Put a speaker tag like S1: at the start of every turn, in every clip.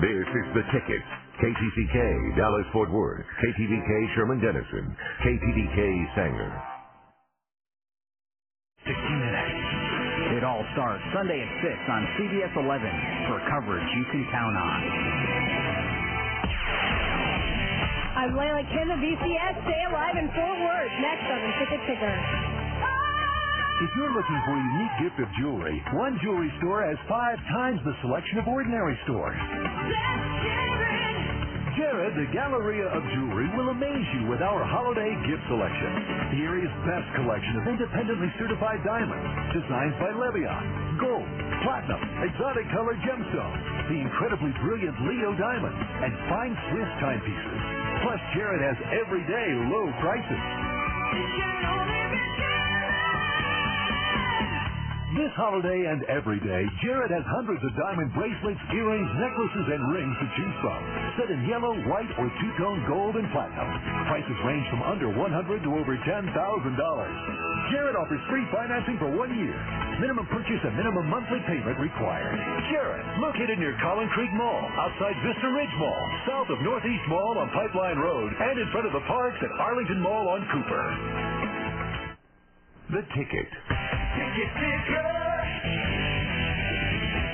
S1: This is The Ticket. KTCK, Dallas Fort Worth. KTVK, Sherman Denison. KTDK, Sanger.
S2: 60 Minutes. It all starts Sunday at 6 on CBS 11 for coverage you can count on.
S3: I'm Layla Kim of VCS. Stay alive in Fort Worth. Next on the Ticket Ticker.
S4: If you're looking for a unique gift of jewelry, one jewelry store has five times the selection of ordinary stores. Jared, the Galleria of Jewelry, will amaze you with our holiday gift selection. The area's best collection of independently certified diamonds, designs by Levion, gold, platinum, exotic colored gemstones, the incredibly brilliant Leo diamond, and fine Swiss timepieces. Plus, Jared has everyday low prices. This holiday and every day, Jared has hundreds of diamond bracelets, earrings, necklaces, and rings to choose from. Set in yellow, white, or two-tone gold and platinum. Prices range from under 100 to over $10,000. Jared offers free financing for one year. Minimum purchase and minimum monthly payment required. Jared, located near Collin Creek Mall, outside Vista Ridge Mall, south of Northeast Mall on Pipeline Road, and in front of the parks at Arlington Mall on Cooper.
S1: The Ticket.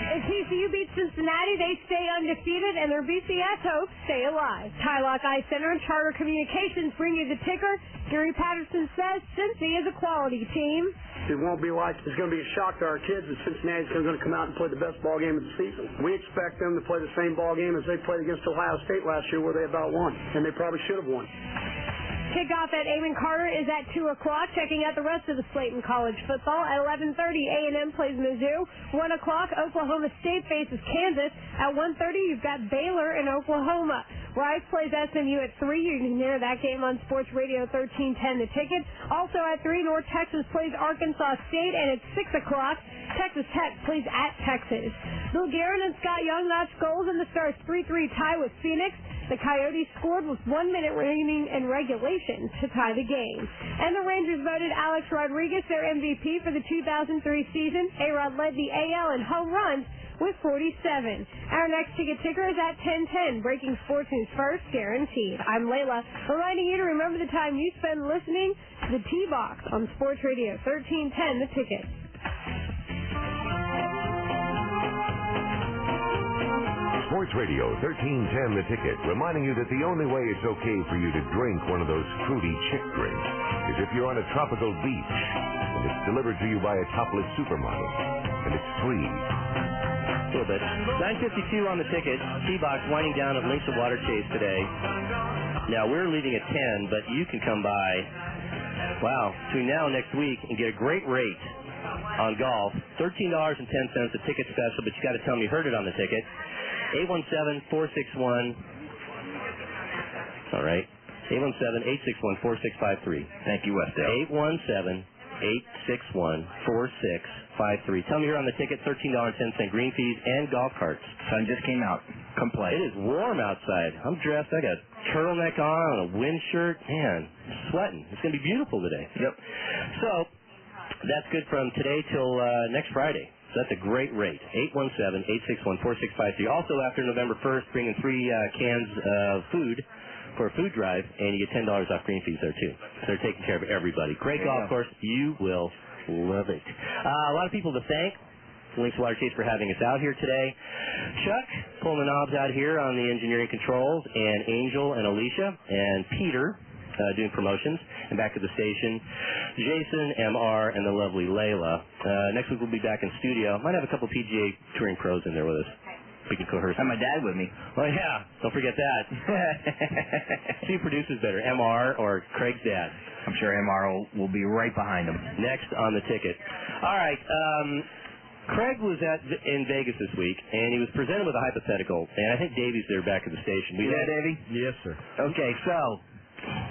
S3: If TCU beats Cincinnati, they stay undefeated, and their BCS hopes stay alive. Tylock Eye Center and Charter Communications bring you the ticker. Gary Patterson says Cincy is a quality team.
S5: It won't be like it's going to be a shock to our kids that Cincinnati's going to come out and play the best ball game of the season. We expect them to play the same ball game as they played against Ohio State last year, where they about won, and they probably should have won.
S3: Kickoff at Amon Carter is at 2 o'clock. Checking out the rest of the slate in college football. At 11.30, A&M plays Mizzou. 1 o'clock, Oklahoma State faces Kansas. At 1.30, you've got Baylor in Oklahoma. Rice plays SMU at 3. You can hear that game on Sports Radio 1310, the ticket. Also at 3, North Texas plays Arkansas State. And at 6 o'clock, Texas Tech plays at Texas. Bill Guerin and Scott Young notch goals in the Stars 3-3 tie with Phoenix. The Coyotes scored with one minute remaining in regulation to tie the game. And the Rangers voted Alex Rodriguez their MVP for the 2003 season. A-Rod led the AL in home runs with 47. Our next ticket ticker is at 1010, breaking sports news first, guaranteed. I'm Layla, reminding you to remember the time you spend listening to the T-Box on Sports Radio 1310, the ticket.
S1: Sports Radio 1310 The Ticket, reminding you that the only way it's okay for you to drink one of those fruity chick drinks is if you're on a tropical beach and it's delivered to you by a topless supermodel and it's free.
S6: A little bit. 952 on the ticket. T-Box winding down at Links of Water Chase today. Now, we're leaving at 10, but you can come by, wow, between now and next week and get a great rate on golf. $13.10 a ticket special, but you got to tell me you heard it on the ticket. 817-461. All right. 817-861-4653. Thank you, Westdale. 817-861-4653. Tell me you're on the ticket, $13.10 green fees and golf carts. Sun just came out. Come play. It is warm outside. I'm dressed. I got a turtleneck on, a wind shirt. Man, I'm sweating. It's going to be beautiful today. Yep. So, that's good from today till uh, next Friday. So that's a great rate. 817-861-4653. Also, after November 1st, bring in three uh, cans of food for a food drive, and you get $10 off green fees there, too. So they're taking care of everybody. Great
S7: There you
S6: golf
S7: go.
S6: course. You will love it. Uh, a lot of people to thank. Links Water Chase for having us out here today. Chuck pulling the knobs out here on the engineering controls, and Angel and Alicia, and Peter uh, doing promotions, and back at the station, Jason, MR, and the lovely Layla. Uh, next week we'll be back in studio. Might have a couple PGA touring pros in there with us. We can coerce. And my dad with me. Oh yeah, don't forget that. See who produces better, MR or Craig's dad. I'm sure MR will, will be right behind him. Next on the ticket. All right. Um, Craig was at in Vegas this week, and he was presented with a hypothetical. And I think Davey's there back at the station.
S8: You there,
S6: Davey?
S8: Yes, sir.
S6: Okay, so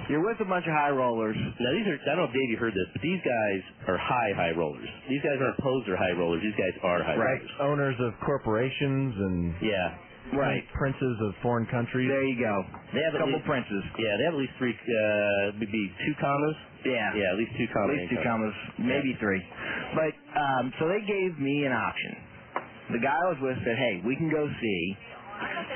S6: you're with a bunch of high rollers. Now these are I don't know if Dave you heard this, but these guys are high high rollers. These guys aren't poser high rollers. These guys are high
S8: Right.
S6: rollers.
S8: Owners of corporations and
S6: Yeah. Right.
S8: Princes of foreign countries. There
S6: you go. They have at least, princes. Yeah, they have at least three. Uh, would be two commas. Yeah. Yeah, at least two commas.
S7: At least two commas, maybe three. But um, so they gave me an option. The guy I was with said, "Hey, we can go see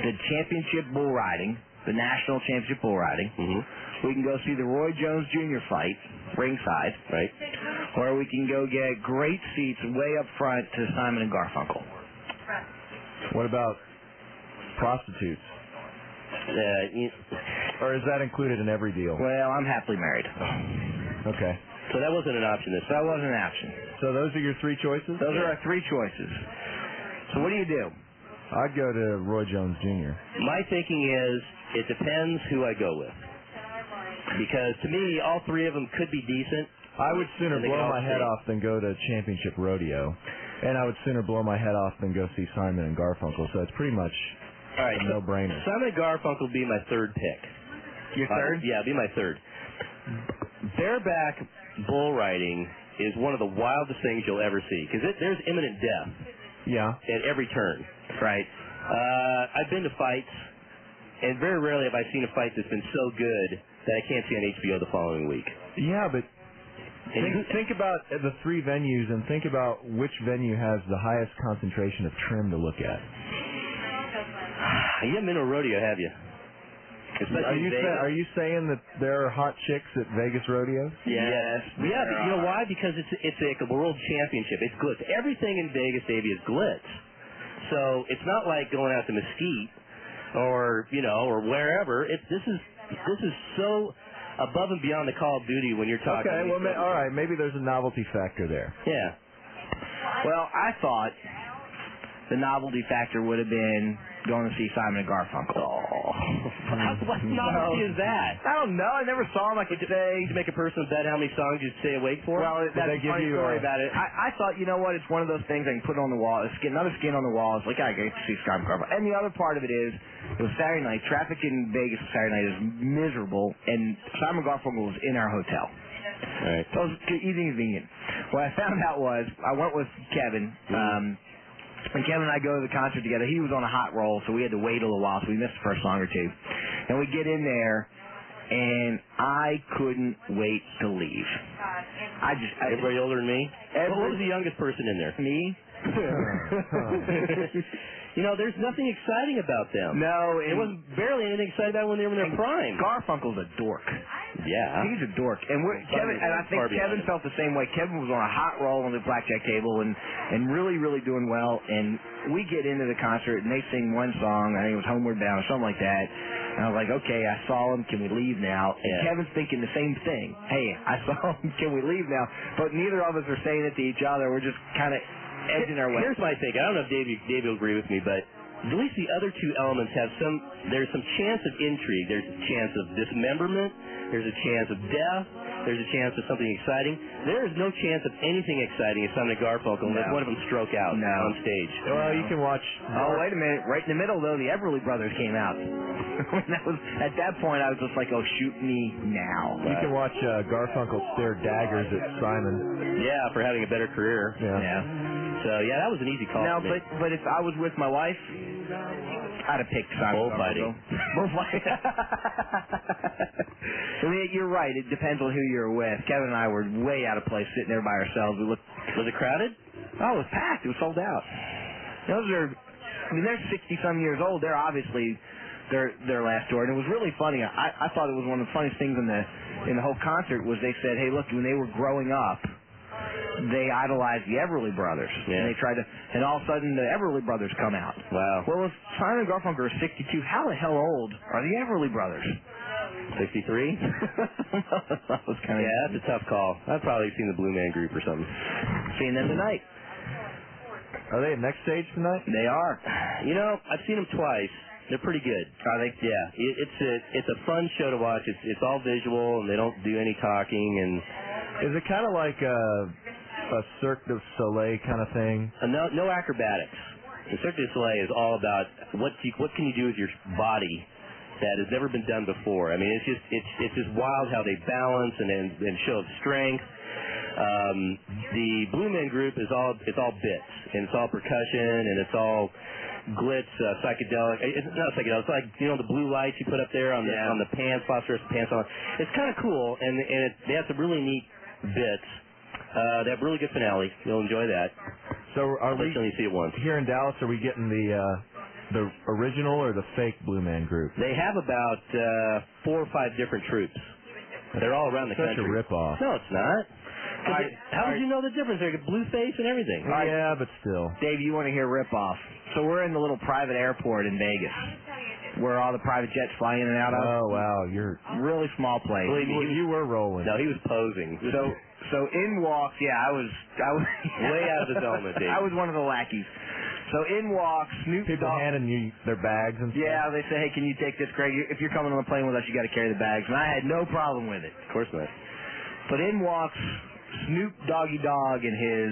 S7: the championship bull riding, the national championship bull riding. Mm-hmm. We can go see the Roy Jones Jr. fight ringside,
S6: right?
S7: Or we can go get great seats way up front to Simon and Garfunkel.
S4: What about prostitutes?
S6: Uh, you-
S4: Or is that included in every deal?
S7: Well, I'm happily married.
S4: Okay.
S6: so that wasn't an option this
S7: That wasn't an option.
S4: So those are your three choices?
S7: Those are our three choices. So what do you do?
S4: I'd go to Roy Jones Jr.
S6: My thinking is it depends who I go with. Because to me, all three of them could be decent.
S4: I would sooner
S6: And they could
S4: blow
S6: all
S4: my head
S6: sing.
S4: off than go to championship rodeo. And I would sooner blow my head off than go see Simon and Garfunkel. So it's pretty much
S6: All right,
S4: a
S6: so
S4: no-brainer.
S6: Simon Garfunkel would be my third pick.
S7: Your
S6: Uh,
S7: third?
S6: yeah, be my third. Bareback bull riding is one of the wildest things you'll ever see because there's imminent death
S4: Yeah.
S6: at every turn.
S7: Right.
S6: Uh, I've been to fights, and very rarely have I seen a fight that's been so good that I can't see on HBO the following week.
S4: Yeah, but
S6: And
S4: think,
S6: you-
S4: think about the three venues and think about which venue has the highest concentration of trim to look at.
S6: you haven't been to a rodeo, have you? Especially
S4: Are you,
S6: in
S4: say,
S6: Vegas.
S4: are you saying that there are hot chicks at Vegas rodeos?
S6: Yeah.
S7: Yes,
S6: Yeah, but
S7: there
S6: you know
S7: are.
S6: why? Because it's it's like a world championship. It's glitz. Everything in Vegas, Davey, is glitz. So it's not like going out to Mesquite or you know or wherever. It's this is this is so above and beyond the Call of Duty when you're talking.
S4: Okay, well, ma- all right, maybe there's a novelty factor there.
S6: Yeah.
S7: Well, I thought the novelty factor would have been going to see Simon and Garfunkel.
S6: what novelty is that?
S7: I don't know. I never saw him. I could say.
S6: You make a person bet how many songs you'd stay awake for.
S7: Well, that's
S4: they
S7: a
S4: give
S7: funny
S4: you,
S7: story
S4: uh,
S7: about it. I, I thought, you know what? It's one of those things I can put on the wall. It's skin, another skin on the wall. It's like I get to see Scott Garfunkel. And the other part of it is, it was Saturday night. Traffic in Vegas on Saturday night is miserable, and Simon Garfunkel was in our hotel.
S6: right.
S7: So it was c- easy and convenient. What I found out was I went with Kevin.
S6: Mm-hmm.
S7: Um, and Kevin and I go to the concert together. He was on a hot roll, so we had to wait a little while, so we missed the first song or two. And we get in there, and I couldn't wait to leave. I just I,
S6: Everybody older than me.
S7: Every-
S6: what was the youngest person in there?
S7: me.
S6: you know, there's nothing exciting about them.
S7: no,
S6: It was barely anything exciting about when they were in their prime.
S7: Garfunkel's a dork.
S6: Yeah.
S7: He's a dork, and we're,
S6: Far
S7: Kevin. And I think
S6: behind him.
S7: Kevin felt the same way. Kevin was on a hot roll on the blackjack table, and and really, really doing well. And we get into the concert, and they sing one song. I think it was Homeward Bound or something like that. And I was like, okay, I saw him. Can we leave now? And
S6: Yeah.
S7: Kevin's thinking the same thing. Hey, I saw him. Can we leave now? But neither of us are saying it to each other. We're just kind of edging our way.
S6: Here's my thing. I don't know if Davey, Davey will agree with me, but at least the other two elements have some. There's some chance of intrigue. There's a chance of dismemberment. There's a chance of death. There's a chance of something exciting. There is no chance of anything exciting if Simon and Garfunkel unless
S7: No.
S6: one of them stroke out
S7: No.
S6: on stage.
S4: Well, you can watch.
S7: Oh, wait a minute. Right in the middle, though, the Everly Brothers came out. that was At that point, I was just like, oh, shoot me now.
S4: You can watch uh, Garfunkel stare daggers at Simon.
S6: Yeah, for having a better career.
S4: Yeah.
S7: yeah.
S6: So yeah, that was an easy call.
S7: Now,
S6: for me.
S7: but but if I was with my wife, I'd have picked Simon.
S6: Bullfighting.
S7: Garfunkel. Bullfighting. I mean, you're right. It depends on who you're with. Kevin and I were way out of place sitting there by ourselves. We looked.
S6: was it crowded?
S7: Oh, it was packed. It was sold out. Those are. I mean, they're 60 some years old. They're obviously their their last tour, and it was really funny. I I thought it was one of the funniest things in the in the whole concert was they said, hey, look, when they were growing up. They idolized the Everly Brothers,
S6: Yeah.
S7: and they tried to, and all of a sudden the Everly Brothers come out.
S6: Wow.
S7: Well, if Simon and Garfunkel are 62, how the hell old are the Everly Brothers?
S6: 63?
S7: that was kind of
S6: Yeah, that's a tough call. I've probably seen the Blue Man Group or something.
S7: seeing them tonight.
S4: Are they at next stage tonight?
S7: They are.
S6: You know, I've seen them twice. They're pretty good.
S7: Are they?
S6: Yeah, it, it's a it's a fun show to watch. It's it's all visual and they don't do any talking
S4: Is
S6: and
S4: it kind of like uh, a, a Cirque du Soleil kind of thing?
S6: uh, no no acrobatics. The Cirque du Soleil is all about what you, what can you do with your body that has never been done before. I mean, it's just it's it's just wild how they balance and and, and show of strength. Um, the Blue Man Group is all it's all bits and it's all percussion and it's all glitz, uh, psychedelic. It's not psychedelic. It's like you know the blue lights you put up there on the
S7: Yeah.
S6: on the pants, phosphorescent pants on. It's kind of cool and and it, they have some really neat bits. Uh, they have a really good finale. You'll enjoy that.
S4: So are
S6: But
S4: we
S6: you only see it once.
S4: here in Dallas? Are we getting the uh, The original or the fake Blue Man Group?
S6: They have about uh, four or five different troops. They're all around the
S4: Such a
S6: country.
S4: ripoff.
S6: No, it's not. 'Cause
S7: Alright,
S6: it- how would
S7: alright.
S6: you know the difference? They got blue face and everything.
S4: Yeah, but still.
S7: Dave, you want to hear ripoff. So we're in the little private airport in Vegas where all the private jets fly in and out of.
S4: Oh wow, you're
S7: Really small place.
S6: Believe me,
S4: you,
S6: he-
S4: you were rolling.
S6: no, he was posing.
S7: So so in walks, yeah, I was I was
S6: Way out of his element, Dave.
S7: I was one of the lackeys. So in walks Snoop
S4: People
S7: Dogg.
S4: handing you their bags and stuff.
S7: Yeah, they say, hey, can you take this, Greg? You- If you're coming on the plane with us, you got to carry the bags. And I had no problem with it.
S6: of course not.
S7: But in walks Snoop Doggy Dog and his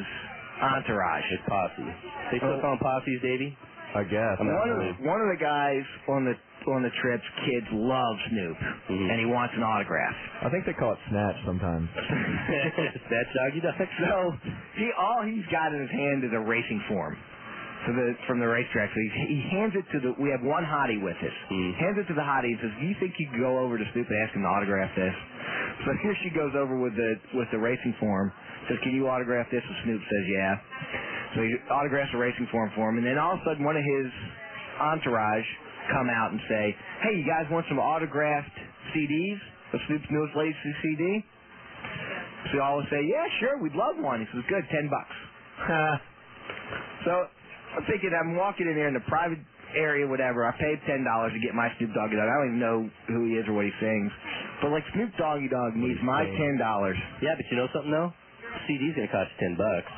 S7: entourage.
S6: His posse. They
S7: Oh.
S6: still call them posses, Davey.
S4: I guess.
S6: I'm
S7: One
S4: I
S7: of,
S4: don't know.
S6: Absolutely.
S7: one of the guys on the on the trip's kids love Snoop,
S6: Mhm.
S7: and he wants an autograph.
S4: I think they call it snatch sometimes.
S6: That's doggy dog.
S7: So he all he's got in his hand is a racing form for the from the racetrack. So he, he hands it to the. We have one hottie with us.
S6: Mm.
S7: Hands it to the hottie and says, "Do you think you could go over to Snoop and ask him to autograph this?" So here she goes over with the with the racing form. Says, "Can you autograph this?" And Snoop says, "Yeah." So he autographs the racing form for him, and then all of a sudden, one of his entourage come out and say, "Hey, you guys want some autographed CDs of Snoop's newest latest CD?" So all say, "Yeah, sure, we'd love one." He says, "Good, ten bucks." so I'm thinking I'm walking in there in the private area, whatever. I paid ten dollars to get my Snoop Doggy Dog. I don't even know who he is or what he sings, but like Snoop Doggy Dog needs my ten dollars.
S6: Yeah, but you know something though? CD's gonna cost you ten bucks.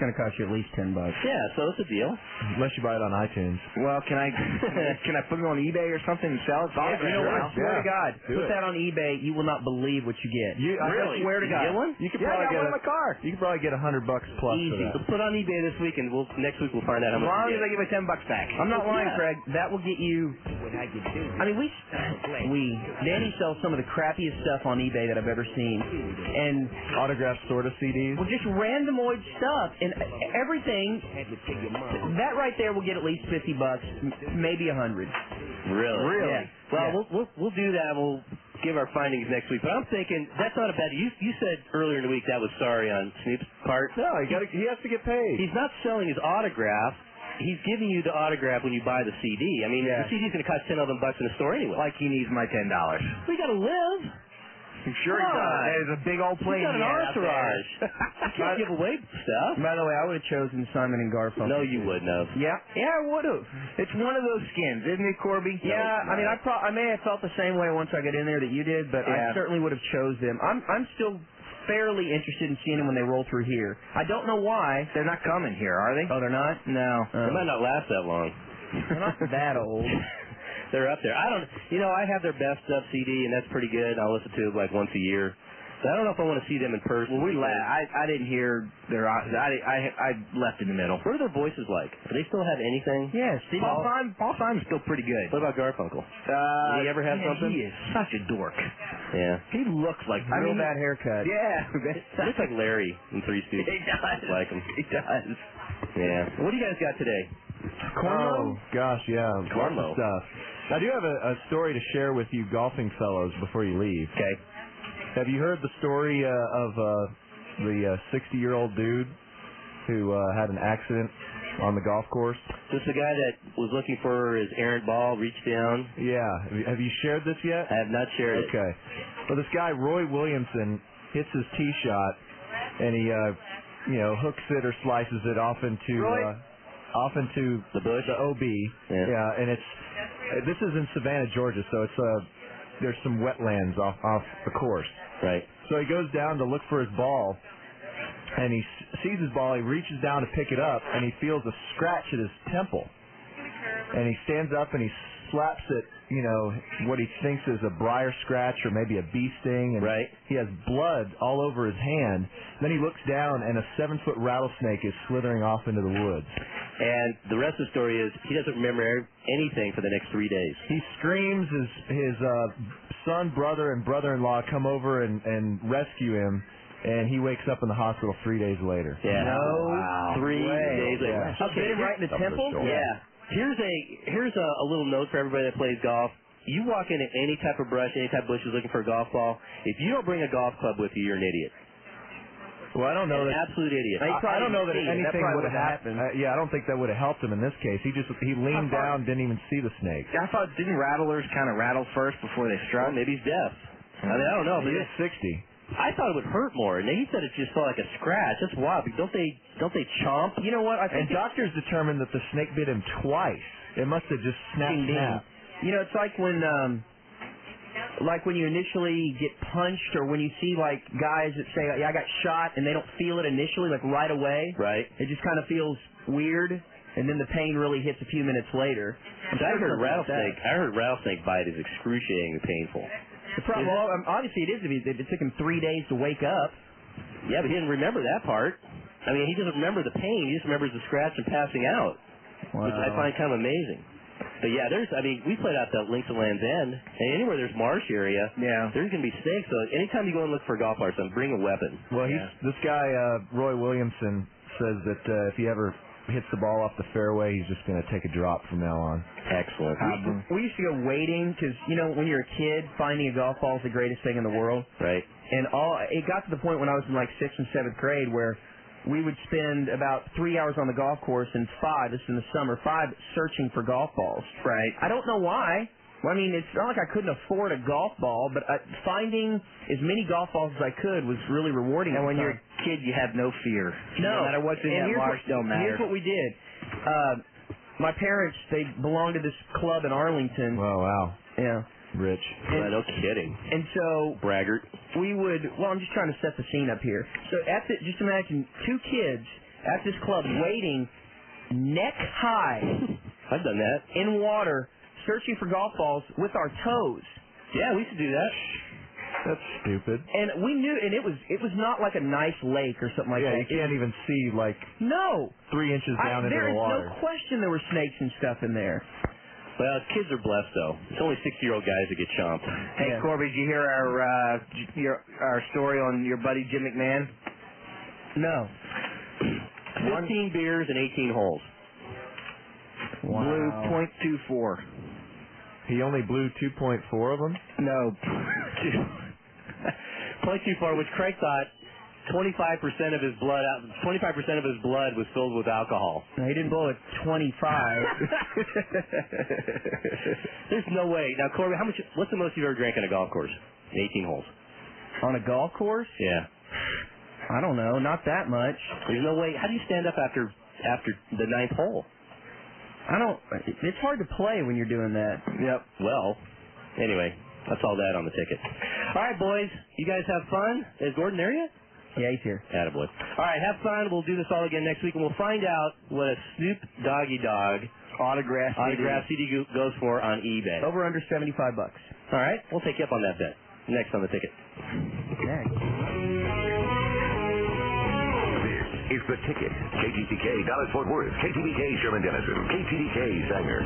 S9: It's going to cost you at least 10 bucks.
S6: Yeah, so it's a deal.
S4: Unless you buy it on iTunes.
S7: Well, can I can I put it on eBay or something and sell it?
S4: Yeah, you know what? I swear to
S9: God,
S4: Do put it. that
S9: on eBay. You will not believe what you get.
S4: You, I
S6: Really?
S4: swear to
S6: Did you
S4: God.
S6: get one?
S4: You could
S7: Yeah,
S4: probably
S7: I got
S4: get
S7: one
S4: a,
S7: in my car.
S4: You could probably get a hundred bucks plus for
S6: Easy.
S4: that.
S6: So put on eBay this week, and we'll next week we'll find out
S7: As
S6: how much.
S7: long as
S6: you
S7: I
S6: get.
S7: get my ten bucks back.
S9: I'm not lying,
S6: Yeah.
S9: Craig. That will get you. I mean, we we Danny sells some of the crappiest stuff on eBay that I've ever seen, and
S4: Autographed sort of CDs.
S9: well, just randomoid stuff and everything. That right there will get at least fifty bucks, m- maybe a hundred.
S6: Really?
S9: Really?
S6: Yeah. Well,
S9: Yeah.
S6: we'll we'll we'll do that. We'll give our findings next week. But I'm thinking that's not a bad. You you said earlier in the week that was sorry on Snoop's part.
S4: No, he got. He has to get paid.
S6: He's not selling his autograph. He's giving you the autograph when you buy the CD. I mean,
S7: Yeah.
S6: the CD's going to cost ten of them bucks in the store anyway.
S7: Like he needs my ten dollars.
S6: we got to live.
S7: I'm sure he
S6: Come
S7: does.
S6: on.
S7: There's a big old plane.
S6: we got an
S7: he had out there.
S6: entourage. You can't give away stuff.
S9: By the way, I would have chosen Simon and Garfunkel.
S6: No, you wouldn't have.
S7: Yeah, yeah, I would have. It's one of those skins, isn't it, Corby?
S9: Yeah, I mean, I pro- I may have felt the same way once I got in there that you did, but I
S7: Yeah.
S9: certainly would have chose them. I'm I'm still fairly interested in seeing them when they roll through here. I don't know why.
S7: they're not coming here, are they?
S9: Oh, they're not.
S7: No.
S6: It might not last that long.
S9: They're not that old.
S6: They're up there. I don't. You know, I have their best stuff CD, and that's pretty good. I listen to it like once a year. So I don't know if I want to see them in person.
S7: Well, we la-
S6: because-
S7: I I didn't hear their. I I I left in the middle.
S6: What are their voices like? Do they still have anything?
S9: Yeah, Steve.
S7: Paul Simon, Paul Simon's still pretty good.
S6: What about Garfunkel?
S7: Uh,
S6: Did he ever have
S7: yeah,
S6: something?
S7: He is such a dork.
S6: Yeah.
S7: He looks like
S9: I
S7: real
S9: mean, that
S7: bad.
S9: haircut.
S7: Yeah,
S6: He looks like Larry in Three
S7: he
S6: Stooges.
S7: does.
S6: Like him.
S7: He does.
S6: Yeah. What do you guys got today?
S4: Oh gosh, yeah. lots of
S6: Cornrow.
S4: Stuff. I do have a, a story to share with you, golfing fellows, before you leave.
S6: Okay.
S4: Have you heard the story uh, of uh, the uh, 60-year-old dude who uh, had an accident on the golf course?
S6: This is the guy that was looking for his errant ball, reached down.
S4: Yeah. Have you- Have you shared this yet?
S6: I have not shared it.
S4: Okay. Well, this guy Roy Williamson hits his tee shot, and he, uh, you know, hooks it or slices it off into
S7: Roy?
S4: uh, off into
S6: The bush?
S4: the OB.
S6: Yeah.
S4: and it's uh, this is in Savannah, Georgia, so it's uh, there's some wetlands off off the course.
S6: Right.
S4: So he goes down to look for his ball, and he s- sees his ball. He reaches down to pick it up, and he feels a scratch at his temple. And he stands up and he slaps it, you know, what he thinks is a briar scratch or maybe a bee sting. And
S6: Right.
S4: He has blood all over his hand. Then he looks down, and a seven-foot rattlesnake is slithering off into the woods.
S6: And the rest of the story is he doesn't remember ev- anything for the next three days.
S4: He screams. His his uh, son, brother, and brother-in-law come over and and rescue him. And he wakes up in the hospital three days later.
S6: Yeah.
S4: No
S6: Three
S4: way.
S6: days later.
S4: Yeah.
S6: Okay.
S9: right in the temple.
S6: Yeah. Here's a here's a, a little note for everybody that plays golf. You walk into any type of brush, any type of bush is looking for a golf ball. If you don't bring a golf club with you, you're an idiot.
S4: Well, I don't know
S6: An
S4: that.
S6: absolute idiot.
S4: I, I don't know that
S7: probably
S4: anything would have
S7: would've happened.
S4: happened. Uh, yeah, I don't think that would have helped him in this case. He just he leaned down, didn't even see the snake.
S10: I thought didn't rattlers kind of rattle first before they
S6: Well,
S10: struck?
S6: maybe he's deaf. I mean, I don't know.
S4: He
S6: But
S4: is sixty.
S6: I thought it would hurt more, and he said it just felt like a scratch. That's wild. But don't they? Don't they chomp?
S7: You know what? I
S4: And
S7: think it's
S4: doctors determined that the snake bit him twice. It must have just snapped
S7: ding,
S4: in
S7: ding.
S4: half.
S7: You know, it's like when um like when you initially get punched or when you see like guys that say yeah, I got shot and they don't feel it initially like right away.
S6: Right.
S7: It just kind of feels weird and then the pain really hits a few minutes later. I'm
S6: I
S7: sure something
S6: heard
S7: like that.
S6: rattlesnake. I heard rattlesnake bite is excruciatingly painful.
S7: The problem,
S6: Is it-
S7: well, um, obviously, it is if, he, if it took him three days to wake up.
S6: Yeah, but he didn't remember that part. I mean, he doesn't remember the pain. He just remembers the scratch and passing out, which I find kind of amazing. But yeah, there's. I mean, we played out the links to Land's End, and anywhere there's marsh area,
S10: Yeah.
S6: there's gonna be snakes. So anytime you go and look for a golf or something, bring a weapon.
S4: Well, he's this guy uh, Roy Williamson says that uh, if he ever hits the ball off the fairway, he's just going to take a drop from now on.
S6: Excellent.
S7: We used to go waiting because you know when you're a kid, finding a golf ball is the greatest thing in the world.
S6: Right.
S7: And all it got to the point when I was in like sixth and seventh grade where we would spend about three hours on the golf course and five, this is in the summer, five searching for golf balls.
S10: Right.
S7: I don't know why. Well, I mean, it's not like I couldn't afford a golf ball, but uh, finding as many golf balls as I could was really rewarding.
S10: And
S7: at
S10: when
S7: the
S10: you're
S7: time.
S10: a kid, you have no fear. No
S7: No.
S10: matter what's in
S7: and
S10: that
S7: here's
S10: marsh,
S7: what,
S10: don't matter.
S7: Here's what we did. Uh, my parents, they belonged to this club in Arlington.
S4: Well, wow,
S7: yeah.
S4: Rich.
S6: Yeah, no kidding.
S7: And so
S6: Braggart.
S7: we would, well, I'm just trying to set the scene up here. So at the, just imagine two kids at this club waiting neck high
S6: I've done that.
S7: in water searching for golf balls with our toes.
S6: Yeah, we used to do that.
S4: That's stupid.
S7: And we knew, and it was it was not like a nice lake or something like
S4: yeah, you
S7: that.
S4: can't even see like
S7: no,
S4: three inches
S7: I-
S4: down into
S7: there
S4: the
S7: is
S4: water.
S7: no question there were snakes and stuff in there.
S6: Well, kids are blessed though. It's only sixty-year-old guys that get chomped.
S10: Hey
S7: Yeah.
S10: Corby, did you hear our uh, j- your our story on your buddy Jim McMahon?
S7: No,
S6: Fifteen beers and eighteen holes.
S10: Blew point two four.
S4: He only blew 2.4 of them.
S10: No.
S6: Point too far, which Craig thought. 25% of his blood, 25% of his blood was filled with alcohol.
S7: no, he didn't blow a 25.
S6: There's no way. Now, Corby, how much? What's the most you've ever drank on a golf course? 18 holes.
S7: On a golf course?
S6: Yeah.
S7: I don't know, not that much.
S6: There's no way. How do you stand up after after the ninth hole?
S7: I don't. It's hard to play when you're doing that.
S6: Yep. Well, anyway, that's all that on the ticket. All right, boys. You guys have fun. Is Gordon there yet?
S7: Yeah, he's here.
S6: Attaboy. All right, have fun. We'll do this all again next week, and we'll find out what a Snoop Doggy Dog
S10: Autograph.
S6: autograph CD go- goes for on eBay.
S7: Over under 75 bucks.
S6: All right, we'll take you up on that bet. Next on the ticket.
S11: This is The Ticket. KTTK Dallas Fort Worth, KTDK Sherman Denison, KTDK Sanger.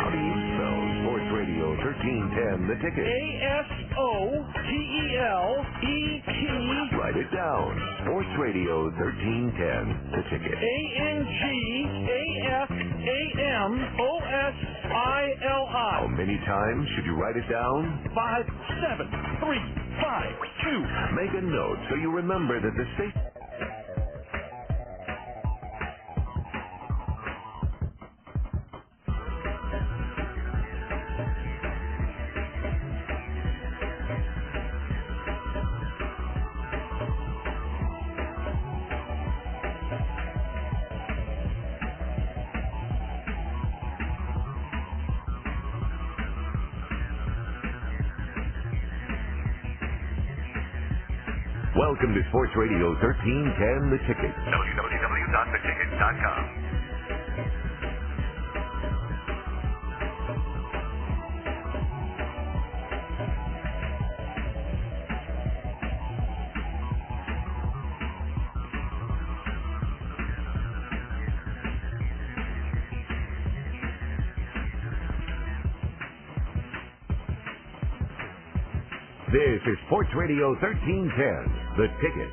S11: How do you spell Sports Radio 1310 The Ticket?
S5: A-S-O-T-E-L-E-T
S11: Write it down. Sports Radio 1310 The Ticket.
S5: A-N-G-A-S-A-M-O-S-I-L-I.
S11: How many times should you write it down?
S5: Five, seven, three, five, two.
S11: Make a note so you remember that the station. Welcome to Sports Radio 1310 The Ticket. www.theticket.com. This is Sports Radio 1310, The Ticket.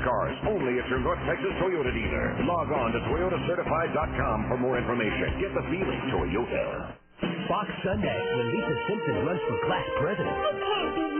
S11: Cars only at your North Texas Toyota dealer. Log on to toyotacertified.com for more information. Get the feeling Toyota.
S4: Fox Sunday when Lisa Simpson runs for class president.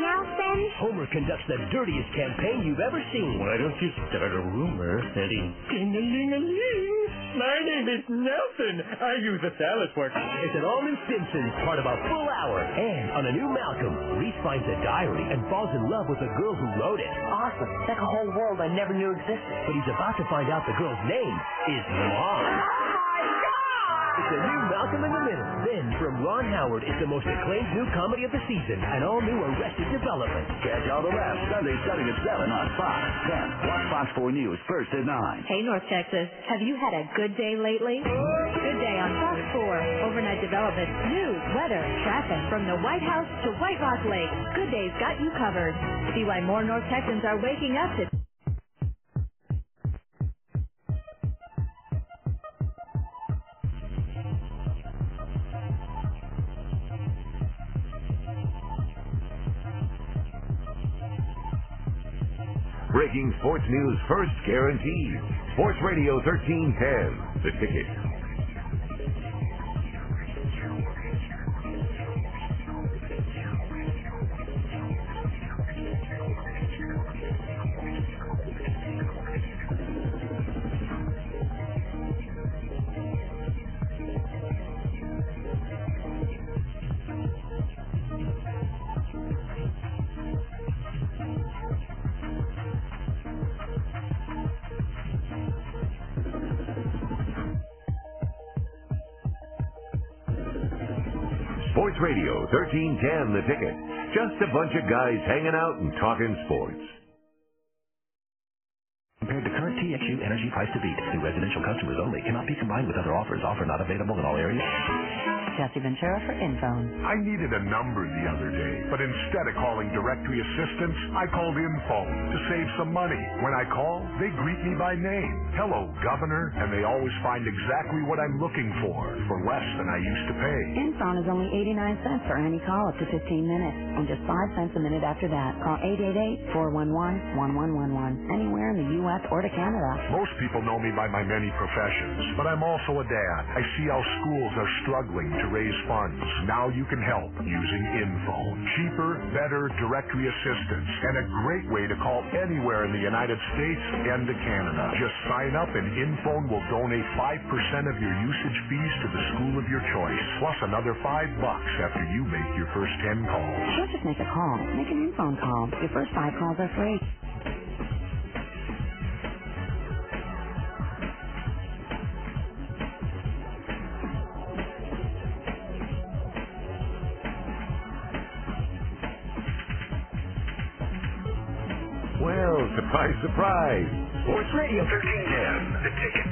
S12: Nelson.
S4: Homer conducts the dirtiest campaign you've ever seen.
S13: Why don't you start a rumor that in ding-a-ling-a-ling, my name is Nelson. I use a salad fork.
S4: It's an Almond Stimson, part of a full hour. And on a new Malcolm, Reese finds a diary and falls in love with the girl who wrote it.
S12: Awesome. Like a whole world I never knew existed.
S4: But he's about to find out the girl's name is Mom.
S12: Oh,
S4: It's a new Malcolm in the Middle. Then, from Ron Howard, it's the most acclaimed new comedy of the season, an all-new Arrested Development.
S7: Catch all the laughs Sunday starting at 7 on Fox. Then, watch Fox 4 News first at 9.
S14: Hey, North Texas, have you had a good day lately? Good Day on Fox 4. Overnight developments, news, weather, traffic. From the White House to White Rock Lake, Good Day's got you covered. See why more North Texans are waking up to...
S15: Breaking sports news first guaranteed. Sports Radio 1310, the ticket. Sports Radio 1310, the ticket. Just a bunch of guys hanging out and talking sports.
S16: Compared to current TXU energy price to beat. New residential customers only. Cannot be combined with other offers. Offer not available in all areas.
S17: Jesse Ventura for Infone.
S18: I needed a number the other day, but instead of calling directory assistance, I called Infone to save some money. When I call, they greet me by name. Hello, Governor, and they always find exactly what I'm looking for for less than I used to pay.
S17: Infone is only 89 cents for any call up to 15 minutes, and just 5 cents a minute after that. Call 888-411-1111 anywhere in the U.S. or to Canada.
S18: Most people know me by my many professions, but I'm also a dad. I see how schools are struggling to raise funds. Now you can help using Infone. Cheaper, better directory assistance, and a great way to call anywhere in the United States and to Canada. Just sign up and Infone will donate 5% of your usage fees to the school of your choice, plus another 5 bucks after you make your first 10 calls.
S17: Don't just make a call. Make an Infone call. Your first 5 calls are free.
S15: Well, surprise, surprise. Sports Radio 1310, the ticket.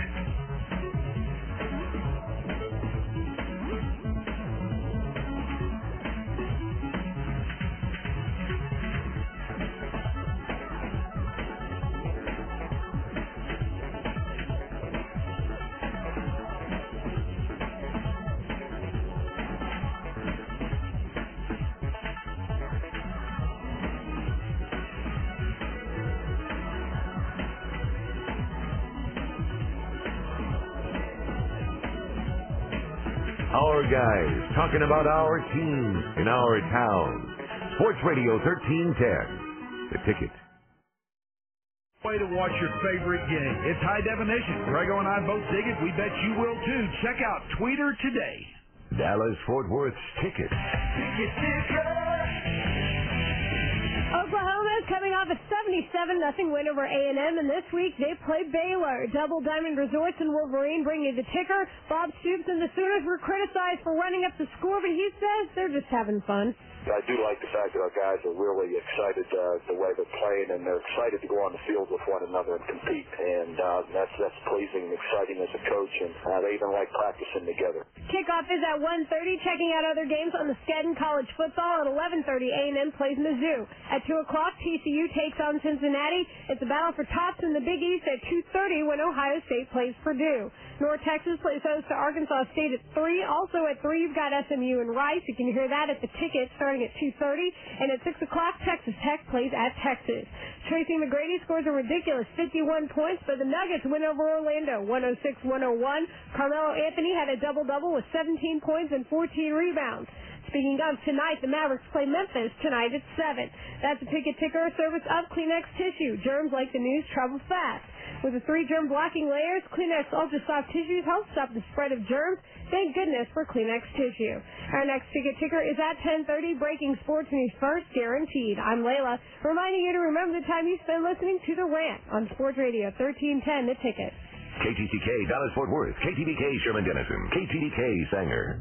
S15: Our guys talking about our team in our town. Sports Radio 1310, the ticket.
S19: Way to watch your favorite game. It's high definition. Grego and I both dig it. We bet you will too. Check out Tweeter today.
S15: Dallas Fort Worth's ticket.
S3: Oklahoma is coming off a 77-0 win over A&M, and this week they play Baylor. Double Diamond Resorts and Wolverine bring you the ticker. Bob Stoops and the Sooners were criticized for running up the score, but he says they're just having fun.
S20: I do like the fact that our guys are really excited uh, the way they're playing, and they're excited to go on the field with one another and compete. And uh, that's that's pleasing and exciting as a coach, and uh, they even like practicing together.
S3: Kickoff is at 1.30. Checking out other games on the Skadden College Football at 11.30. A&M plays Mizzou. At at 2 o'clock, TCU takes on Cincinnati. It's a battle for tops in the Big East at 2.30 when Ohio State plays Purdue. North Texas plays host to Arkansas State at 3. Also at 3, you've got SMU and Rice. You can hear that at the ticket starting at 2.30. And at 6 o'clock, Texas Tech plays at Texas. Tracy McGrady scores a ridiculous 51 points, but the Nuggets win over Orlando 106-101. Carmelo Anthony had a double-double with 17 points and 14 rebounds. Speaking of tonight, the Mavericks play Memphis tonight at 7. That's a ticket ticker service of Kleenex Tissue. Germs like the news travel fast. With the three germ blocking layers, Kleenex Ultra Soft Tissues help stop the spread of germs. Thank goodness for Kleenex Tissue. Our next ticket ticker is at 10.30, breaking sports news first, guaranteed. I'm Layla, reminding you to remember the time you spend listening to The Rant on Sports Radio 1310, The Ticket.
S21: KTTK Dallas Fort Worth, KTBK Sherman Denison, KTDK Sanger.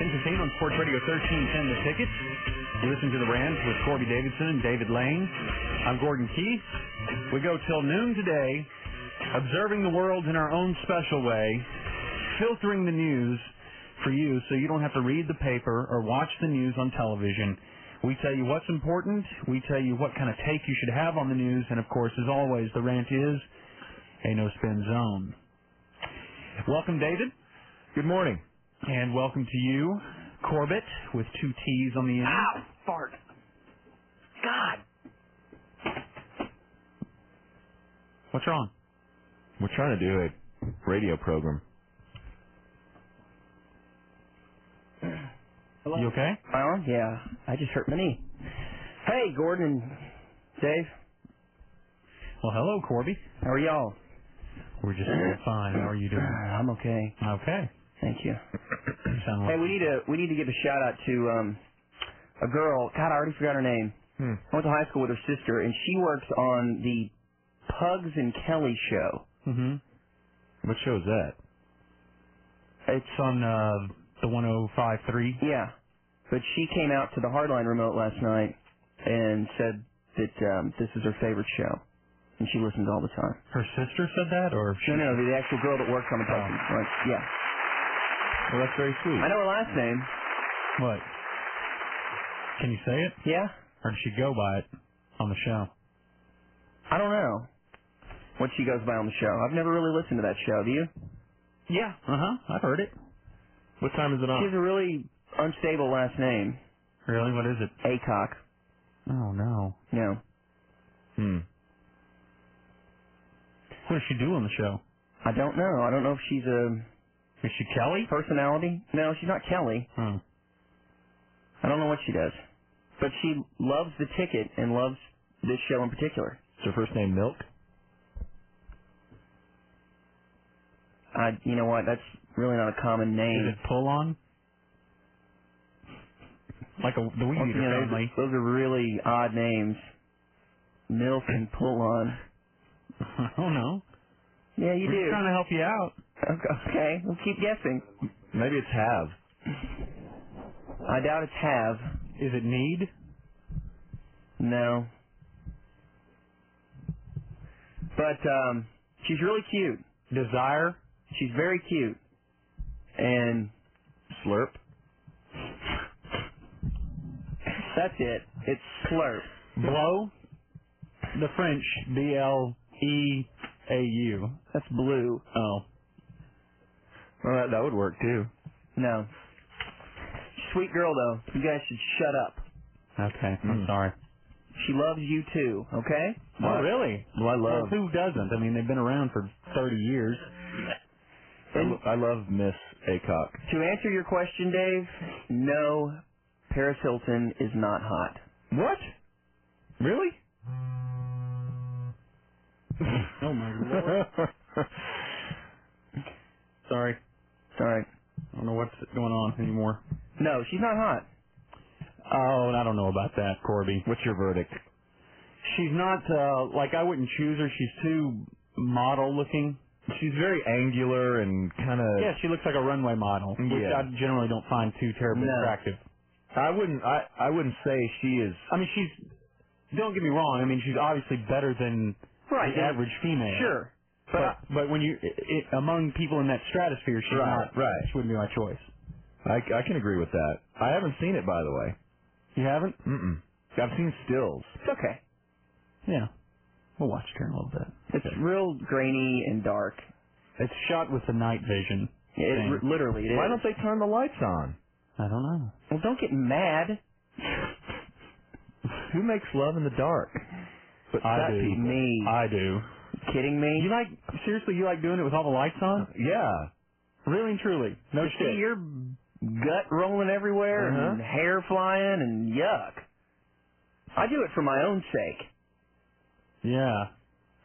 S7: Entertain on Sports Radio 1310 The Ticket. You listen to The Rant with Corby Davidson and David Lane. I'm Gordon Keith. We go till noon today, observing the world in our own special way, filtering the news for you so you don't have to read the paper or watch the news on television. We tell you what's important. We tell you what kind of take you should have on the news. And of course, as always, The Rant is a no spin zone. Welcome, David. Good morning. And welcome to you, Corbett, with two T's on the end. Ow, fart.
S22: God.
S7: What's wrong?
S4: We're trying to do a radio program.
S6: Hello.
S7: You okay?
S6: My arm? Yeah. I just hurt my knee. Hey, Gordon, Dave.
S7: Well, hello, Corby.
S6: How are y'all?
S7: We're just doing fine. How are you doing?
S6: I'm okay.
S7: Okay.
S6: Thank you.
S7: Sound
S6: Hey, we need to we need to give a shout out to um a girl. God, I already forgot her name.
S7: Hmm.
S6: I went to high school with her sister, and she works on the Pugs and Kelly show.
S7: Mm-hmm.
S4: What show is that?
S7: It's on uh, the 105.3.
S6: Yeah, but she came out to the Hardline remote last night and said that um, this is her favorite show, and she listens all the time.
S7: Her sister said Oh. that, or
S6: No, no, the actual girl that works on the Pugs. Right? Yeah.
S4: Well, that's very sweet.
S6: I know her last name.
S7: What? Can you say it?
S6: Yeah.
S7: Or does she go by it on the show?
S6: I don't know what she goes by on the show. I've never really listened to that show. Have you?
S7: Yeah. Uh huh. I've heard it.
S4: Uh-huh. What time is it
S6: She has a really unstable last name.
S7: Really? What is it?
S6: Acock.
S7: Oh no.
S6: No.
S4: Hmm.
S7: What does she do on the show?
S6: I don't know. I don't know if she's a.
S7: Is she Kelly?
S6: Personality? No, she's not Kelly.
S7: Hmm.
S6: I don't know what she does. But she loves the ticket and loves this show in particular.
S4: Is her first name Milk?
S6: I, you know what? That's really not a common name.
S7: Is it pull on? Like a, the Weed
S6: Once
S7: Eater
S6: again, those-
S7: family.
S6: Those, are really odd names. Milk and pull on.
S7: I don't know.
S6: Yeah, you
S7: We're just
S6: do.
S7: trying to help you out.
S6: Okay, okay, we'll keep guessing.
S4: Maybe it's Have.
S6: I doubt it's have.
S7: Is it need?
S6: No. But um she's really cute.
S7: Desire?
S6: She's very cute. And
S4: Slurp?
S6: that's it. It's slurp.
S7: Blow? The French. B L E A U.
S6: That's blue.
S7: Oh.
S4: Well, that, that would work too.
S6: No. Sweet girl though. You guys should shut up. Hmm.
S7: Okay. I'm sorry.
S6: She loves you too, okay?
S7: Oh, really?
S4: Well, I
S7: Well,
S4: love.
S7: who doesn't? I mean, they've been around for 30 years.
S4: I love Miss Acock.
S6: To answer your question, Dave, no, Paris Hilton is not hot.
S4: What? Really?
S7: Oh my lord. Sorry.
S6: Sorry.
S7: I don't know what's going on anymore.
S6: No, she's not hot.
S7: Oh, and I don't know about that, Corby.
S4: What's your verdict?
S7: She's not uh like I wouldn't choose her. She's too model looking.
S4: She's very angular and kind of.
S7: Yeah, she looks like a runway model, which
S4: Yeah.
S7: I generally don't find too terribly
S4: No.
S7: attractive.
S4: I wouldn't. I I wouldn't say she is.
S7: I mean, she's. Don't get me wrong. I mean, she's obviously better than
S4: Right,
S7: the
S4: yeah.
S7: average female.
S4: Sure.
S7: But but when you it, among people in that stratosphere, she's
S4: Right,
S7: not. Right. She wouldn't be my choice.
S4: I I can agree with that. I haven't seen it, by the way.
S7: You haven't?
S4: Mm-mm. I've seen stills.
S6: It's okay.
S7: Yeah. We'll watch her in a little bit.
S6: It's real grainy and dark.
S7: It's shot with the night vision.
S6: It
S7: thing.
S6: r- literally. It
S7: Why
S6: is.
S7: don't
S4: they turn the lights on?
S7: I don't know.
S6: Well, don't get mad.
S4: Who makes love in the dark? But
S7: I
S4: fat
S7: do.
S4: people.
S6: Me.
S7: I do.
S6: Kidding me?
S7: You like seriously? You like doing it with all the lights on?
S4: Yeah.
S7: Really and truly. No
S6: To
S7: shit.
S6: See your gut rolling everywhere and
S7: Uh-huh.
S6: hair flying and yuck. I do it for my own sake.
S7: Yeah.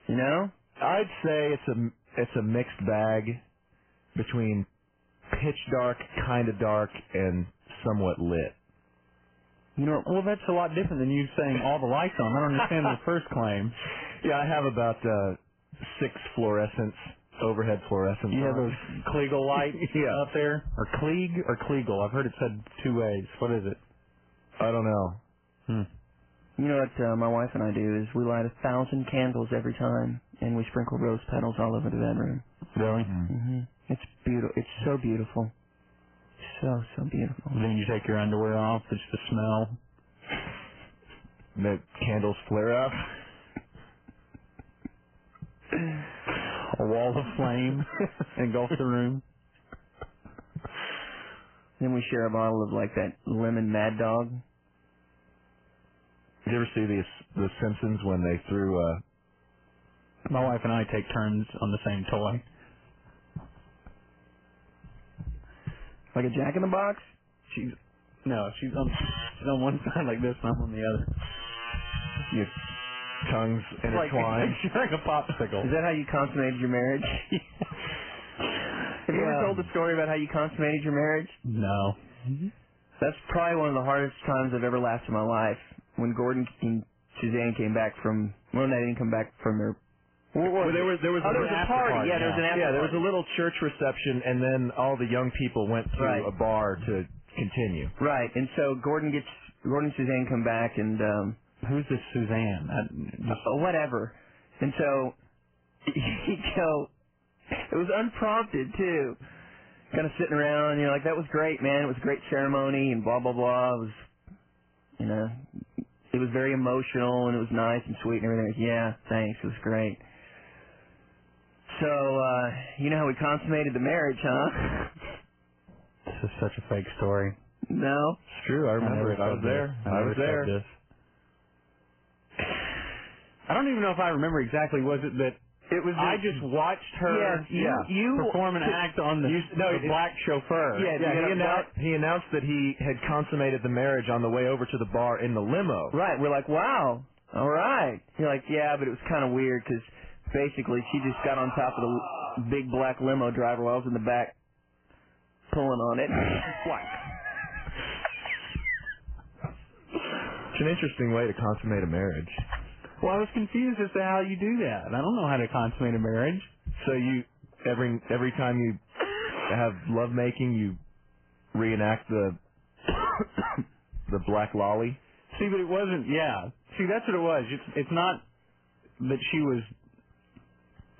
S6: You know?
S4: I'd say it's a it's a mixed bag between pitch dark, kind of dark, and somewhat lit.
S7: You know, well, that's a lot different than you saying all the lights on. I don't understand the first claim.
S4: Yeah, I have about uh, six fluorescents, overhead fluorescents.
S7: You have
S4: on.
S7: those Kliegel lights
S4: Yeah.
S7: up there, or Klieg or Kliegel. I've heard it said two ways. What is it?
S4: I don't know.
S6: You know what uh, my wife and I do is we light a thousand candles every time, and we sprinkle rose petals all over the bedroom.
S7: Really?
S6: hmm It's beautiful. It's so beautiful. So so beautiful.
S7: Then you take your underwear off. It's the smell.
S4: The candles flare up.
S7: A wall of flame engulfs the room.
S6: Then we share a bottle of like that lemon Mad Dog.
S4: Did you ever see the the Simpsons when they threw uh,
S7: My wife and I take turns on the same toy.
S6: Like a Jack in the Box.
S7: She's no, she's on she's on one side like this, and I'm on the other.
S4: your tongues intertwined?
S7: Like, she's like a popsicle.
S6: Is that how you consummated your marriage? Have you
S7: Yeah.
S6: ever told the story about how you consummated your marriage?
S7: No.
S6: That's probably one of the hardest times I've ever laughed in my life. When Gordon and Suzanne came back from, well, they didn't come back from their. What was
S4: Well, there
S6: it?
S4: was there was
S6: Oh,
S4: a,
S6: there was a
S4: after
S6: party. Yeah, there was an after
S4: yeah, there was a
S6: party.
S4: little church reception, and then all the young people went to
S6: Right.
S4: a bar to continue.
S6: right, and so Gordon gets Gordon and Suzanne come back and um,
S7: Who's this Suzanne? I,
S6: uh, whatever, and so you know, it was unprompted too. Kind of sitting around, you know, like that was great, man. It was a great ceremony and blah blah blah. It was, you know, it was very emotional and it was nice and sweet and everything. Like, yeah, thanks, it was great. So, uh, you know how we consummated the marriage, huh?
S7: this is such a fake story.
S6: no.
S4: It's true. I remember it. I was there. I was there.
S7: I don't even know if I remember exactly. Was it that
S4: It was.
S7: I just watched her
S6: Yes, you- you-
S7: perform an act on the,
S4: you- no,
S7: the
S4: it-
S7: black chauffeur?
S4: Yeah,
S6: you
S4: he,
S6: know,
S4: announced, he announced that he had consummated the marriage on the way over to the bar in the limo.
S6: Right. We're like, wow. All right. You're like, yeah, but it was kind of weird because basically she just got on top of the l- big black limo driver while I was in the back pulling on it.
S4: It's an interesting way to consummate a marriage.
S7: Well, I was confused as to how you do that. I don't know how to consummate a marriage.
S4: So you every every time you have lovemaking, you reenact the the black lolly.
S7: See, but it wasn't. Yeah. See, that's what it was. It's it's not that she was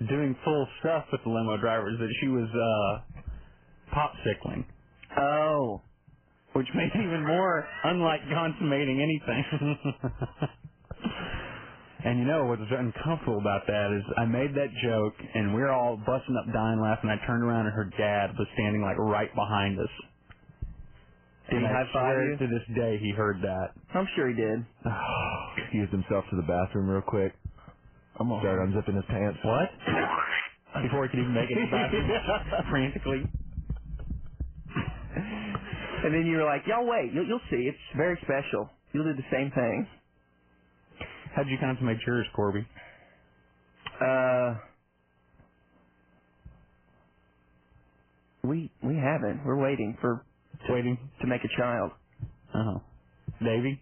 S7: doing full stuff with the limo drivers. That she was uh popsicling,
S6: Oh.
S7: which made it even more unlike consummating anything. and you know what was uncomfortable about that is I made that joke and we are all busting up dying laughing. I turned around and her dad was standing like right behind us.
S6: Did he
S7: and I
S6: high-five
S7: swear
S6: you?
S7: to this day he heard that.
S6: I'm sure he did.
S4: Excused himself to the bathroom real quick.
S7: I'm
S4: Started unzipping his pants.
S7: What? before he could even make it to the bathroom frantically.
S6: And then you were like, y'all wait, you'll, you'll see. It's very special. You'll do the same thing.
S7: How'd you consummate yours, Corby?
S6: Uh, we we haven't. We're waiting for
S7: waiting
S6: to make a child.
S7: Oh,
S4: Davey.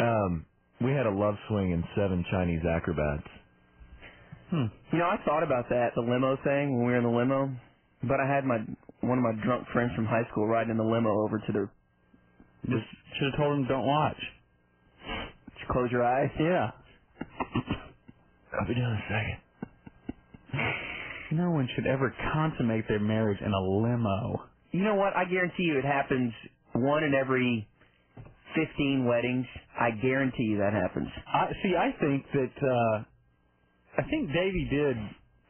S4: Um, we had a love swing and seven Chinese acrobats.
S6: You know, I thought about that the limo thing when we were in the limo, but I had my one of my drunk friends from high school riding in the limo over to their.
S7: Just should have told him don't watch.
S6: Just close your eyes.
S7: Yeah.
S4: I'll be down in a second.
S7: No one should ever consummate their marriage in a limo.
S6: You know what? I guarantee you it happens one in every 15 weddings. I guarantee you that happens.
S7: I see. I think that uh, I think Davy did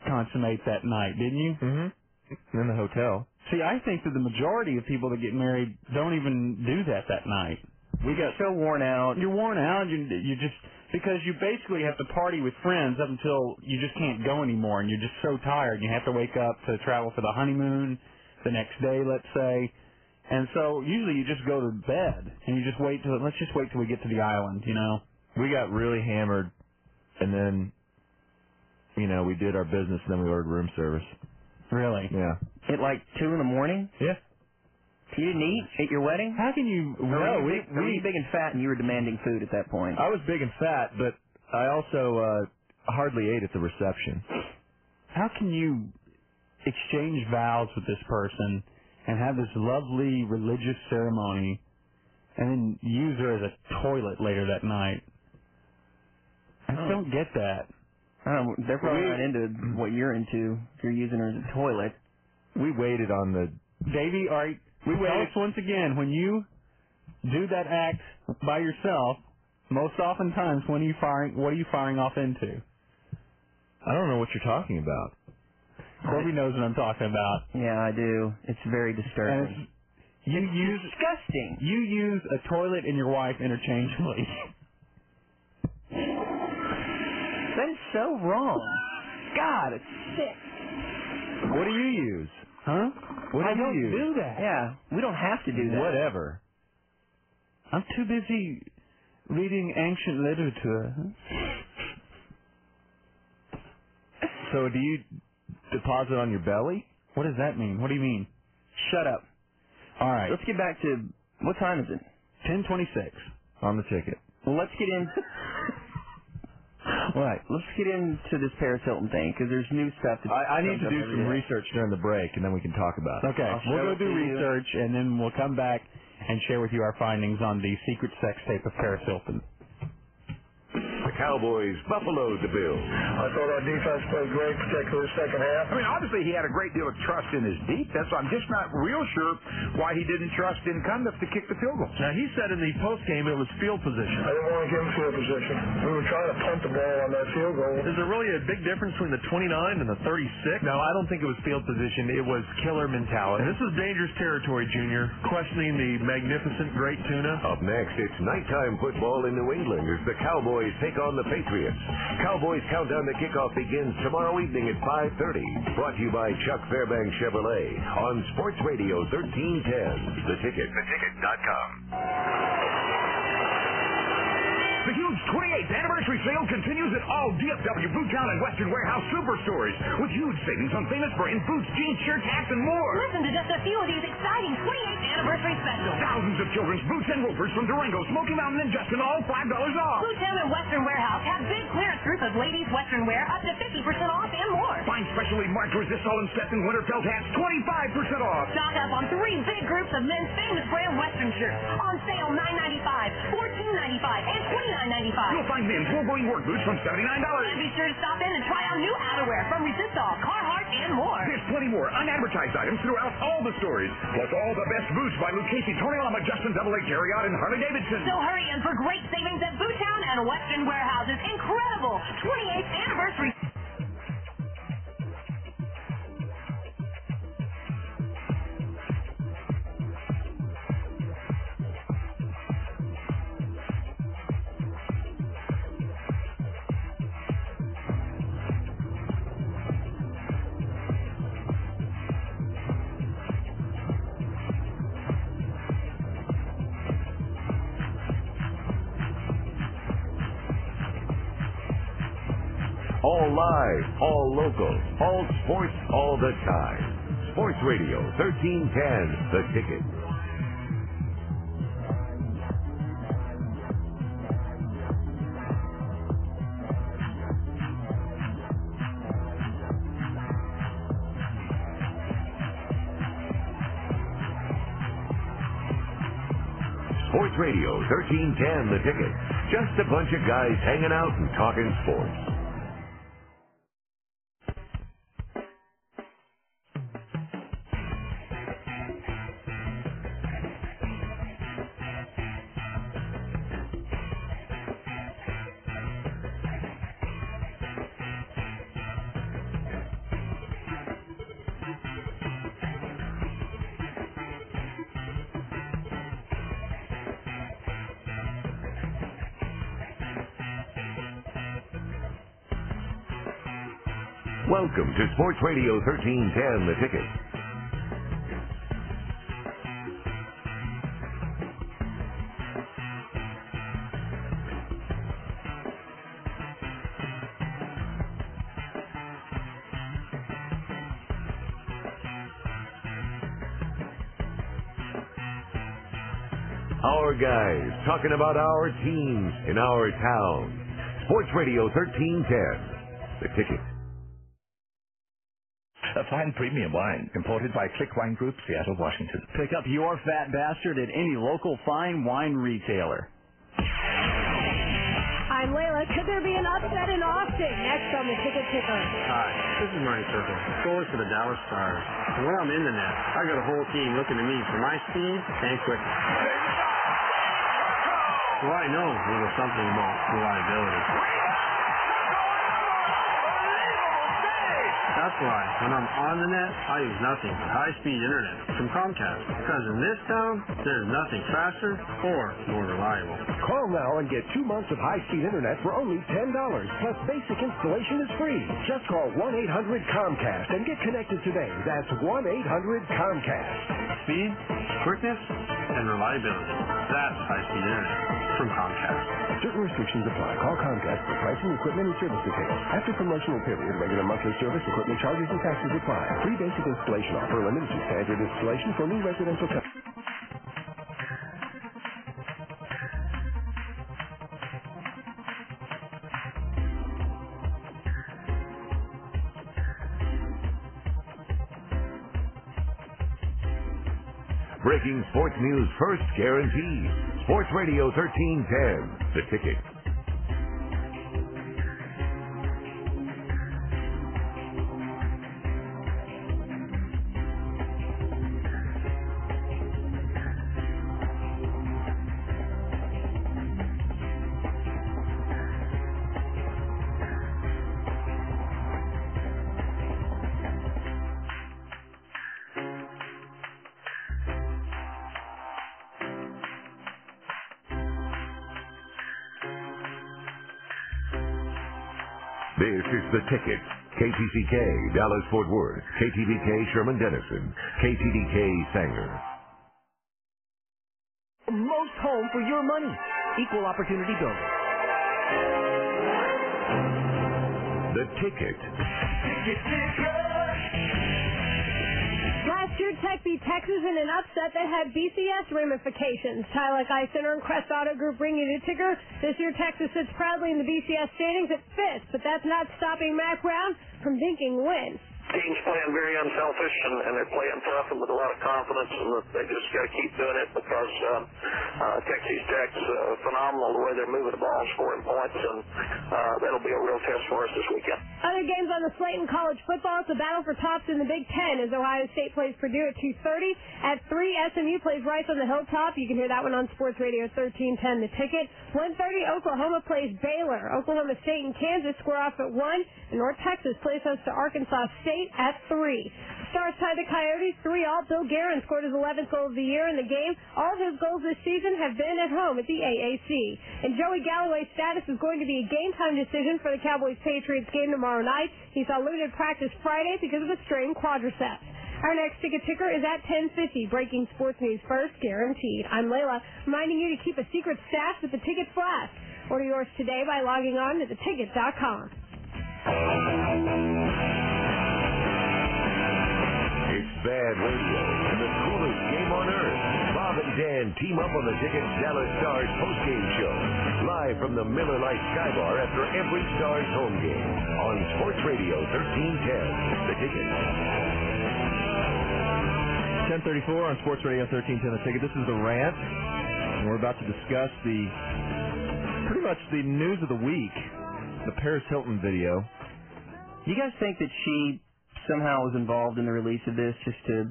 S7: consummate that night, didn't you? Mm-hmm.
S4: In the hotel.
S7: See, I think that the majority of people that get married don't even do that that night. We got
S6: so worn out.
S7: You're worn out. You you just because you basically have to party with friends up until you just can't go anymore, and you're just so tired. You have to wake up to travel for the honeymoon the next day, let's say. And so usually you just go to bed and you just wait till let's just wait till we get to the island, you know.
S4: We got really hammered, and then, you know, we did our business, and then we ordered room service.
S7: Really?
S4: Yeah.
S6: At like two in the morning.
S4: Yeah.
S6: You didn't eat at your wedding?
S7: How can you?
S4: No, we- Uh,
S6: were you big and fat, and you were demanding food at that point.
S4: I was big and fat, but I also uh, hardly ate at the reception.
S7: How can you exchange vows with this person and have this lovely religious ceremony, and then use her as a toilet later that night? I
S6: Oh.
S7: just don't get that.
S6: I don't. They're probably not into what you're into. If you're using her as a toilet.
S4: We waited on the
S7: Davey, all right. We tell us once again when you do that act by yourself. Most oftentimes, when are you firing? What are you firing off into?
S4: I don't know what you're talking about.
S7: Corby knows what I'm talking about.
S6: Yeah, I do. It's very
S7: And
S6: disturbing.
S7: it's, you use
S6: disgusting.
S7: You use a toilet and your wife interchangeably.
S6: That is so wrong. God, it's sick.
S4: What do you use?
S7: Huh?
S4: What do
S6: I
S4: you
S6: don't
S4: use?
S6: do that. Yeah, we don't have to do that.
S4: Whatever.
S7: I'm too busy reading ancient literature.
S4: So do you deposit on your belly?
S7: What does that mean? What do you mean?
S6: Shut up.
S7: All right.
S6: Let's get back to what time is it?
S7: 10:26
S4: on the ticket.
S6: Well, let's get in.
S4: What?
S6: Let's get into this Paris Hilton thing because there's new stuff. That
S4: I, I need
S6: comes
S4: to
S6: up
S4: do
S6: every
S4: some
S6: day.
S4: research during the break, and then we can talk about it.
S7: Okay,
S4: I'll
S7: we'll
S4: show
S7: go
S4: it
S7: do
S4: to you.
S7: research and then we'll come back and share with you our findings on the secret sex tape of Paris Hilton.
S18: The Cowboys buffaloed the Bills.
S5: I thought our defense played great, particularly the second half.
S23: I mean, obviously he had a great deal of trust in his defense. I'm just not real sure why he didn't trust Incumbent to kick the field goal.
S24: Now, he said in the postgame it was field
S5: I
S24: position.
S5: didn't want to give him field position. We were trying to punt the ball on that field goal.
S24: Is there really a big difference between the 29 and the 36?
S23: No, I don't think it was field position. It was killer mentality.
S24: This is dangerous territory, Junior. Questioning the magnificent great tuna.
S18: Up next, it's nighttime football in New England as the Cowboys take on the Patriots. Cowboys countdown to kickoff begins tomorrow evening at 5.30. Brought to you by Chuck Fairbanks Chevrolet on Sports Radio 1310. The Ticket. TheTicket.com.
S23: The huge 28th anniversary sale continues at all DFW, Brewtown, and Western Warehouse superstores with huge savings on famous brand boots, jeans, shirts, hats, and more.
S17: Listen to just a few of these exciting 28th anniversary specials.
S23: Thousands of children's boots and loafers from Durango, Smoky Mountain, and Justin, all $5 off.
S17: Bluetown and Western Warehouse have big clearance group of ladies' Western wear up to 50% off and more.
S23: Find specially marked resistol and Stetson winter felt hats 25% off.
S17: Stock up on three big groups of men's famous brand Western shirts on sale 9.95, 14.95, and 29.95.
S23: You'll find men's Wolverine work boots from
S17: And
S23: $79.
S17: be sure to stop in and try out new outerwear from Resistol, Carhartt, and more.
S23: There's plenty more unadvertised items throughout all the stores, plus all the best boots by Luke Casey, Tony Lama, Justin Double A, Jerry Ott, and Harley Davidson.
S17: So hurry in for great savings at Bootown and Western Warehouse's incredible 28th anniversary.
S18: All live, all local, all sports all the time. Sports Radio 1310, The Ticket. Sports Radio 1310, The Ticket. Just a bunch of guys hanging out and talking sports. Welcome to Sports Radio 1310, The Ticket. Our guys talking about our teams in our town. Sports Radio 1310, The Ticket.
S25: A fine premium wine imported by Click Wine Group, Seattle, Washington.
S7: Pick up your fat bastard at any local fine wine retailer.
S3: I'm Layla. Could there be an upset in Austin? Next on the ticket ticker.
S6: Hi, this is Marty Circle, goalie for the Dallas Stars. And when I'm in the net, I got a whole team looking to me for my speed and quickness. Well, I know a little something about reliability. That's why, when I'm on the net, I use nothing but high-speed internet from Comcast. Because in this town, there's nothing faster or more reliable.
S4: Call now and get two months of high-speed internet for only $10. Plus, basic installation is free. Just call 1-800-COMCAST and get connected today. That's 1-800-COMCAST.
S6: Speed, quickness, and reliability. That's high-speed internet from Comcast.
S4: Certain restrictions apply. Call Comcast for pricing, equipment, and service details. After promotional period, regular monthly service, equipment charges, and taxes apply. Free basic installation offer limited to standard installation for new residential customers.
S18: Breaking sports news first guaranteed. Sports Radio 1310, The Ticket. This is The Ticket. KTCK, Dallas Fort Worth. KTVK, Sherman Denison. KTDK, Sanger.
S26: Most home for your money. Equal opportunity building.
S18: The Ticket.
S3: Last year, Tech beat Texas in an upset that had BCS ramifications. Tyler Eye Center and Crest Auto Group bring you the ticker. This year, Texas sits proudly in the BCS standings at fifth, but that's not stopping Mac Brown from thinking wins.
S5: Teams playing very unselfish and, and they're playing tough and with a lot of confidence and that they just got to keep doing it because um, uh, Texas Tech's uh, phenomenal the way they're moving the ball, scoring points, and uh, that'll be a real test for us this weekend.
S3: Other games on the slate in college football, it's a battle for tops in the Big Ten as Ohio State plays Purdue at 2.30. At 3, SMU plays Rice on the Hilltop. You can hear that one on Sports Radio 1310, The Ticket. 1.30, Oklahoma plays Baylor. Oklahoma State and Kansas square off at 1, and North Texas plays host to Arkansas State at 3. Stars tied the Coyotes 3 all. Bill Guerin scored his 11th goal of the year in the game. All of his goals this season have been at home at the AAC. And Joey Galloway's status is going to be a game time decision for the Cowboys Patriots game tomorrow night. He saw limited practice Friday because of a strained quadriceps. Our next ticket ticker is at 10:50. Breaking sports news first, guaranteed. I'm Layla, reminding you to keep a secret stash with the tickets last. Order yours today by logging on to theticket.com.
S27: It's bad radio and the coolest game on earth. Bob and Dan team up on the Ticket Dallas Stars postgame show, live from the Miller Lite Sky Bar after every Stars home game on Sports Radio 1310. The Ticket.
S4: 1034 on Sports Radio 1310 The Ticket. This is The Rant. And we're about to discuss the pretty much the news of the week, the Paris Hilton video.
S6: Do you guys think that she somehow was involved in the release of this just to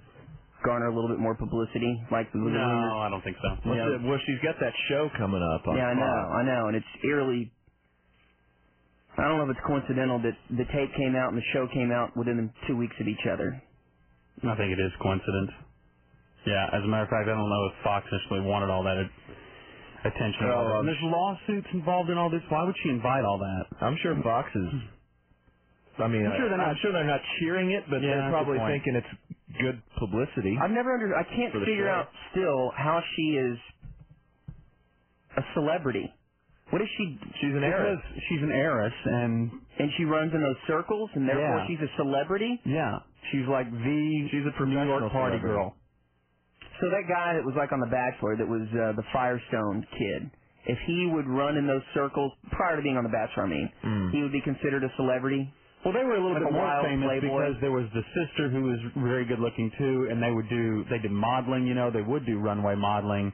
S6: garner a little bit more publicity? Like the
S7: No, I don't think so.
S6: What's
S4: Yeah.
S6: it-
S4: Well, she's got that show coming up. on
S6: yeah, I know,
S4: Fox.
S6: I know, and it's eerily. I don't know if it's coincidental that the tape came out and the show came out within two weeks of each other.
S7: I think it is coincidence. Yeah, as a matter of fact, I don't know if Fox necessarily wanted all that attention.
S4: Oh, I'm
S7: and there's lawsuits involved in all this. Why would she invite all that?
S4: I'm sure Fox is. I mean,
S7: I'm sure they're not-
S4: I'm sure they're not cheering it, but
S7: Yeah, that's
S4: they're
S7: a
S4: probably
S7: point.
S4: thinking it's good publicity.
S6: I've never under I can't
S4: For the
S6: figure
S4: show.
S6: out still how she is a celebrity. What is she?
S7: She's an
S6: heiress.
S7: she's an heiress, and
S6: and she runs in those circles, and therefore
S7: Yeah.
S6: she's a celebrity.
S7: Yeah, she's like the she's a New York party
S6: celebrity.
S7: girl.
S6: So that guy that was like on The Bachelor, that was uh, the Firestone kid, if he would run in those circles prior to being on The Bachelor, I mean, he would be considered a celebrity.
S7: Mm. Well, they were a little
S6: Like
S7: bit
S6: a
S7: more
S6: wild
S7: famous
S6: playboy.
S7: because there was the sister who was very good looking too, and they would do they did modeling. You know, they would do runway modeling,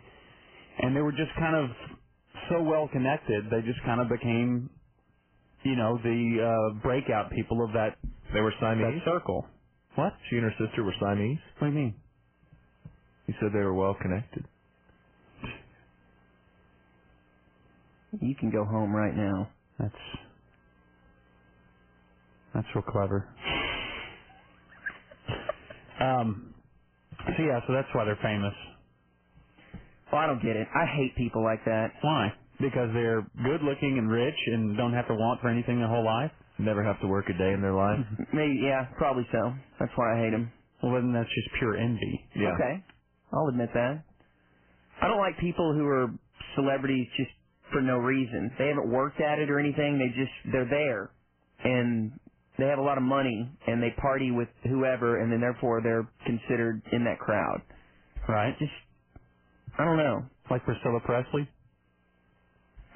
S7: and they were just kind of so well connected. They just kind of became, you know, the uh, breakout people of that.
S4: They were Siamese.
S7: That circle. What?
S4: She and her sister were Siamese.
S7: What do you mean?
S4: You said they were well connected.
S6: You can go home right now.
S7: That's that's real clever. Um. So yeah, so that's why they're famous.
S6: Well, I don't get it. I hate people like that.
S7: Why? Because they're good looking and rich and don't have to want for anything their whole life.
S4: Never have to work a day in their life.
S6: Maybe, yeah, probably so. That's why I hate him.
S7: Well, then that's just pure envy.
S6: Okay. I'll admit that. I don't like people who are celebrities just for no reason. They haven't worked at it or anything. They just they're there, and they have a lot of money and they party with whoever, and then therefore they're considered in that crowd.
S7: Right.
S6: Just I don't know.
S7: Like Priscilla Presley.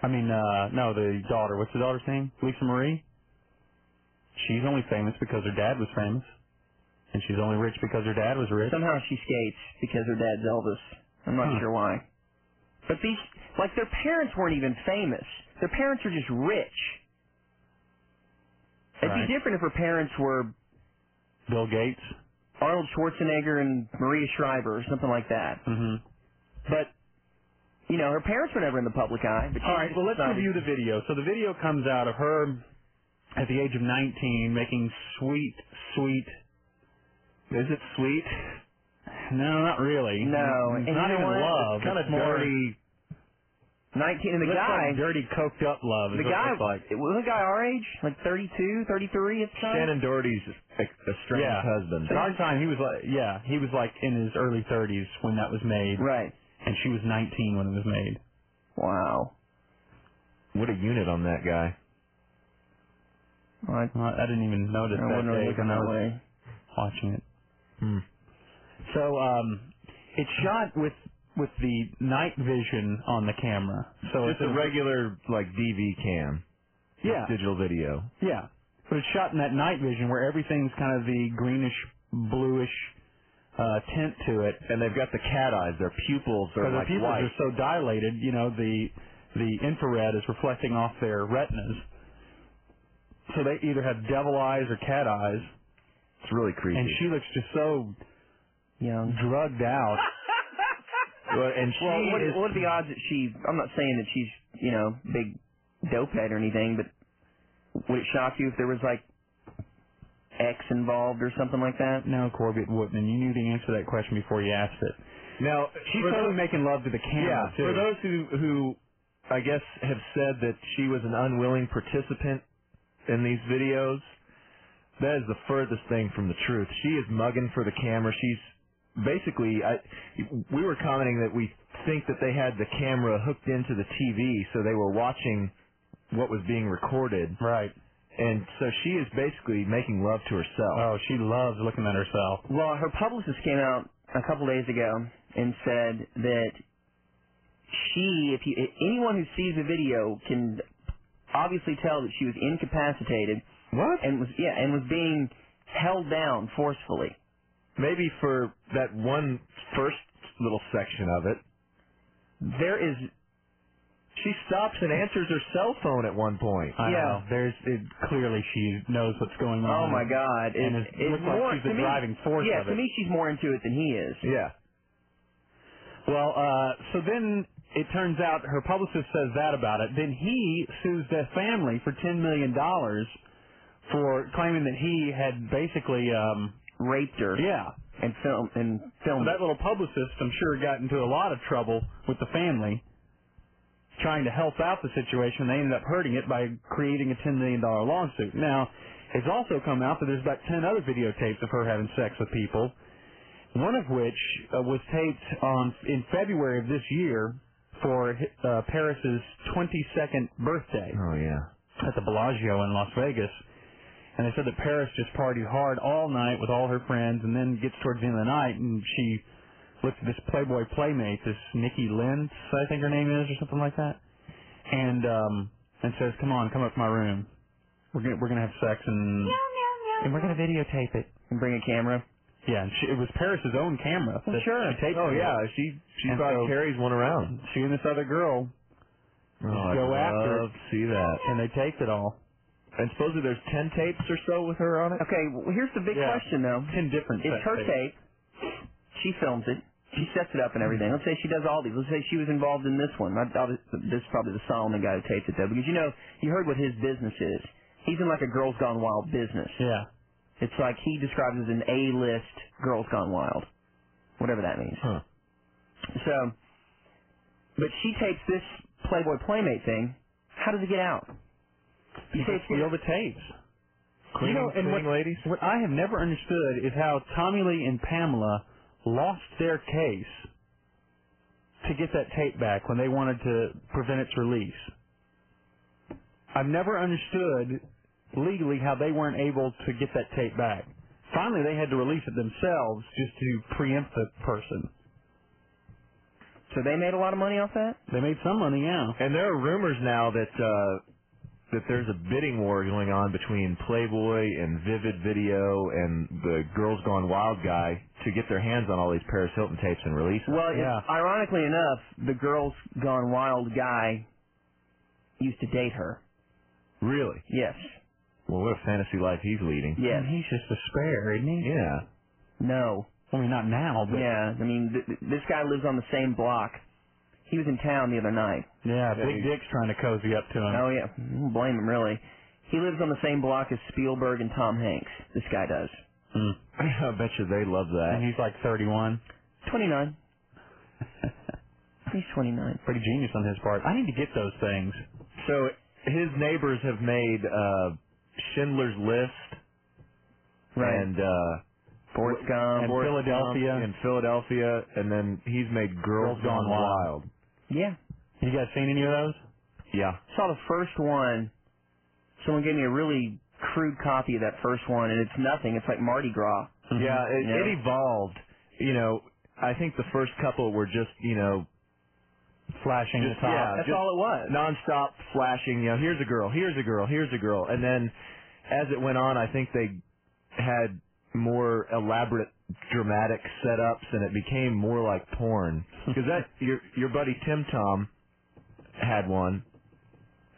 S7: I mean, uh no, the daughter. What's the daughter's name? Lisa Marie. She's only famous because her dad was famous, and she's only rich because her dad was rich.
S6: Somehow she skates because her dad's Elvis. I'm not
S7: Huh.
S6: sure why. But these like their parents weren't even famous. Their parents are just rich. It'd
S7: Right.
S6: be different if her parents were
S7: Bill Gates.
S6: Arnold Schwarzenegger and Maria Shriver or something like that.
S7: Mm-hmm.
S6: But you know, her parents were never in the public eye. But she
S7: All right, well, let's
S6: decided-
S7: review the video. So the video comes out of her at the age of 19 making sweet, sweet. Is it sweet? No, not really.
S6: No,
S7: it's
S6: and
S7: not
S6: you
S7: even
S6: know what?
S7: love.
S6: It's kinda
S7: more
S6: dirty. 19 and the
S7: looks
S6: guy
S7: like dirty, coked up love. is what
S6: the
S7: it
S6: guy
S7: looks like.
S6: was a guy our age, like 32, 33 at the time.
S4: Shannon Doherty's estranged
S7: yeah.
S4: husband.
S7: At our time, he was like, yeah, he was like in his early 30s when that was made.
S6: Right.
S7: And she was 19 when it was made.
S6: Wow.
S4: What a unit on that guy.
S6: I,
S7: I didn't even notice
S6: I
S7: that
S6: wasn't really
S7: day
S6: looking
S7: when I
S6: that
S7: was
S6: way.
S7: watching it. Hmm. So um, it's shot with with the night vision on the camera. So
S4: Just
S7: it's
S4: a Uh, regular like DV cam.
S7: Yeah.
S4: Digital video.
S7: Yeah, but it's shot in that night vision where everything's kind of the greenish bluish uh, tint to it.
S4: And they've got the cat eyes. Their pupils are
S7: Because
S4: like
S7: the pupils
S4: white.
S7: are so dilated, you know, the the infrared is reflecting off their retinas. So they either have devil eyes or cat eyes.
S4: It's really creepy.
S7: And she looks just so
S6: young,
S7: drugged out.
S4: Well, and she
S6: Well, what,
S4: is
S6: what are the odds that she? I'm not saying that she's you know big dopehead or anything, but would it shock you if there was like X involved or something like that?
S7: No, Corbett Woodman, you knew the answer to that question before you asked it.
S4: now
S7: She's
S4: for
S7: totally
S4: those-
S7: making love to the camera.
S4: Yeah,
S7: too.
S4: for those who who I guess have said that she was an unwilling participant in these videos, that is the furthest thing from the truth. She is mugging for the camera. She's basically I we were commenting that we think that they had the camera hooked into the TV so they were watching what was being recorded.
S7: Right.
S4: And so she is basically making love to herself.
S7: Oh, she loves looking at herself.
S6: Well, her publicist came out a couple days ago and said that she, if you, anyone who sees the video can obviously tell that she was incapacitated.
S4: What?
S6: And was yeah, and was being held down forcefully.
S4: Maybe for that one first little section of it.
S6: There is.
S4: She stops and answers her cell phone at one point.
S7: I know. There's it, clearly she knows what's going on.
S6: Oh my God!
S7: Mm-hmm. And
S6: It-
S7: it,
S6: it's
S7: looks
S6: more,
S7: like she's the
S6: to me-
S7: driving force
S6: Yeah,
S7: of it.
S6: to me she's more into it than he is.
S4: Yeah.
S7: Well, uh, so then it turns out her publicist says that about it. Then he sues the family for ten million dollars for claiming that he had basically um,
S6: raped her.
S7: Yeah.
S6: And film and film.
S7: that little publicist, I'm sure, got into a lot of trouble with the family trying to help out the situation. They ended up hurting it by creating a ten million dollar lawsuit. Now, it's also come out that there's about ten other videotapes of her having sex with people one of which uh, was taped on in February of this year for uh, Paris's 22nd birthday.
S4: Oh yeah.
S7: At the Bellagio in Las Vegas. And they said that Paris just partied hard all night with all her friends and then gets towards the end of the night and she looks at this Playboy playmate, this Nikki Lentz, I think her name is or something like that. And um and says, "Come on, come up to my room. We're going to we're going to have sex and and we're going to videotape it
S6: and bring a camera."
S7: Yeah, and she, it was Paris's own camera.
S4: Well,
S7: that
S4: sure.
S7: She taped
S4: Oh,
S7: it.
S4: yeah, she- she
S7: And
S4: probably
S7: so
S4: carries one around.
S7: She and this other girl
S4: Oh,
S7: just
S4: I'd
S7: go after
S4: love
S7: it,
S4: to see that.
S7: and they taped it all.
S4: And supposedly there's ten tapes or so with her on it.
S6: Okay, well, here's the big
S4: Yeah.
S6: question though.
S7: Ten different.
S6: It's her
S4: tapes.
S6: tape. She films it. She sets it up and everything. Let's say she does all these. Let's say she was involved in this one. I doubt it- This is probably the Solomon guy who taped it though, because you know you heard what his business is. He's in like a Girls Gone Wild business.
S7: Yeah.
S6: It's like he describes as an A-list Girls Gone Wild, whatever that means.
S4: Huh.
S6: So, but she tapes this Playboy Playmate thing. How does it get out?
S7: You can steal the tapes.
S4: Clean-
S7: you know, and
S4: clean
S7: what, ladies. What I have never understood is how Tommy Lee and Pamela lost their case to get that tape back when they wanted to prevent its release. I've never understood legally how they weren't able to get that tape back. Finally, they had to release it themselves just to preempt the person.
S6: So they made a lot of money off that.
S7: They made some money, yeah.
S4: And there are rumors now that uh, that there's a bidding war going on between Playboy and Vivid Video and the Girls Gone Wild guy to get their hands on all these Paris Hilton tapes and release them.
S6: Well, it's, ironically enough, the Girls Gone Wild guy used to date her.
S4: really?
S6: Yes.
S4: Well, what a fantasy life he's leading.
S6: Yes.
S7: he's just a spare, isn't he?
S4: Yeah.
S6: No.
S7: I mean, not now, but
S6: Yeah, I mean, th- th- this guy lives on the same block. He was in town the other night.
S7: yeah, Big Dick's trying to cozy up to him.
S6: Oh yeah, I don't blame him really. He lives on the same block as Spielberg and Tom Hanks. This guy does.
S4: I bet you they love that.
S7: And he's like 31.
S6: 29. He's 29.
S7: Pretty genius on his part. I need to get those things.
S4: So his neighbors have made uh, Schindler's List
S6: Right.
S4: and uh,
S6: Forrest Gump.
S4: and
S6: Forrest
S4: Philadelphia
S6: Gump.
S4: and Philadelphia, and then he's made Girls,
S7: Girls
S4: Gone,
S7: Gone
S4: Wild.
S6: Yeah.
S7: You guys seen any of those?
S4: Yeah.
S6: Saw the first one. Someone gave me a really crude copy of that first one, and it's nothing. It's like Mardi Gras.
S4: Yeah,
S7: Mm-hmm.
S4: it,
S6: Yeah.
S4: it evolved. You know, I think the first couple were just, you know,
S7: Flashing
S4: just,
S7: the top.
S4: yeah,
S6: That's
S4: just
S6: all it was.
S4: nonstop flashing. You know, here's a girl, here's a girl, here's a girl, and then as it went on, I think they had more elaborate dramatic setups, and it became more like porn. Because that your your buddy Tim Tom had one,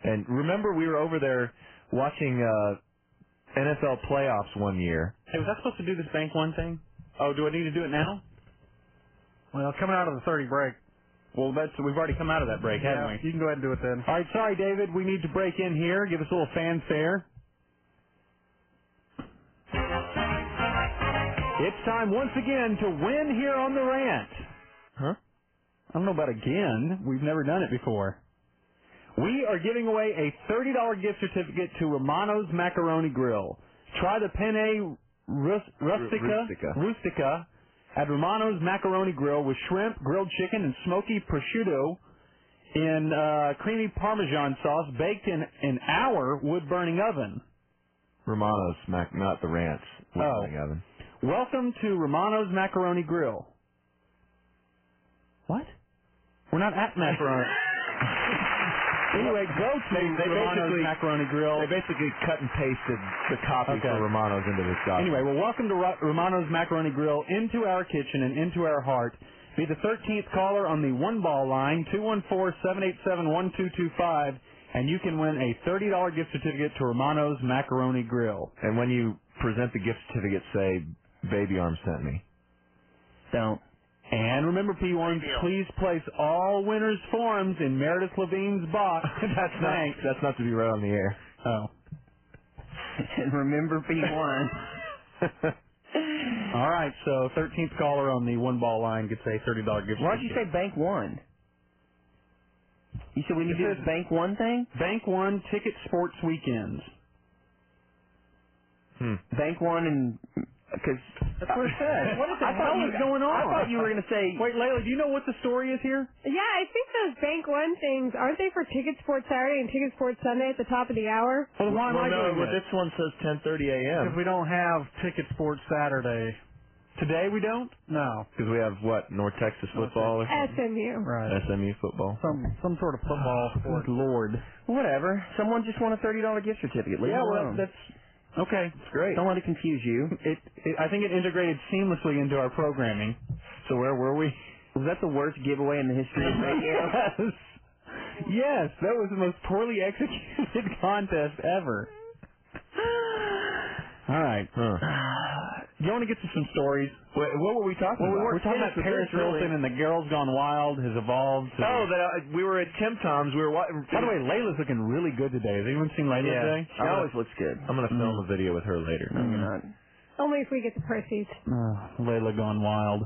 S4: and remember we were over there watching uh NFL playoffs one year.
S7: Hey, was I supposed to do this bank one thing? Oh, do I need to do it now? Well, coming out of the 30 break. Well, that's we've already come out of that break, haven't we?
S28: You can go ahead and do it then.
S7: All right, sorry, David. We need to break in here. Give us a little fanfare. It's time once again to win here on the rant. Huh? I don't know about again. We've never done it before. We are giving away a $30 gift certificate to Romano's Macaroni Grill. Try the penne rus- rustica,
S4: rustica.
S7: rustica at Romano's Macaroni Grill with shrimp, grilled chicken, and smoky prosciutto in uh, creamy Parmesan sauce baked in an hour wood burning oven.
S6: Romano's Mac, not the Rants.
S4: Oh.
S6: Wing Oven.
S4: Welcome to Romano's Macaroni Grill. What? We're not at Macaroni. anyway, go to
S6: they
S4: Romano's
S6: basically-
S4: Macaroni Grill.
S6: They basically cut and pasted the copy
S4: Okay.
S6: for Romano's into this document.
S4: Anyway, well, welcome to Ro- Romano's Macaroni Grill into our kitchen and into our heart. Be the 13th caller on the one ball line, 214-787-1225, and you can win a $30 gift certificate to Romano's Macaroni Grill.
S6: And when you present the gift certificate, say, "Baby Arm sent me."
S4: Don't. And remember, P1, please place all winners' forms in Meredith Levine's box. That's Thanks.
S6: That's not to be read on the air.
S4: Oh.
S7: and remember P1.
S4: All right, so 13th caller on the one ball line gets a $30 gift certificate.
S7: Why would you say Bank One? You said we need to do this Bank One thing?
S4: Bank One Ticket Sports Weekends.
S7: Bank One and uh, because that's what it said. What is
S4: I
S7: the
S4: thought
S7: hell
S4: you-
S7: is going on?
S4: I thought you were
S7: gonna say.
S4: Wait, Layla, do you know what the story is here?
S3: Yeah, I think those Bank One things aren't they for Ticket Sports Saturday and Ticket Sports Sunday at the top of the hour?
S6: Well,
S4: why am I
S6: no,
S4: doing
S6: well,
S4: this?
S6: this one says
S29: Because
S6: 10:30 a.m.
S29: we don't have ticket sports Saturday.
S4: Today we don't? No.
S6: because we have what North Texas football or
S3: SMU.
S29: Right.
S6: SMU football.
S29: Some some sort of football sport.
S4: Lord.
S7: Whatever. Someone just won a thirty dollar gift certificate. Leave
S4: Yeah,
S7: it
S4: well,
S7: alone.
S4: that's Okay.
S7: It's great. Don't let it confuse you.
S4: It, it, I think it integrated seamlessly into our programming. So where were we?
S7: Was that the worst giveaway in the history of radio?
S4: yes. Yes, that was the most poorly executed contest ever. All right. You want to get to some stories?
S6: What, what were we talking
S4: Well, we
S6: about?
S4: were talking about Paris Hilton and the Girls Gone Wild has evolved. To,
S6: Oh, that uh, we were at Tim Tom's. We were watching.
S4: by the way, Layla's looking really good today. Has anyone seen Layla
S6: Yeah.
S4: today? Mm.
S6: She always
S7: looks good.
S6: I'm gonna film a video with her later.
S7: No, you're not.
S3: Only if we get the proceeds.
S4: Oh, Layla Gone Wild.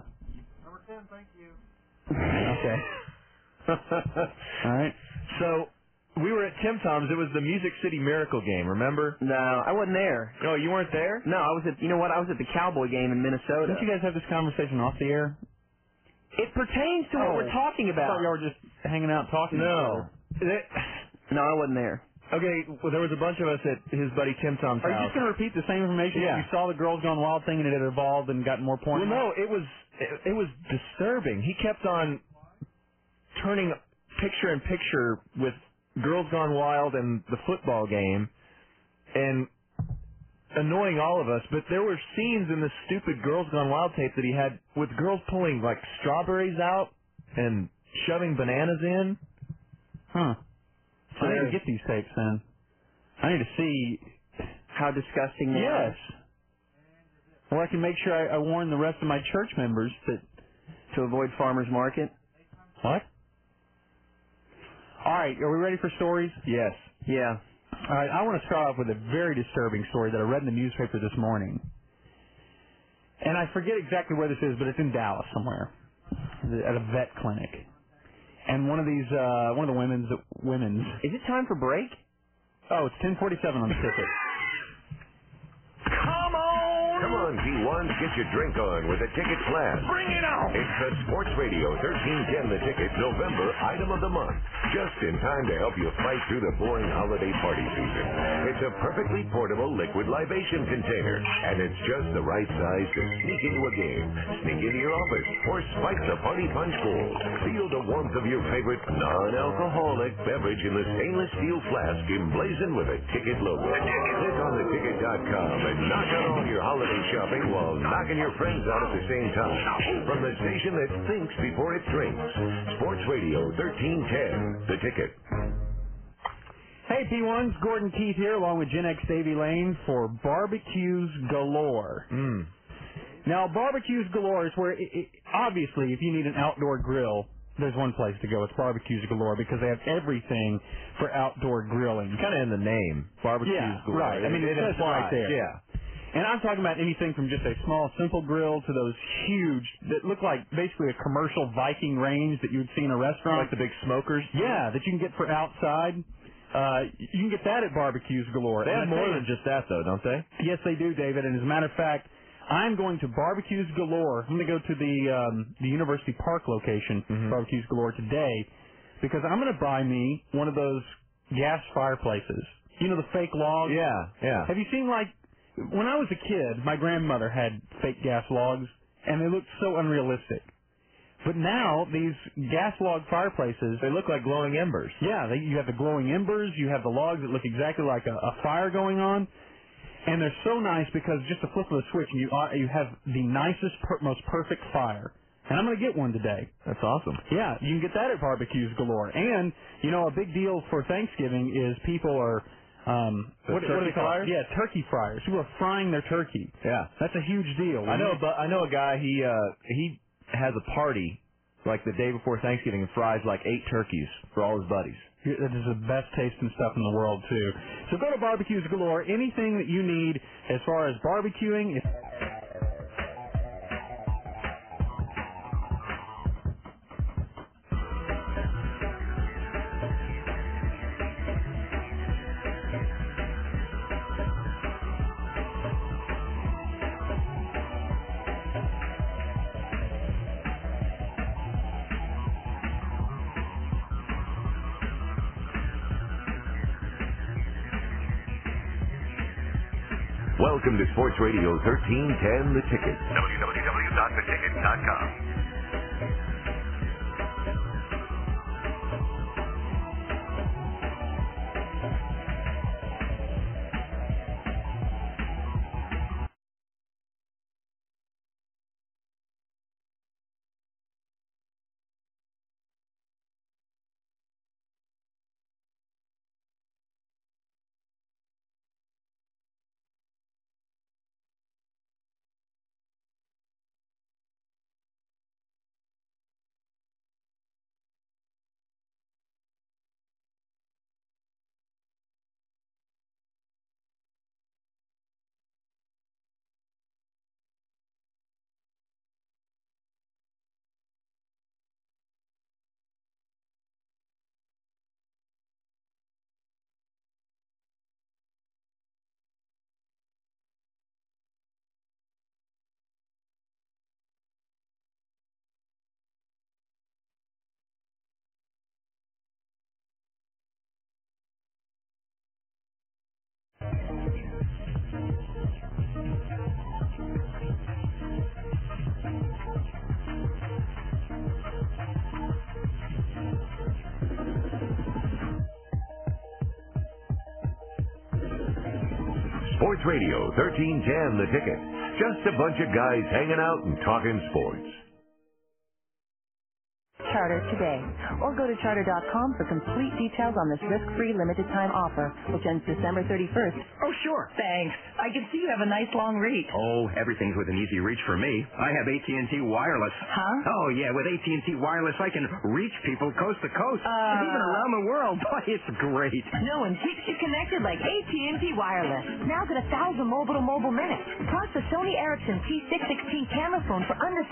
S29: Number ten, thank you.
S4: Okay. All right.
S6: So we were at Tim Tom's. It was the Music City Miracle game. Remember?
S7: No, I wasn't there.
S6: No, you weren't there.
S7: No, I was at. You know what? I was at the Cowboy game in Minnesota.
S4: Didn't you guys have this conversation off the air?
S7: It pertains to what
S4: Oh.
S7: we're talking
S4: I
S7: about.
S4: thought y'all were just hanging out talking. to each
S6: No.
S4: other.
S7: No, I wasn't there.
S6: Okay. Well, there was a bunch of us at his buddy Tim Tom's
S4: Are you
S6: house.
S4: just going to repeat the same information?
S6: Yeah.
S4: You saw the Girls Gone Wild thing and it had evolved and got more
S6: well,
S4: points.
S6: no, it was it, it was disturbing. He kept on turning picture in picture with Girls Gone Wild and the football game, and annoying all of us. But there were scenes in this stupid Girls Gone Wild tape that he had with girls pulling like strawberries out and shoving bananas in.
S4: Huh. So I need to get these tapes then. I need to see.
S7: How disgusting. they are.
S4: Yes. Well, I can make sure I, I warn the rest of my church members that.
S7: To avoid farmers market.
S4: What? All right, are we ready for stories?
S6: Yes.
S7: Yeah.
S4: All right, I want to start off with a very disturbing story that I read in the newspaper this morning. And I forget exactly where this is, but it's in Dallas somewhere, at a vet clinic. And one of these, uh, one of the women's, women's.
S7: Is it time for break?
S4: Oh, it's 10:47 on the ticket.
S30: Come on!
S18: Come on, P1, get your drink on with a ticket flash.
S30: Bring it on!
S18: It's the Sports Radio 1310 The Ticket November Item of the Month, just in time to help you fight through the boring holiday party season. It's a perfectly portable liquid libation container, and it's just the right size to sneak into a game, sneak into your office, or spike the party punch bowl. Feel the warmth of your favorite non-alcoholic beverage in the stainless steel flask emblazoned with a ticket logo. Click on theticket.com and knock out all your holiday shopping while knocking your friends out at the same time. From the station that thinks before it drinks, Sports Radio 1310, The Ticket.
S4: Hey P1s, Gordon Keith here, along with Gen X Davy Lane for barbecues galore.
S6: Mm.
S4: Now barbecues galore is where, it, it, obviously, if you need an outdoor grill, there's one place to go. It's barbecues galore because they have everything for outdoor grilling.
S6: Kind of in the name, barbecues.
S4: Yeah,
S6: galore.
S4: right. I mean, it says it right
S6: implies,
S4: there.
S6: Yeah.
S4: And I'm talking about anything from just a small, simple grill to those huge that look like basically a commercial Viking range that you would see in a restaurant.
S6: Like the big smokers.
S4: Yeah, that you can get for outside. Uh, you can get that at barbecues galore.
S6: They
S4: And I
S6: have
S4: tell
S6: more
S4: you-
S6: than just that, though, don't they?
S4: Yes, they do, David. And as a matter of fact, I'm going to Barbecues Galore. I'm going to go to the um, the University Park location,
S6: Mm-hmm.
S4: Barbecues Galore, today because I'm going to buy me one of those gas fireplaces. You know the fake logs.
S31: Yeah, yeah.
S4: Have you seen like when I was a kid, my grandmother had fake gas logs, and they looked so unrealistic. But now these gas log fireplaces—they
S31: look like glowing embers.
S4: Yeah, they, you have the glowing embers. You have the logs that look exactly like a, a fire going on, and they're so nice because just a flip of the switch, and you are, you have the nicest, per, most perfect fire. And I'm going to get one today.
S31: That's awesome.
S4: Yeah, you can get that at barbecues galore. And you know, a big deal for Thanksgiving is people are um,
S31: The
S4: what, what are
S31: turkey
S4: they called?
S31: fryers?
S4: Yeah, turkey fryers. People are frying their turkey.
S31: Yeah,
S4: that's a huge deal.
S31: I
S17: Mm-hmm.
S31: know, but I know a guy. He uh he has a party like the day before Thanksgiving and fries like eight turkeys for all his buddies.
S4: That is the best tasting stuff in the world too. So go to barbecues galore. Anything that you need as far as barbecuing. If-
S18: Welcome to Sports Radio 1310 The Ticket. www.theticket.com. Sports Radio 1310 The Ticket. Just a bunch of guys hanging out and talking sports.
S32: Charter today or go to charter.com for complete details on this risk-free limited time offer, which ends December 31st.
S17: Oh, sure. Thanks. I can see you have a nice long reach.
S6: Oh, everything's within easy reach for me. I have AT&T wireless.
S17: Huh?
S6: Oh yeah, with AT&T wireless, I can reach people coast to coast,
S17: Uh.
S6: even around the world. Boy, it's great.
S32: No one keeps you connected like AT&T Wireless. Now get a thousand mobile to mobile minutes. Plus the Sony Ericsson T616 camera phone for under $50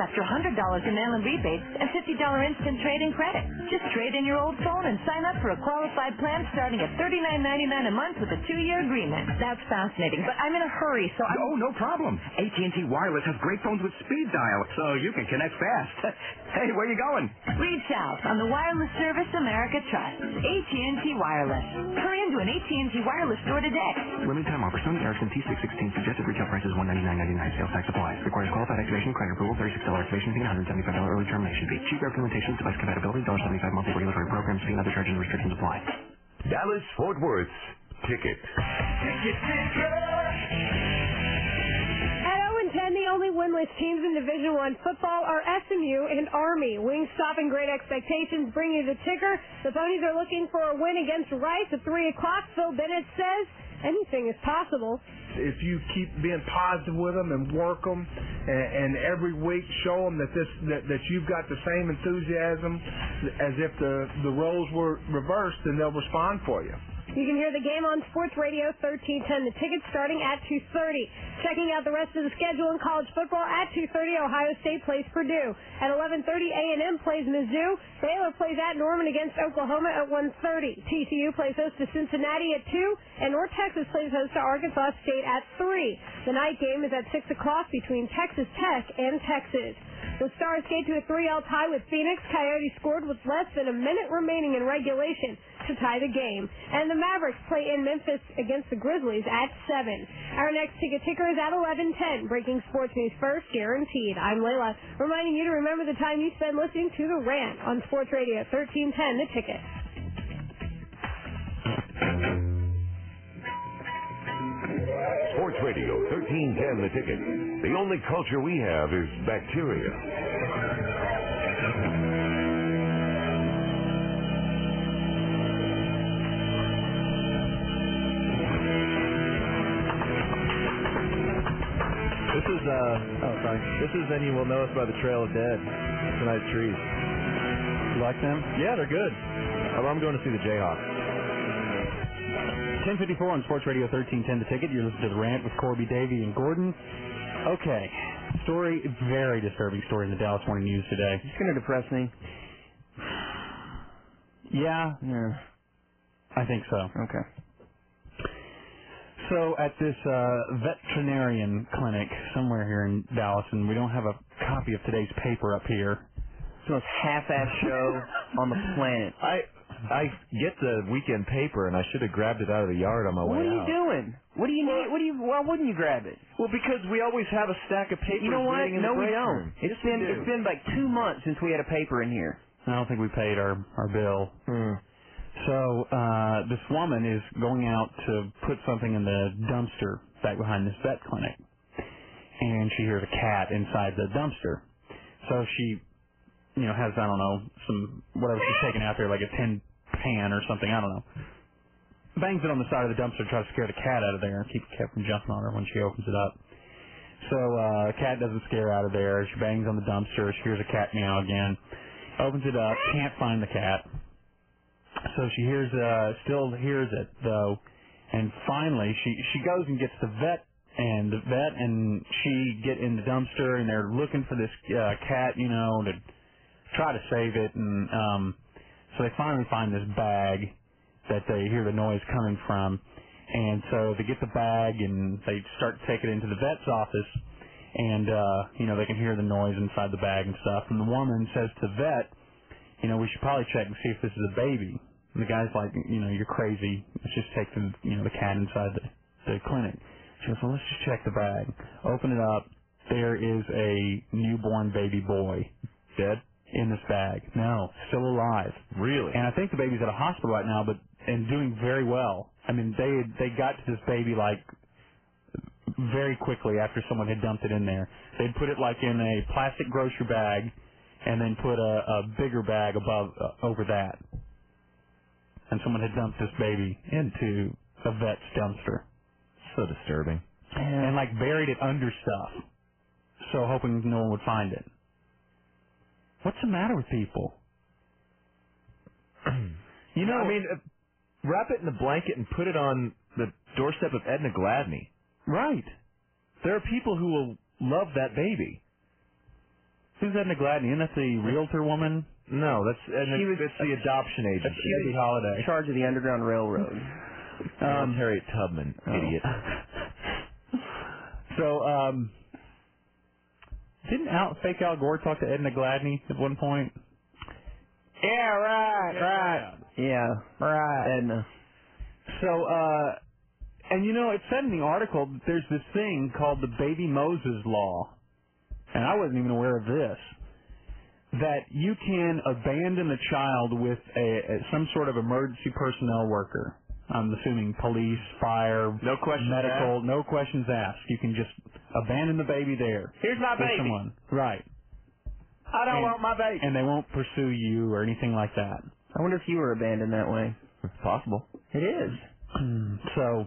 S32: after $100 in mail-in rebates and $50 instant trade-in credit. Just trade in your old phone and sign up for a qualified plan starting at $39.99 a month with a two-year agreement. That's fascinating, but I'm in a hurry, so I'm...
S6: Oh, no problem. AT&T wireless has great phones with speed dial, so you can connect fast. hey, where you going?
S32: Reach out on the wireless service America trusts, AT&T Wireless. Hurry into an AT&T Wireless store today.
S6: Limited time offer. Sony Ericsson T616. Suggested retail price is $199.99. Sales tax applies. Requires qualified activation, credit approval, $36 activation fee, and $175 early termination fee. Cheaper implementation, device compatibility, $75 monthly regulatory programs fee, and other charges and restrictions apply.
S18: Dallas Fort Worth's Ticket.
S3: At 0 and 10, the only winless teams in Division One football are SMU and Army. Wingstop and Great Expectations bring you the ticker. The ponies are looking for a win against Rice at 3 o'clock. Phil Bennett says anything is possible.
S33: if you keep being positive with them and work them, and, and every week show them that this that, that you've got the same enthusiasm as if the the roles were reversed, then they'll respond for you.
S3: You can hear the game on Sports Radio 1310. The tickets starting at 2:30. Checking out the rest of the schedule in college football at 2:30. Ohio State plays Purdue at 11:30. A&M plays Mizzou. Baylor plays at Norman against Oklahoma at 1:30. TCU plays host to Cincinnati at 2, and North Texas plays host to Arkansas State at 3. The night game is at 6 o'clock between Texas Tech and Texas. The Stars skate to a 3-all tie with Phoenix. Coyotes scored with less than a minute remaining in regulation to tie the game. And the Mavericks play in Memphis against the Grizzlies at 7. Our next ticket ticker is at 11:10. Breaking sports news first, guaranteed. I'm Layla, reminding you to remember the time you spend listening to the Rant on Sports Radio 1310. The ticket.
S18: Sports Radio 1310 The Ticket. The only culture we have is bacteria.
S8: This is uh oh sorry. This is then you will know us by the Trail of Dead. Tonight's trees. You like them? Yeah, they're good. I'm I'm going to see the Jayhawks.
S4: 1054 on Sports Radio 1310 The Ticket. You're listening to The Rant with Corby, Davey, and Gordon. Okay. Story, very disturbing story in the Dallas Morning News today.
S6: It's going to depress me.
S4: Yeah.
S6: Yeah.
S4: I think so.
S6: Okay.
S4: So at this uh, veterinarian clinic somewhere here in Dallas, and we don't have a copy of today's paper up here.
S6: It's the most half-ass show on the planet.
S8: I I get the weekend paper and I should have grabbed it out of the yard on my way
S6: What are you
S8: out.
S6: doing? What do you need? What do you? Why wouldn't you grab it?
S8: Well, because we always have a stack of papers
S6: You know what?
S8: waiting in
S6: No,
S8: the
S6: we
S8: break room.
S6: don't. It's
S8: Yes, we
S6: been
S8: do.
S6: it's been like two months since we had a paper in here.
S4: I don't think we paid our our bill.
S8: Hmm.
S4: So uh, this woman is going out to put something in the dumpster back behind this vet clinic, and she hears a cat inside the dumpster. So she, you know, has I don't know some whatever she's taking out there like a tin pan or something I don't know. Bangs it on the side of the dumpster, tries to scare the cat out of there and keep the cat from jumping on her when she opens it up. So uh, cat doesn't scare out of there. She bangs on the dumpster. She hears a cat meow again. Opens it up. Can't find the cat. So she hears, uh, still hears it though, and finally she she goes and gets the vet and the vet and she get in the dumpster and they're looking for this uh, cat, you know, to try to save it and um, so they finally find this bag that they hear the noise coming from, and so they get the bag and they start to take it into the vet's office, and uh, you know they can hear the noise inside the bag and stuff, and the woman says to the vet, you know, we should probably check and see if this is a baby. And the guy's like, you know, you're crazy. Let's just take the, you know, the cat inside the, the clinic. She goes, well, let's just check the bag. Open it up. There is a newborn baby boy. Dead? In this bag. No, still alive.
S8: Really?
S4: And I think the baby's at a hospital right now, but, and doing very well. I mean, they, they got to this baby like very quickly after someone had dumped it in there. They'd put it like in a plastic grocery bag and then put a, a bigger bag above uh, over that. And someone had dumped this baby into a vet's dumpster
S8: So disturbing.
S4: and like buried it under stuff. So hoping no one would find it. What's the matter with people?
S8: You know, I mean, uh, wrap it in a blanket and put it on the doorstep of Edna Gladney.
S4: Right.
S8: There are people who will love that baby.
S4: Who's Edna Gladney? Isn't that the realtor woman?
S8: No, that's Edna,
S6: She was-
S8: that's the adoption agency.
S6: she was- Debbie
S4: Holiday.
S6: In charge of the Underground Railroad. oh.
S8: Um, Harriet Tubman, idiot.
S4: So, um, didn't Al, fake Al Gore talk to Edna Gladney at one point?
S6: Yeah, right, right. Yeah, right. Edna.
S4: So, uh, and you know, it said in the article that there's this thing called the Baby Moses Law, and I wasn't even aware of this. That you can abandon a child with a, a some sort of emergency personnel worker. I'm assuming police, fire, no
S8: questions
S4: medical, no questions asked. You can just abandon the baby there.
S8: Here's my
S4: with
S8: baby.
S4: Someone. Right.
S8: I
S4: don't want
S8: my baby.
S4: And they won't pursue you or anything like that.
S6: I wonder if you were abandoned that way.
S8: It's possible.
S6: It is.
S4: So,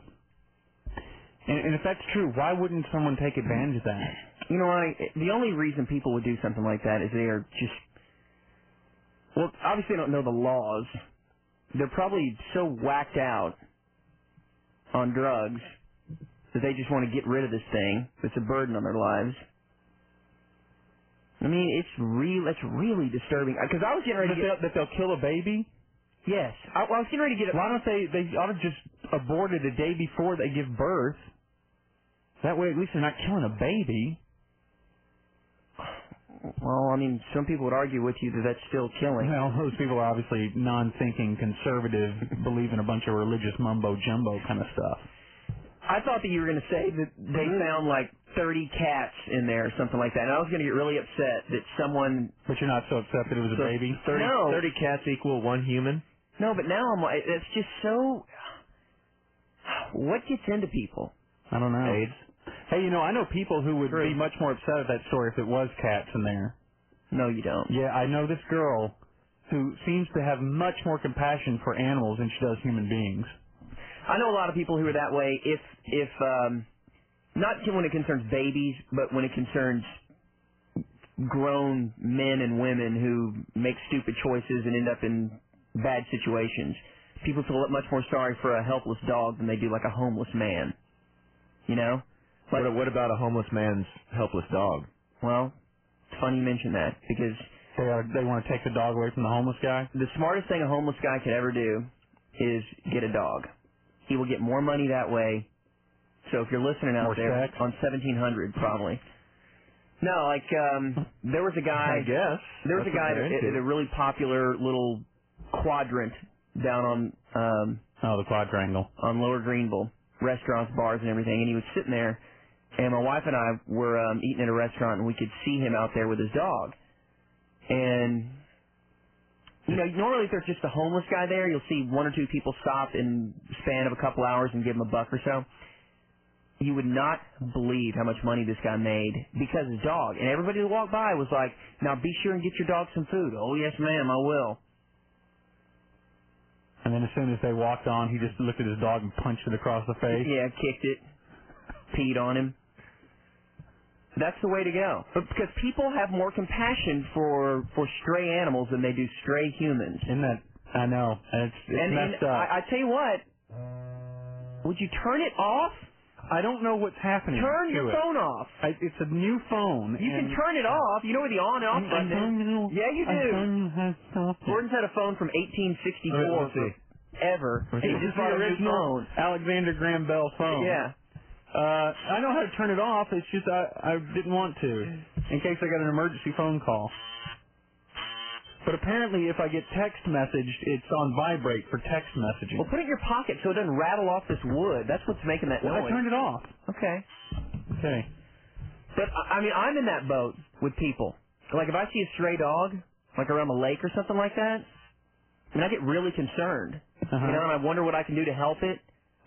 S4: and, and if that's true, why wouldn't someone take advantage of that?
S6: You know, I the only reason people would do something like that is they are just well, obviously they don't know the laws. They're probably so whacked out on drugs that they just want to get rid of this thing that's a burden on their lives. I mean, it's real. It's really disturbing because I was getting
S4: That
S6: ready to get,
S4: they'll, that they'll kill a baby?
S6: yes, I, I was getting ready to get.
S4: Why don't they? They ought to just abort it a day before they give birth. That way, at least they're not killing a baby.
S6: well, I mean, some people would argue with you that that's still killing.
S4: Well, those people are obviously non-thinking, conservative, believe in a bunch of religious mumbo jumbo kind of stuff.
S6: I thought that you were going to say that they
S8: Mm-hmm.
S6: found like 30 cats in there or something like that, and I was going to get really upset that someone.
S4: But you're not so upset that it was a
S6: So,
S4: baby.
S6: 30 No. 30
S8: cats equal one human.
S6: No, but now I'm like, it's just so. What gets into people?
S4: I don't know. Hey, you know, I know people who would be much more upset at that story if it was cats in there.
S6: No, you don't.
S4: Yeah, I know this girl who seems to have much more compassion for animals than she does human beings.
S6: I know a lot of people who are that way. If if um, not when it concerns babies, but when it concerns grown men and women who make stupid choices and end up in bad situations, people feel much more sorry for a helpless dog than they do like a homeless man. You know?
S8: what, what about a homeless man's helpless dog?
S6: Well, it's funny you mention that because
S4: they are, they want to take the dog away from the homeless guy.
S6: The smartest thing a homeless guy could ever do is get a dog. He will get more money that way. So if you're listening out
S4: More
S6: there
S4: sex?
S6: on 1700 probably. No, like um there was a
S8: I
S6: guy
S8: guess.
S6: there was
S8: That's
S6: a guy
S8: what they're
S6: at,
S8: into.
S6: at a really popular little quadrant down on um
S4: oh the quadrangle
S6: on Lower Greenville, restaurants, bars, and everything. And he was sitting there, and my wife and I were um eating at a restaurant, and we could see him out there with his dog. And you know, normally if there's just a homeless guy there, you'll see one or two people stop in the span of a couple hours and give him a buck or so. You would not believe how much money this guy made because his dog. And everybody that walked by was like, "Now be sure and get your dog some food." Oh yes, ma'am, I will.
S4: And then as soon as they walked on, he just looked at his dog and punched it across the face.
S6: Yeah, kicked it, peed on him. That's the way to go. But because people have more compassion for for stray animals than they do stray humans.
S4: Isn't that I know. And it's, it's
S6: and,
S4: messed
S6: and
S4: up.
S6: I, I tell you what, would you turn it off?
S4: I don't know what's happening.
S6: Turn
S4: to Hmm,
S6: your
S4: it.
S6: phone off.
S4: I, it's a new phone.
S6: You
S4: and
S6: can turn it off. You know where the on and off
S4: I'm-
S6: button
S4: I'm
S6: is. Yeah, you
S4: I'm
S6: do. Gordon's had a phone from
S4: Let
S6: 1864
S4: me see.
S6: ever.
S4: Let me
S6: He
S4: see.
S6: just
S4: This is
S6: bought
S4: the
S6: a new
S4: original Oh.
S6: phone.
S4: Alexander Graham Bell phone.
S6: Yeah.
S4: Uh, I know how to turn it off. It's just I, I didn't want to, in case I got an emergency phone call. But apparently, if I get text messaged, it's on vibrate for text messaging.
S6: Well, put it in your pocket so it doesn't rattle off this wood. That's what's making that
S4: Well, I
S6: noise.
S4: turned it off.
S6: Okay.
S4: Okay.
S6: But I I mean, I'm in that boat with people. Like if I see a stray dog, like around the lake or something like that, I mean, I get really concerned.
S4: Uh-huh.
S6: You know, and I wonder what I can do to help it.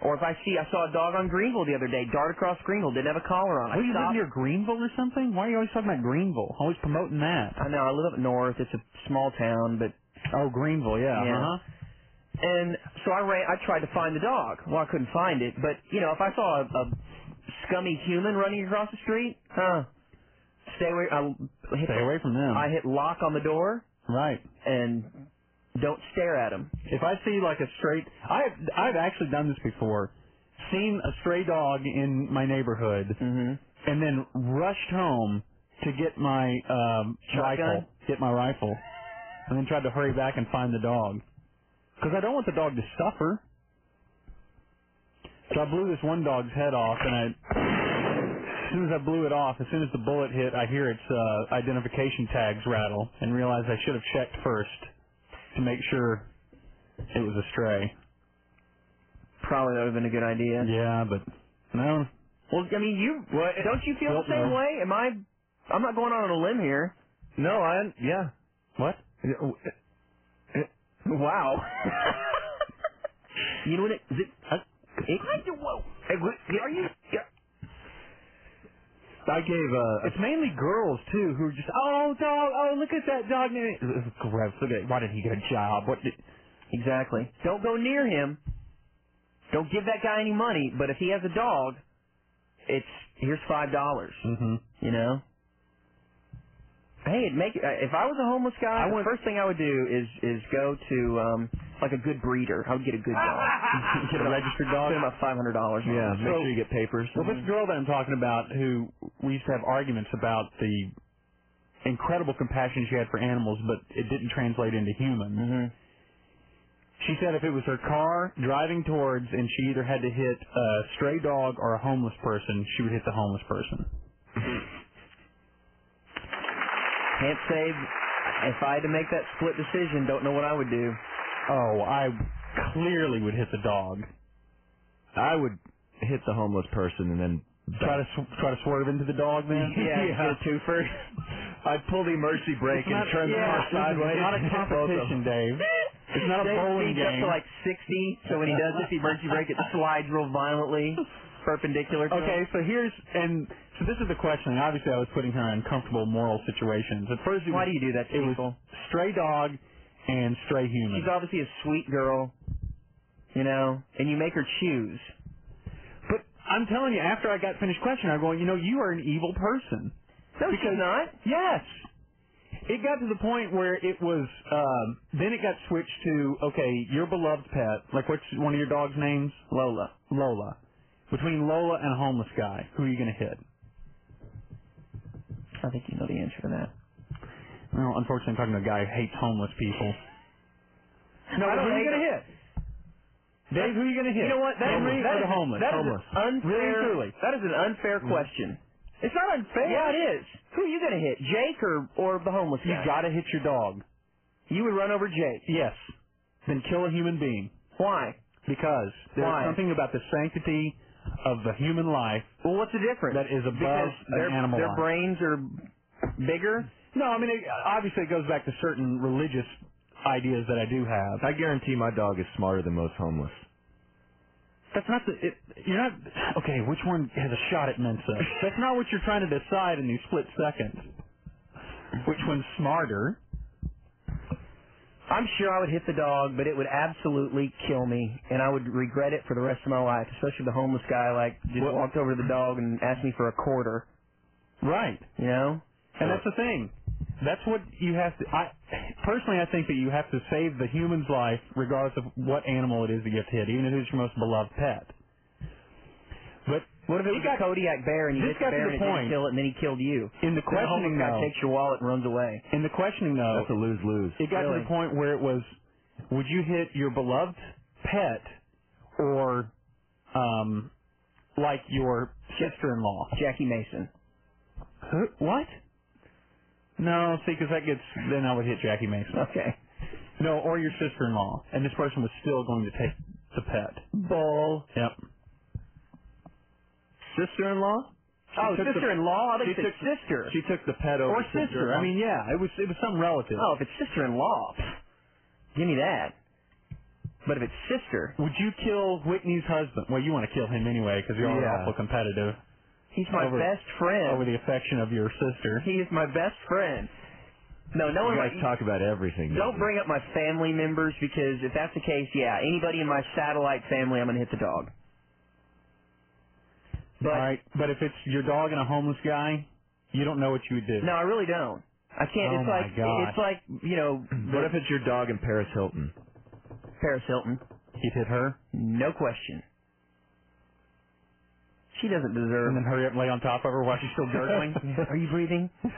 S6: Or if I see, I saw a dog on Greenville the other day, dart across Greenville, didn't have a collar on. I
S4: Well, you live
S6: stopped.
S4: near Greenville or something? Why are you always talking about Greenville? Always promoting that.
S6: I know I live up north. It's a small town, but
S4: oh, Greenville, yeah,
S6: yeah.
S4: uh-huh.
S6: And so I ran. I tried to find the dog. Well, I couldn't find it. But you know, if I saw a, a scummy human running across the street, huh? Stay away. I hit,
S4: Stay away from them.
S6: I hit lock on the door.
S4: Right.
S6: And don't stare at them.
S4: If I see like a straight, I've I've actually done this before. Seen a stray dog in my neighborhood, and then rushed home to get my um,
S6: Shotgun?
S4: rifle, get my rifle, and then tried to hurry back and find the dog. Because I don't want the dog to suffer. So I blew this one dog's head off, and I, as soon as I blew it off, as soon as the bullet hit, I hear its uh, identification tags rattle, and realize I should have checked first to make sure it was a stray.
S6: Probably that would have been a good idea.
S4: Yeah, but no.
S6: Well, I mean, you don't you feel
S4: Don't
S6: the same
S4: know.
S6: way? Am I? I'm not going out on a limb here.
S8: No, I yeah.
S4: What?
S6: Oh, eh, Wow. you know what? It, is it,
S34: Are you?
S8: I gave uh
S4: It's mainly girls too who are just oh dog oh look at that dog gross look at why didn't he get a job what did...
S6: exactly don't go near him. Don't give that guy any money. But if he has a dog, it's here's five dollars.
S4: Mm-hmm.
S6: You know. Hey, it make uh, if I was a homeless guy, the first thing I would do is is go to um like a good breeder. I would get a good dog.
S4: Get a registered dog?
S6: Spend about five hundred dollars.
S8: Yeah, make
S4: So-
S8: sure you get papers.
S4: Well, this girl that I'm talking about, who we used to have arguments about the incredible compassion she had for animals, but it didn't translate into humans.
S6: Mm-hmm.
S4: She said if it was her car driving towards and she either had to hit a stray dog or a homeless person, she would hit the homeless person.
S6: Can't say if I had to make that split decision, don't know what I would do.
S4: Oh, I clearly would hit the dog.
S8: I would hit the homeless person and then
S4: Try to sw- try to swerve into the dog, man.
S8: Yeah, get
S4: yeah.
S8: twofer. I'd pull the emergency brake
S4: It's
S8: and
S4: not-
S8: turn the
S4: yeah,
S8: car
S4: this is
S8: sideways.
S4: not a
S8: and hit both of
S4: competition,
S8: them.
S4: Dave. It's not a
S6: Dave
S4: bowling
S6: speeds up
S4: game.
S6: to like 60, so when he does this, the emergency brake, it slides real violently, perpendicular to
S4: Okay,
S6: him.
S4: so here's and so this is the question. Obviously, I was putting her in uncomfortable moral situations. At first, it
S6: Why
S4: was,
S6: do you do that to
S4: it was
S6: people?
S4: stray dog and stray human.
S6: She's obviously a sweet girl, you know, and you make her choose.
S4: But I'm telling you, after I got finished questioning, I'm going, you know, you are an evil person.
S6: No, she's not.
S4: Yes. It got to the point where it was. Um, then it got switched to okay, your beloved pet. Like what's one of your dog's names? Lola. Lola. Between Lola and a homeless guy, who are you going to hit?
S6: I think you know the answer to that.
S4: Well, unfortunately, I'm talking to a guy who hates homeless people. No,
S6: I
S4: who
S6: don't
S4: are you
S6: hate
S4: going to hit? Dave, who are you going to hit?
S6: You know what? That
S4: Henry
S6: that
S4: or the
S6: is-
S4: homeless?
S6: that is
S4: homeless.
S6: an unfair.
S4: Really and truly. Mm-hmm.
S6: That is an unfair question.
S4: It's not unfair.
S6: Yeah, it is. Who are you going to hit, Jake or or the homeless
S4: You
S6: guy?
S4: gotta hit your dog.
S6: You would run over Jake.
S4: Yes. Then kill a human being.
S6: Why?
S4: Because there's
S6: Why?
S4: something about the sanctity of the human life.
S6: Well, what's the difference?
S4: That is above
S6: Because
S4: an
S6: their,
S4: animal
S6: Their
S4: life.
S6: brains are bigger.
S4: No, I mean it, obviously it goes back to certain religious ideas that I do have.
S8: I guarantee my dog is smarter than most homeless.
S4: That's not the. It, you're not. Okay, which one has a shot at Mensa? That's not what you're trying to decide in these split seconds. Which one's smarter?
S6: I'm sure I would hit the dog, but it would absolutely kill me, and I would regret it for the rest of my life. Especially the homeless guy, like just
S4: Well-
S6: walked over to the dog and asked me for a quarter.
S4: Right.
S6: You know.
S4: And that's the thing. That's what you have to. I personally, I think that you have to save the human's life, regardless of what animal it is that you have to hit, even if it's your most beloved pet. But
S6: What if it was
S4: got,
S6: a Kodiak bear and you
S4: this got
S6: hit the bear
S4: to the
S6: and it didn't
S4: point.
S6: kill it, and then he killed you?
S4: In the
S6: Then the homeless
S4: questioning,
S6: guy
S4: though,
S6: takes your wallet and runs away.
S4: in the questioning though,
S8: That's a lose lose.
S4: it got to the
S6: Really?
S4: point where it was, would you hit your beloved pet or, um, like your sister-in-law?
S6: Jackie Mason.
S4: Who- What? No, see, because that gets then I would hit Jackie Mason.
S6: Okay.
S4: No, or your sister-in-law, and this person was still going to take the pet.
S6: Bull.
S4: Yep.
S8: Sister-in-law?
S6: Oh,
S8: took the-
S6: sister-in-law. I think
S8: she
S6: it's
S8: took the-
S6: sister.
S8: She took the pet over.
S4: Or sister. I mean, yeah, it was it was some relative.
S6: Oh, if it's sister-in-law, pff, give me that. But if it's sister,
S4: Would you kill Whitney's husband? Well, you want to kill him anyway because you're all
S8: Yeah.
S4: awful competitive
S6: he's my
S4: Over-
S6: best friend.
S4: over the affection of your sister.
S6: He is my best friend. No, no
S8: you
S6: one
S8: guys
S6: like.
S8: talk about everything.
S6: Don't bring up my family members because if that's the case, yeah, anybody in my satellite family, I'm gonna hit the dog. But
S4: all right, but if it's your dog and a homeless guy, you don't know what you would do.
S6: no, I really don't. I can't.
S4: Oh
S6: it's
S4: my
S6: like
S4: God.
S6: it's like you know
S8: What if it's your dog and Paris Hilton?
S6: Paris Hilton.
S4: You'd hit her
S6: No question. She doesn't deserve.
S4: and then hurry up and lay on top of her while she's still gurgling.
S6: Are you breathing?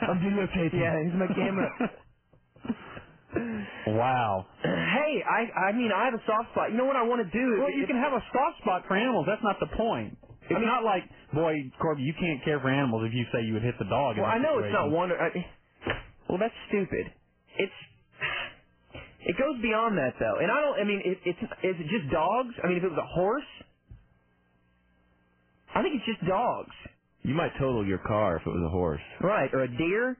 S4: I'm videotaping.
S6: Yeah, here's my camera.
S4: wow.
S6: hey, I I mean I have a soft spot. You know what I want to do?
S4: Well, you can have a soft spot for animals. That's not the point. It's not like, boy, Corby, you can't care for animals if you say you would hit the dog. in
S6: Well,
S4: that
S6: I know it's not
S4: situation.
S6: one. I, well, that's stupid. It's it goes beyond that though, and I don't. I mean, it, it's is it just dogs? I mean, if it was a horse, I think it's just dogs,
S8: You might total your car if it was a horse.
S6: right? Or a deer.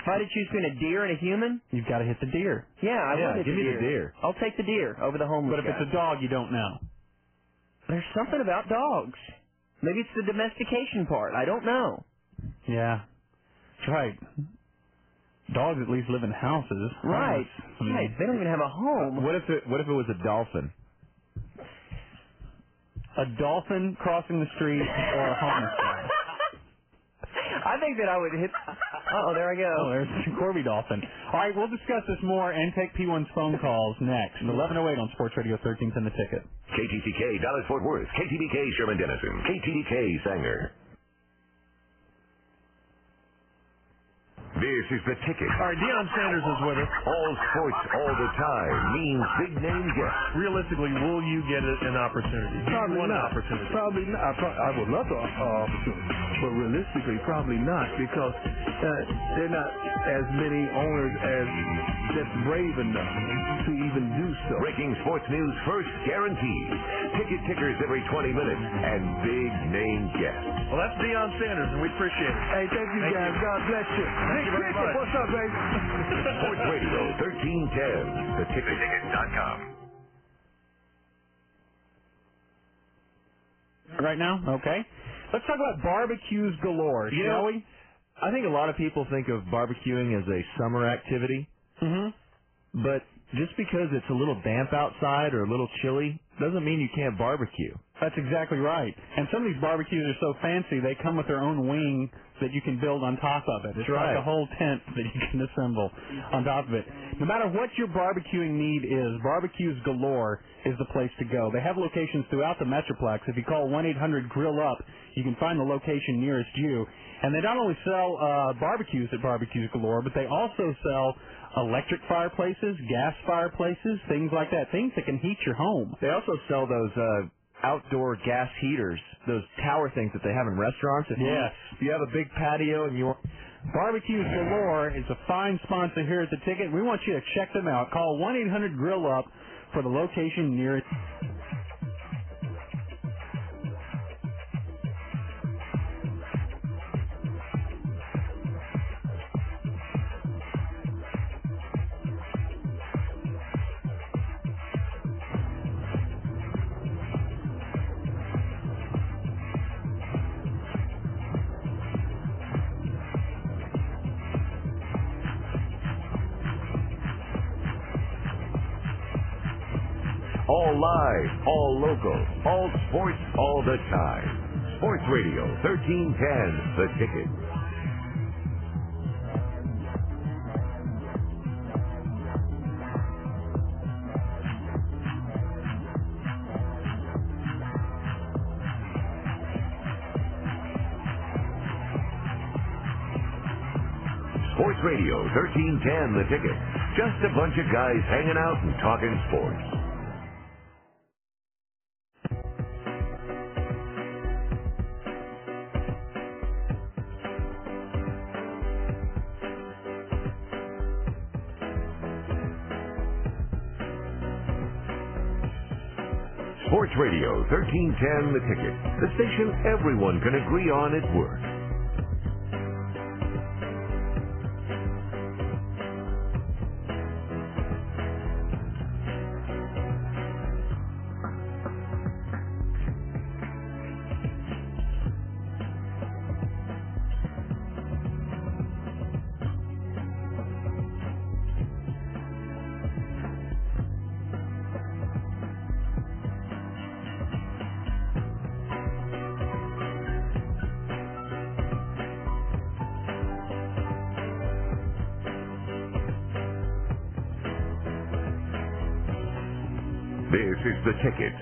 S6: If I had to choose between a deer and a human,
S4: You've got to hit the deer.
S6: yeah, I
S8: Yeah,
S6: would hit
S8: give
S6: the
S8: me the
S6: deer.
S8: deer.
S6: I'll take the deer over the homeless
S4: But if
S6: guy.
S4: it's a dog, you don't know.
S6: There's something about dogs. Maybe it's the domestication part. I don't know.
S4: Oh, Yeah. That's right. Dogs at least live in houses.
S6: Right.
S4: I mean,
S6: Right. They don't even have a home.
S8: What if it What if it was a dolphin?
S4: A dolphin crossing the street or a homeless guy.
S6: I think that I would hit. Oh, there I go.
S4: Oh, there's Corby Dolphin. All right, we'll discuss this more and take P1's phone calls next. 1108 on Sports Radio 1310 The Ticket.
S18: KTTK Dallas Fort Worth, KTBK Sherman Denison, KTDK Sanger. This is the ticket.
S35: All right, Deion Sanders is with us.
S18: All sports, all the time means big name guests.
S35: Realistically, will you get a- an opportunity?
S36: Probably
S35: One
S36: not.
S35: opportunity.
S36: Probably not. I, pro- I would love to uh, opportunity, but realistically, probably not because uh, they're not as many owners as that's brave enough to even do so.
S18: Breaking sports news first, guaranteed. Ticket tickers every 20 minutes and big name guests.
S35: Well, that's Deion Sanders, and we appreciate it.
S36: Hey, thank you guys. God bless you.
S35: Thank
S36: Big
S35: you very
S36: Ticket,
S35: much.
S36: what's up, baby?
S18: Sports Radio 1310, the ticket. Ticket.com.
S4: Right now? Okay. Let's talk about barbecues galore,
S8: You
S4: shall
S8: know,
S4: we?
S8: I think a lot of people think of barbecuing as a summer activity. Mm-hmm. But just because it's a little damp outside or a little chilly doesn't mean you can't barbecue.
S4: That's exactly right. And some of these barbecues are so fancy, they come with their own wing that you can build on top of it. It's
S8: right.
S4: like a whole tent that you can assemble on top of it. No matter what your barbecuing need is, Barbecues Galore is the place to go. They have locations throughout the Metroplex. If you call 1-800-GRILL-UP, you can find the location nearest you. And they not only sell uh, barbecues at Barbecues Galore, but they also sell electric fireplaces, gas fireplaces, things like that, things that can heat your home.
S8: They also sell those uh outdoor gas heaters, those tower things that they have in restaurants. If you-
S4: Yes.
S8: if you have a big patio and you want
S4: Barbecues Galore is a fine sponsor here at the ticket. We want you to check them out. Call 1 800 Grill Up for the location near it.
S18: All live, all local, all sports, all the time. Sports Radio 1310, the ticket. Sports Radio 1310, the ticket. Just a bunch of guys hanging out and talking sports. Sports Radio 1310, the ticket. The station everyone can agree on at work. This is the ticket.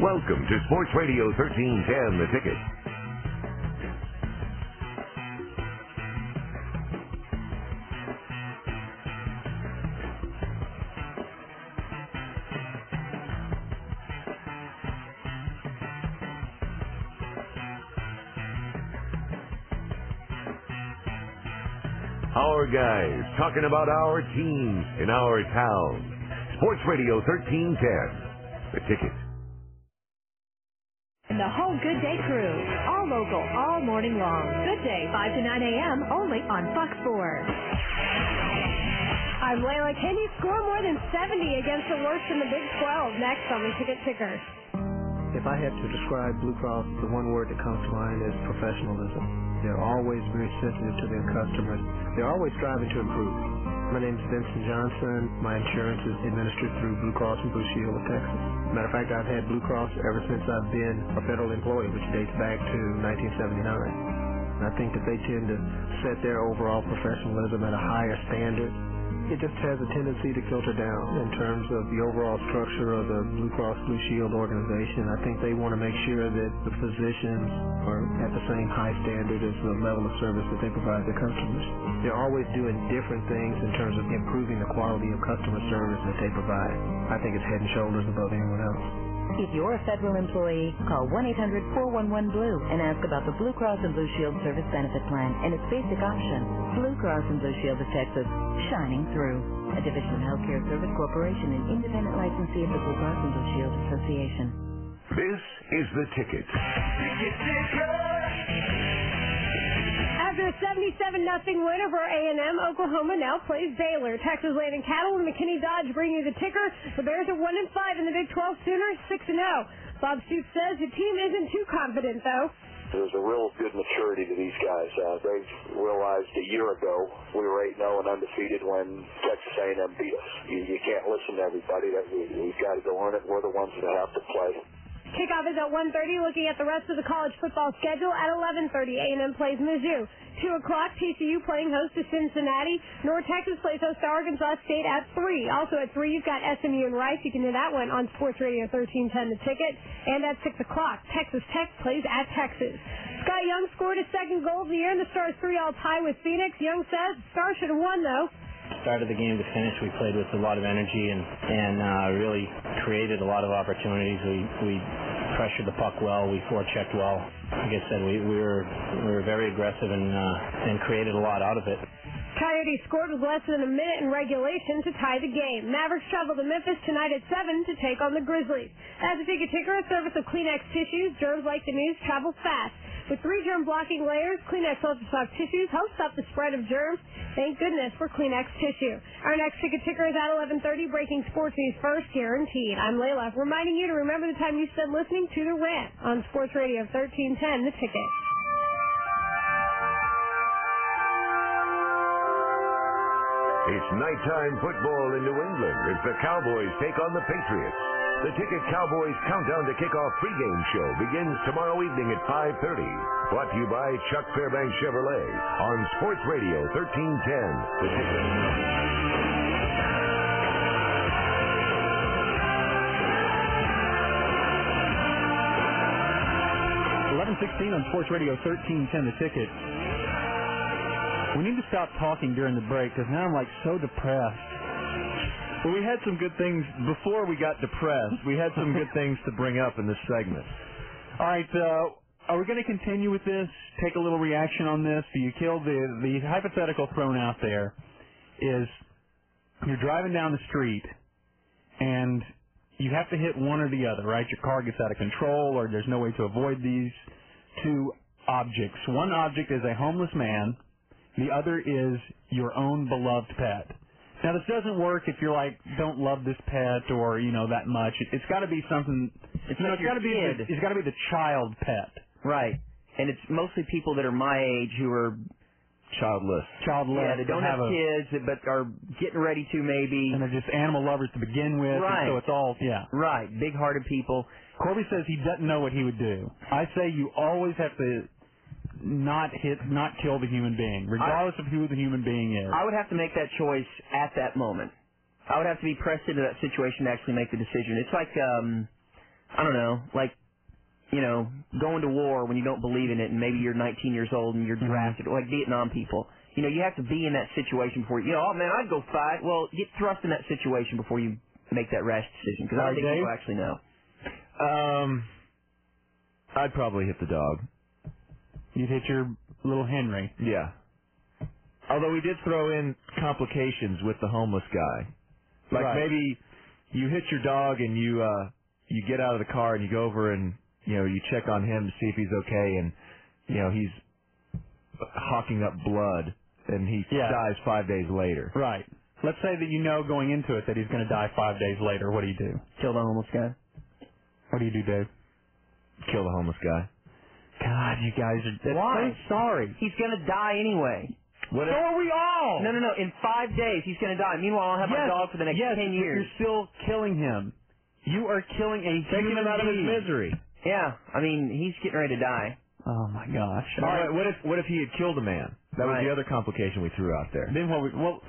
S18: Welcome to Sports Radio 1310, the ticket. Our guys talking about our teams in our town. Sports Radio 1310, the ticket.
S37: and the whole Good Day crew. All local, all morning long. Good Day, 5 to 9 a.m. only on Fox 4.
S3: I'm Layla. Can you score more than 70 against the worst in the Big 12 next on the Ticket Ticker?
S38: If I had to describe Blue Cross, the one word that comes to mind is professionalism.
S5: They're always very sensitive to their customers. They're always striving to improve. My name's Vincent Johnson. My insurance is administered through Blue Cross and Blue Shield of Texas. Matter of fact, I've had Blue Cross ever since I've been a federal employee, which dates back to 1979. And I think that they tend to set their overall professionalism at a higher standard. It just has a tendency to filter down in terms of the overall structure of the Blue Cross Blue Shield organization. I think they want to make sure that the physicians are at the same high standard as the level of service that they provide their customers. They're always doing different things in terms of improving the quality of customer service that they provide. I think it's head and shoulders above anyone else.
S17: If you're a federal employee, call 1-800-411-BLUE and ask about the Blue Cross and Blue Shield Service Benefit Plan and its basic option. Blue Cross and Blue Shield of Texas, shining through. A division of Healthcare Service Corporation and independent licensee of the Blue Cross and Blue Shield Association.
S18: This is The Ticket.
S3: After a 77 nothing win over A&M, Oklahoma now plays Baylor. Texas Land and Cattle and McKinney Dodge bring you the ticker. The Bears are 1 and 5 in the Big 12 Sooners, 6 and 0. Bob Stoops says the team isn't too confident though.
S39: There's a real good maturity to these guys. Uh, they realized a year ago we were 8-0 and undefeated when Texas A&M beat us. You, you can't listen to everybody. That we, we've got to go earn it. We're the ones that have to play.
S3: Kickoff is at 1.30, looking at the rest of the college football schedule. At 11.30, A&M plays Mizzou. 2 o'clock, TCU playing host to Cincinnati. North Texas plays host to Arkansas State at 3. Also at 3, you've got SMU and Rice. You can hear that one on Sports Radio 1310, The Ticket. And at 6 o'clock, Texas Tech plays at Texas. Scott Young scored his second goal of the year, and the Stars 3-all tie with Phoenix. Young says the Stars should have won, though.
S40: start of the game to finish, we played with a lot of energy and and uh, really created a lot of opportunities. We we pressured the puck well. We forechecked well. Like I said, we, we were we were very aggressive and uh, and created a lot out of it.
S3: Coyotes scored with less than a minute in regulation to tie the game. Mavericks travel to Memphis tonight at 7 to take on the Grizzlies. As a ticket ticker, a service of Kleenex tissues, germs like the news travel fast. With three germ blocking layers, Kleenex Ultra Soft tissues help stop the spread of germs. Thank goodness for Kleenex tissue. Our next ticket ticker is at 11:30, breaking sports news first, guaranteed. I'm Layla, reminding you to remember the time you spent listening to the rant on Sports Radio 1310, the ticket.
S18: It's nighttime football in New England as the Cowboys take on the Patriots. The Ticket Cowboys Countdown to Kickoff pregame show begins tomorrow evening at 5.30. Brought to you by Chuck Fairbanks Chevrolet on Sports Radio 1310. The Ticket.
S4: Eleven sixteen on Sports Radio thirteen ten. The ticket. We need to stop talking during the break because now I'm like so depressed.
S8: Well, we had some good things before we got depressed. We had some good things to bring up in this segment.
S4: All right, uh, are we going to continue with this? Take a little reaction on this. Do you kill the the hypothetical thrown out there? Is you're driving down the street and you have to hit one or the other, right? Your car gets out of control, or there's no way to avoid these two objects. One object is a homeless man. The other is your own beloved pet. Now this doesn't work if you're like don't love this pet or you know that much. It, it's got to be something.
S41: It's
S4: you know,
S41: like
S4: it's
S41: your
S4: got to be the,
S41: kid.
S4: it's got to be the child pet.
S41: Right. And it's mostly people that are my age who are
S8: childless.
S4: Childless.
S41: Yeah, they don't have,
S4: a,
S41: kids, but are getting ready to maybe.
S4: And they're just animal lovers to begin with. and
S41: Right.
S4: so it's all yeah.
S41: Right. Big-hearted people.
S4: Corby says he doesn't know what he would do. I say you always have to not hit, not kill the human being, regardless of who the human being is.
S41: I would have to make that choice at that moment. I would have to be pressed into that situation to actually make the decision. It's like, um, I don't know, like, you know, going to war when you don't believe in it, and maybe you're 19 years old and you're drafted, like Vietnam people. You know, you have to be in that situation before you. You know, oh man, I'd go fight. Well, get thrust in that situation before you make that rash decision, because I
S8: Right,
S41: don't think
S8: Dave?
S41: people actually know.
S8: Um, I'd probably hit the dog.
S4: You'd hit your little Henry.
S8: Yeah. Although we did throw in complications with the homeless guy. Like
S4: Right.
S8: maybe you hit your dog and you uh you get out of the car and you go over and you know you check on him to see if he's okay and you know he's hawking up blood and he dies 5 days later.
S4: Right. Let's say that you know going into it that he's going to die five days later. What do you do?
S41: Kill the homeless guy.
S4: What do you do, Dave?
S8: Kill the homeless guy.
S4: God, you guys are. That's
S6: Why?
S4: So sorry.
S6: He's gonna die anyway.
S4: What so are we all.
S6: No, no, no. In five days, he's gonna die. Meanwhile, I'll have my
S4: Yes,
S6: dog for the next
S4: yes,
S6: ten
S4: but
S6: years.
S4: You're still killing him. You are killing a
S6: Taking
S4: human
S6: him out of his
S4: being.
S8: misery.
S6: Yeah, I mean, he's getting ready to die.
S4: Oh my gosh.
S8: All right, what if what if he had killed a man? That was
S4: Right.
S8: the other complication we threw out there.
S4: Then what? We, well,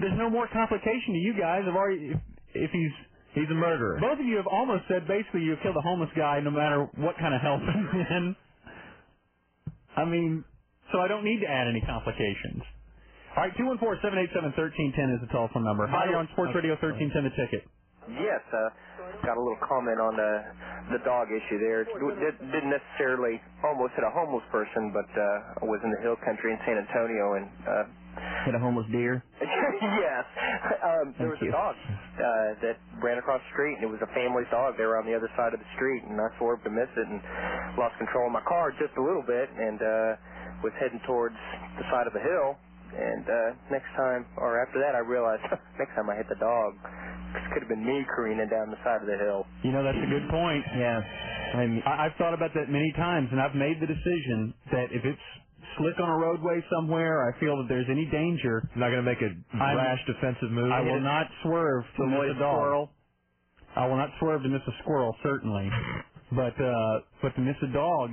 S4: there's no more complication to you guys. I've already if, if he's
S8: he's a murderer.
S4: Both of you have almost said basically you killed a homeless guy no matter what kind of help. And I mean, so I don't need to add any complications. All right, two one four seven eight seven thirteen ten is the telephone number. Hi, you're on Sports Radio thirteen ten. The ticket.
S42: Yes, uh, got a little comment on the the dog issue there. It did, didn't necessarily almost hit a homeless person, but uh, I was in the hill country in San Antonio, and uh,
S6: Hit a homeless deer.
S42: yes, um, there was
S6: Thank you.
S42: a dog uh, that ran across the street, and it was a family's dog. They were on the other side of the street, and I swerved to miss it and lost control of my car just a little bit, and uh, was heading towards the side of the hill. And uh, next time, or after that, I realized next time I hit the dog, this could have been me careening down the side of the hill.
S4: You know, that's a good point.
S6: Yeah.
S4: I mean, I, I've thought about that many times, and I've made the decision that if it's slick on a roadway somewhere, I feel that there's any danger.
S8: I'm not going to make a
S4: I'm-
S8: rash defensive move.
S4: I will not swerve to
S8: Avoid
S4: miss a
S8: a dog.
S4: squirrel. I will not swerve to miss a squirrel, certainly. But uh, but to miss a dog,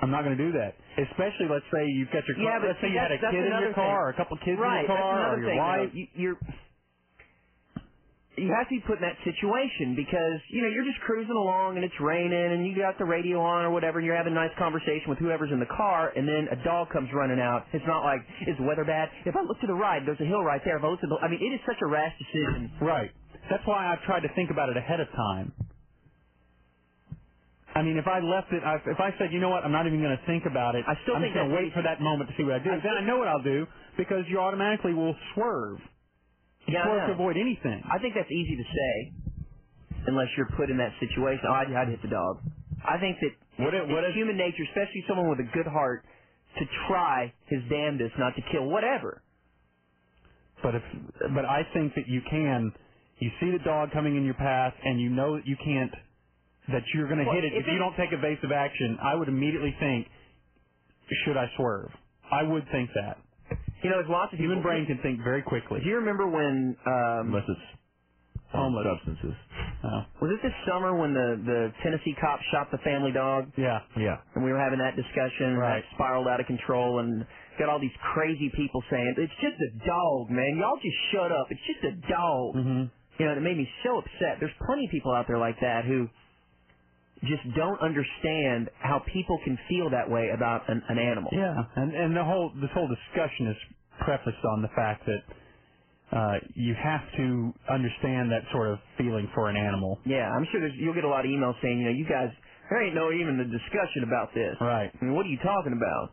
S4: I'm not going to do that. Especially, let's say you've got your
S6: Yeah,
S4: car.
S6: but
S4: let's say
S6: see,
S4: you had a
S6: that's- that's
S4: kid in your
S6: another
S4: car, or
S6: thing.
S4: a couple kids in
S6: right,
S4: your car,
S6: that's another
S4: or your
S6: thing,
S4: wife.
S6: though. You, you're you have to be put in that situation because you know you're just cruising along and it's raining and you got the radio on or whatever and you're having a nice conversation with whoever's in the car and then a dog comes running out. It's not like is the weather bad? If I look to the right, there's a hill right there. If I look to the, I mean, it is such a rash decision.
S4: Right. That's why I've tried to think about it ahead of time. I mean, if I left it, I, if I said, you know what, I'm not even going to think about it. I
S6: still
S4: I'm
S6: think
S4: just going to wait
S6: that's
S4: for that moment to see what I do.
S6: I
S4: then I know what I'll do because you automatically will swerve. You
S6: Yeah, I
S4: swerve to
S6: know.
S4: avoid anything.
S6: I think that's easy to say unless you're put in that situation. Oh, I'd, I'd hit the dog. I think that
S8: What if-
S6: it's
S8: what if-
S6: human nature, especially someone with a good heart, to try his damnedest not to kill whatever.
S4: But if, but I think that you can. You see the dog coming in your path, and you know that you can't. That you're going to
S6: Well,
S4: hit it if
S6: if
S4: you
S6: it-
S4: don't take evasive action. I would immediately think, should I swerve? I would think that.
S6: You know, there's lots of
S4: human
S6: people-
S4: brain can think very quickly.
S6: Do you remember when? Um,
S8: Unless it's
S4: homeless Oh,
S8: substances.
S6: Was it this summer when the the Tennessee cop shot the family dog?
S4: Yeah.
S8: Yeah.
S6: And we were having that discussion, and that spiraled out of control, and got all these crazy people saying, "It's just a dog, man. Y'all just shut up. It's just a dog."
S4: Mm-hmm.
S6: You know, and it made me so upset. There's plenty of people out there like that who just don't understand how people can feel that way about an, an animal.
S4: Yeah, and and the whole this whole discussion is prefaced on the fact that uh, you have to understand that sort of feeling for an animal.
S6: Yeah, I'm sure there's, you'll get a lot of emails saying, you know, you guys, there ain't no even the discussion about this.
S4: Right.
S6: I mean, what are you talking about?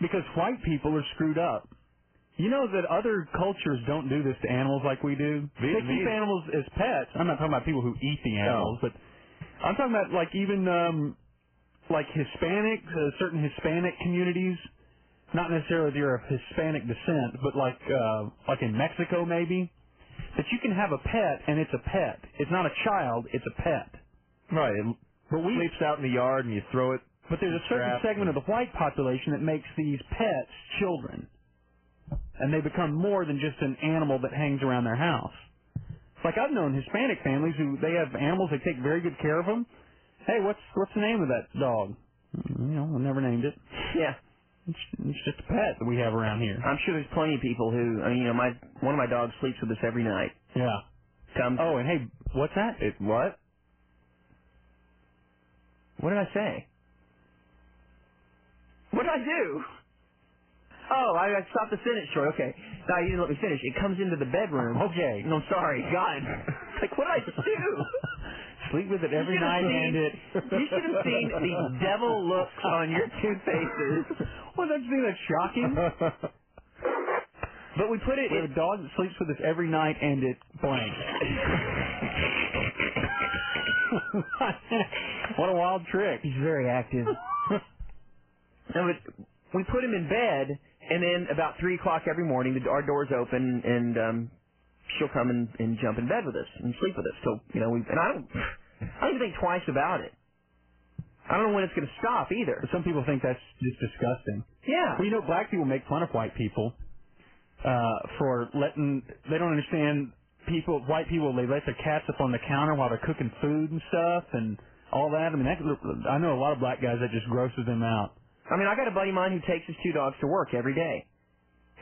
S4: Because white people are screwed up. You know that other cultures don't do this to animals like we do. They keep
S8: Vietnamese-
S4: animals as pets. I'm not talking about people who eat the animals, but I'm talking about like even um like Hispanic, uh, certain Hispanic communities. Not necessarily that you're of Hispanic descent, but like uh like in Mexico maybe, that you can have a pet and it's a pet. It's not a child, it's a pet.
S8: Right. It
S4: but we,
S8: sleeps out in the yard and you throw it.
S4: But there's a certain
S8: Strapped.
S4: segment of the white population that makes these pets children. And they become more than just an animal that hangs around their house. Like I've known Hispanic families who they have animals, they take very good care of them. Hey, what's what's the name of that dog? Mm, You know, we never named it.
S6: Yeah.
S4: It's, it's just a pet that we have around here.
S6: I'm sure there's plenty of people who, I mean, you know, my one of my dogs sleeps with us every night.
S4: Yeah.
S6: Comes.
S4: Oh, and hey, what's that?
S8: It what?
S6: What did I say? What did I do? Oh, I, I stopped the sentence short. Okay. No, you didn't let me finish. It comes into the bedroom.
S4: Okay.
S6: No, I'm sorry. God. Like, what did I do?
S4: Sleep with it every
S6: You should have
S4: night
S6: seen-
S4: and it.
S6: You should have seen the devil looks on your two faces.
S4: Well, that's been a shocking.
S6: but we put it.
S4: We have a dog that sleeps with us every night, and it blank. what a wild trick!
S6: He's very active. No, but we put him in bed, and then about three o'clock every morning, the, our doors open, and um, she'll come and, and jump in bed with us and sleep with us. So you know, we and I don't, I don't even think twice about it.
S43: I don't know when it's going to stop either.
S4: Some people think that's just disgusting.
S43: Yeah.
S4: Well, you know, black people make fun of white people uh, for letting. They don't understand people, white people. They let their cats up on the counter while they're cooking food and stuff and all that. I mean, that, I know a lot of black guys that just grosses them out.
S43: I mean, I got a buddy of mine who takes his two dogs to work every day.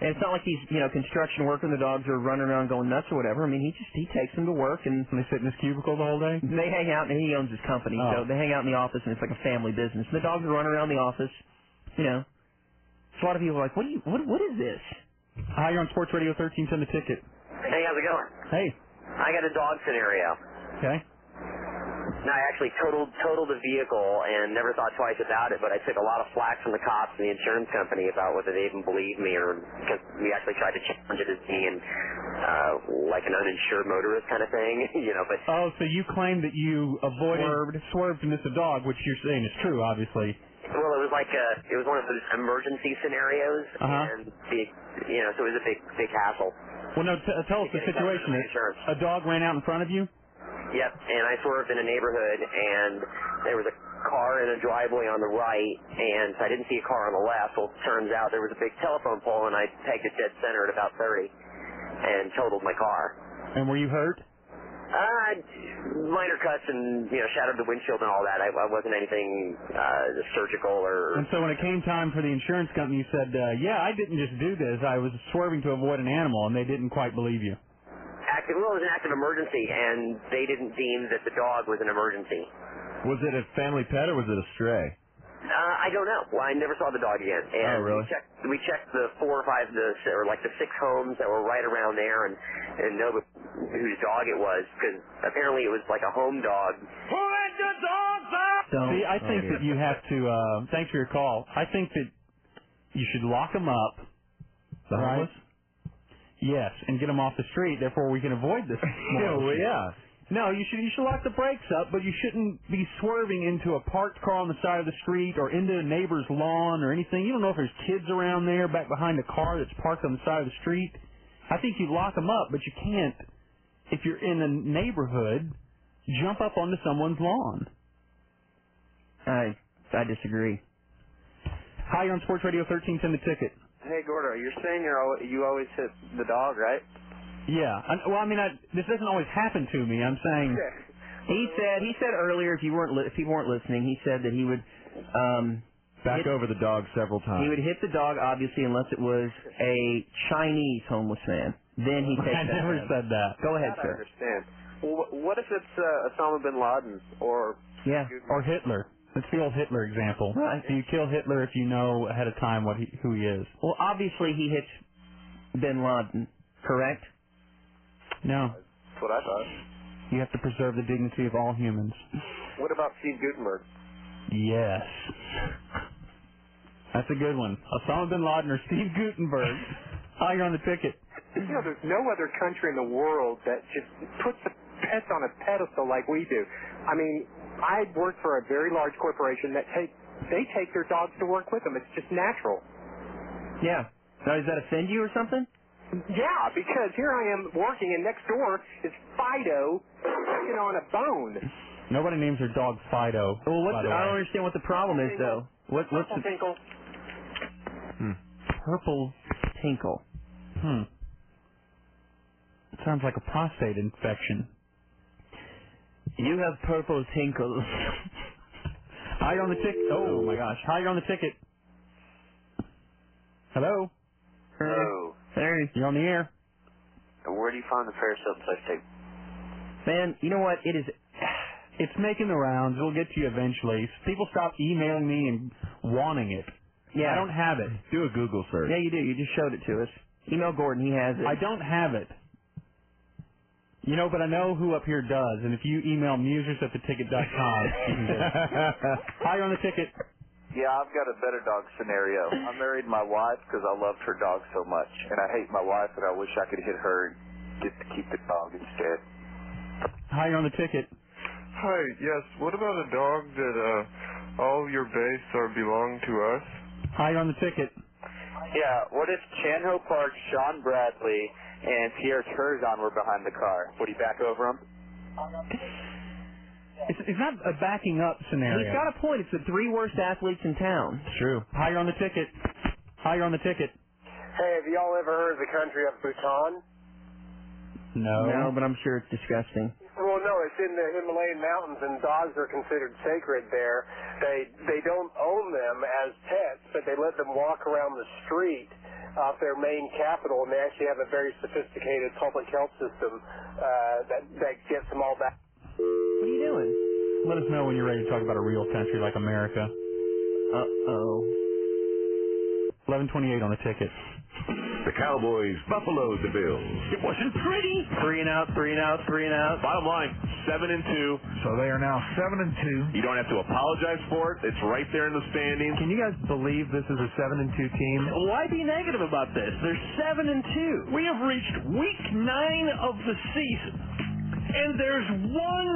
S43: And it's not like he's, you know, construction worker and the dogs are running around going nuts or whatever. I mean, he just, he takes them to work and...
S4: And they sit in his cubicle the whole day?
S43: They hang out and he owns his company,
S4: Oh.
S43: so they hang out in the office and it's like a family business. And the dogs are running around the office, you know. So a lot of people are like, what do you, what, what is this?
S4: Hi, you're on Sports Radio 13, send the ticket.
S6: Hey, how's it going?
S4: Hey.
S6: I got a dog scenario.
S4: Okay.
S6: No, I actually totaled totaled the vehicle and never thought twice about it, but I took a lot of flack from the cops and the insurance company about whether they even believed me or because we actually tried to challenge it as being uh, like an uninsured motorist kind of thing, you know. But
S4: Oh, so you claim that you avoided swerved, swerved and missed a dog, which you're saying is true, obviously.
S6: well, it was like a, it was one of those emergency scenarios,
S4: Uh-huh.
S6: and the, you know, so it was a big big hassle.
S4: Well, no, t- uh, tell us the situation. A dog ran out in front of you?
S6: Yep, and I swerved in a neighborhood, and there was a car in a driveway on the right, and I didn't see a car on the left. Well, it turns out there was a big telephone pole, and I pegged it dead center at about 30 and totaled my car.
S4: And were you hurt?
S6: Uh, minor cuts and, you know, shattered the windshield and all that. I, I wasn't anything uh, surgical or...
S4: And so when it came time for the insurance company, you said, uh, yeah, I didn't just do this. I was swerving to avoid an animal, and they didn't quite believe you.
S6: Active, well, it was an active emergency, and they didn't deem that the dog was an emergency.
S44: Was it a family pet or was it a stray?
S6: Uh, I don't know. Well, I never saw the dog again. And
S44: Oh, really?
S6: We checked, we checked the four or five, the or like the six homes that were right around there, and and know the- whose dog it was because apparently it was like a home dog. Who let the dogs out?
S4: See, I
S6: Oh,
S4: think that you have to. Uh, thanks for your call. I think that you should lock them up.
S44: The
S4: right?
S44: homeless?
S4: Yes, and get them off the street. Therefore, we can avoid this.
S44: Yeah, well, yeah.
S4: No, you should you should lock the brakes up, but you shouldn't be swerving into a parked car on the side of the street or into a neighbor's lawn or anything. You don't know if there's kids around there back behind a car that's parked on the side of the street. I think you lock them up, but you can't if you're in a neighborhood jump up onto someone's lawn.
S43: I, I disagree.
S4: Hi, you're on Sports Radio 13, send the ticket.
S18: Hey, Gordo, you're saying you're al- you always hit the dog, right?
S4: Yeah. I, well, I mean, I, this doesn't always happen to me. I'm saying
S43: He said, he said earlier, if you weren't, li- if people weren't listening, he said that he would, um...
S44: Back
S43: hit-
S44: over the dog several times.
S43: He would hit the dog, obviously, unless it was a Chinese homeless man. Then he takes
S44: I
S43: that
S44: never
S43: man.
S44: said
S4: that.
S43: Go ahead,
S18: That I
S43: sir.
S18: understand. Well, wh- what if it's uh, Osama bin Laden or
S43: Yeah.
S4: Or Hitler. That's the old Hitler example.
S43: Right.
S4: Do you kill Hitler if you know ahead of time what he, who he is?
S43: Well, obviously he hits Bin Laden, correct?
S4: No.
S18: that's what I thought?
S4: You have to preserve the dignity of all humans.
S18: What about Steve Gutenberg?
S4: Yes. That's a good one. Osama bin Laden or Steve Gutenberg. Hi, you're on the ticket.
S45: You know, there's no other country in the world that just puts the pets on a pedestal like we do. I mean, I work for a very large corporation that take they take their dogs to work with them. It's just natural.
S43: Yeah. Now, does that offend you or something?
S45: Yeah, because here I am working, and next door is Fido sucking on a bone.
S4: Nobody names their dog Fido.
S43: Well,
S4: by
S43: what's I
S4: the way.
S43: don't understand what the problem is, though. What, what's the... Hmm.
S45: Tinkle.
S4: Purple
S43: tinkle.
S4: Hmm. Sounds like a prostate infection.
S43: You have purple tinkles.
S4: Hi, you're on the ticket. Oh my gosh. Hi, you're on the ticket. Hello.
S18: Hello.
S4: Hey. You're on the air.
S18: Where do you find the Paracel sex tape?
S43: Man, you know what? It is.
S4: It's making the rounds. It'll get to you eventually. People stop emailing me and wanting it.
S43: Yeah.
S4: I don't have it.
S44: Do a Google search.
S43: Yeah, you do. You just showed it to us. Email Gordon. He has it.
S4: I don't have it. You know, but I know who up here does. And if you email musers at the ticket.com, you can get it. Hi, you're on the ticket.
S7: Yeah, I've got a better dog scenario. I married my wife because I loved her dog so much, and I hate my wife, and I wish I could hit her just to keep the dog instead.
S4: Hi, you're on the ticket.
S46: Hi, yes. What about a dog that uh, all your base are belong to us?
S4: Hi, you're on the ticket.
S7: Yeah, what if Chanho Park, Sean Bradley, and Pierre Turgeon were behind the car? Would he back over him?
S4: It's, it's not a backing up scenario.
S41: He's got a point. It's the three worst athletes in town.
S4: It's true. Higher on the ticket. Higher on the ticket.
S7: Hey, have y'all ever heard of the country of Bhutan?
S4: No.
S41: No, but I'm sure it's disgusting.
S7: Well, no, it's in the Himalayan mountains, and dogs are considered sacred there. They they don't own them as pets, but they let them walk around the street off their main capital, and they actually have a very sophisticated public health system uh, that that gets them all back.
S41: What are you doing?
S4: Let us know when you're ready to talk about a real country like America. Uh oh. Eleven twenty-eight on the ticket.
S18: The Cowboys buffaloed the Bills. It wasn't pretty.
S47: Three and out, three and out, three and out. Bottom line, seven and two.
S36: So they are now seven and two.
S47: You don't have to apologize for it. It's right there in the standings.
S36: Can you guys believe this is a seven and two team?
S47: Why be negative about this? They're seven and two.
S48: We have reached week nine of the season, and there's one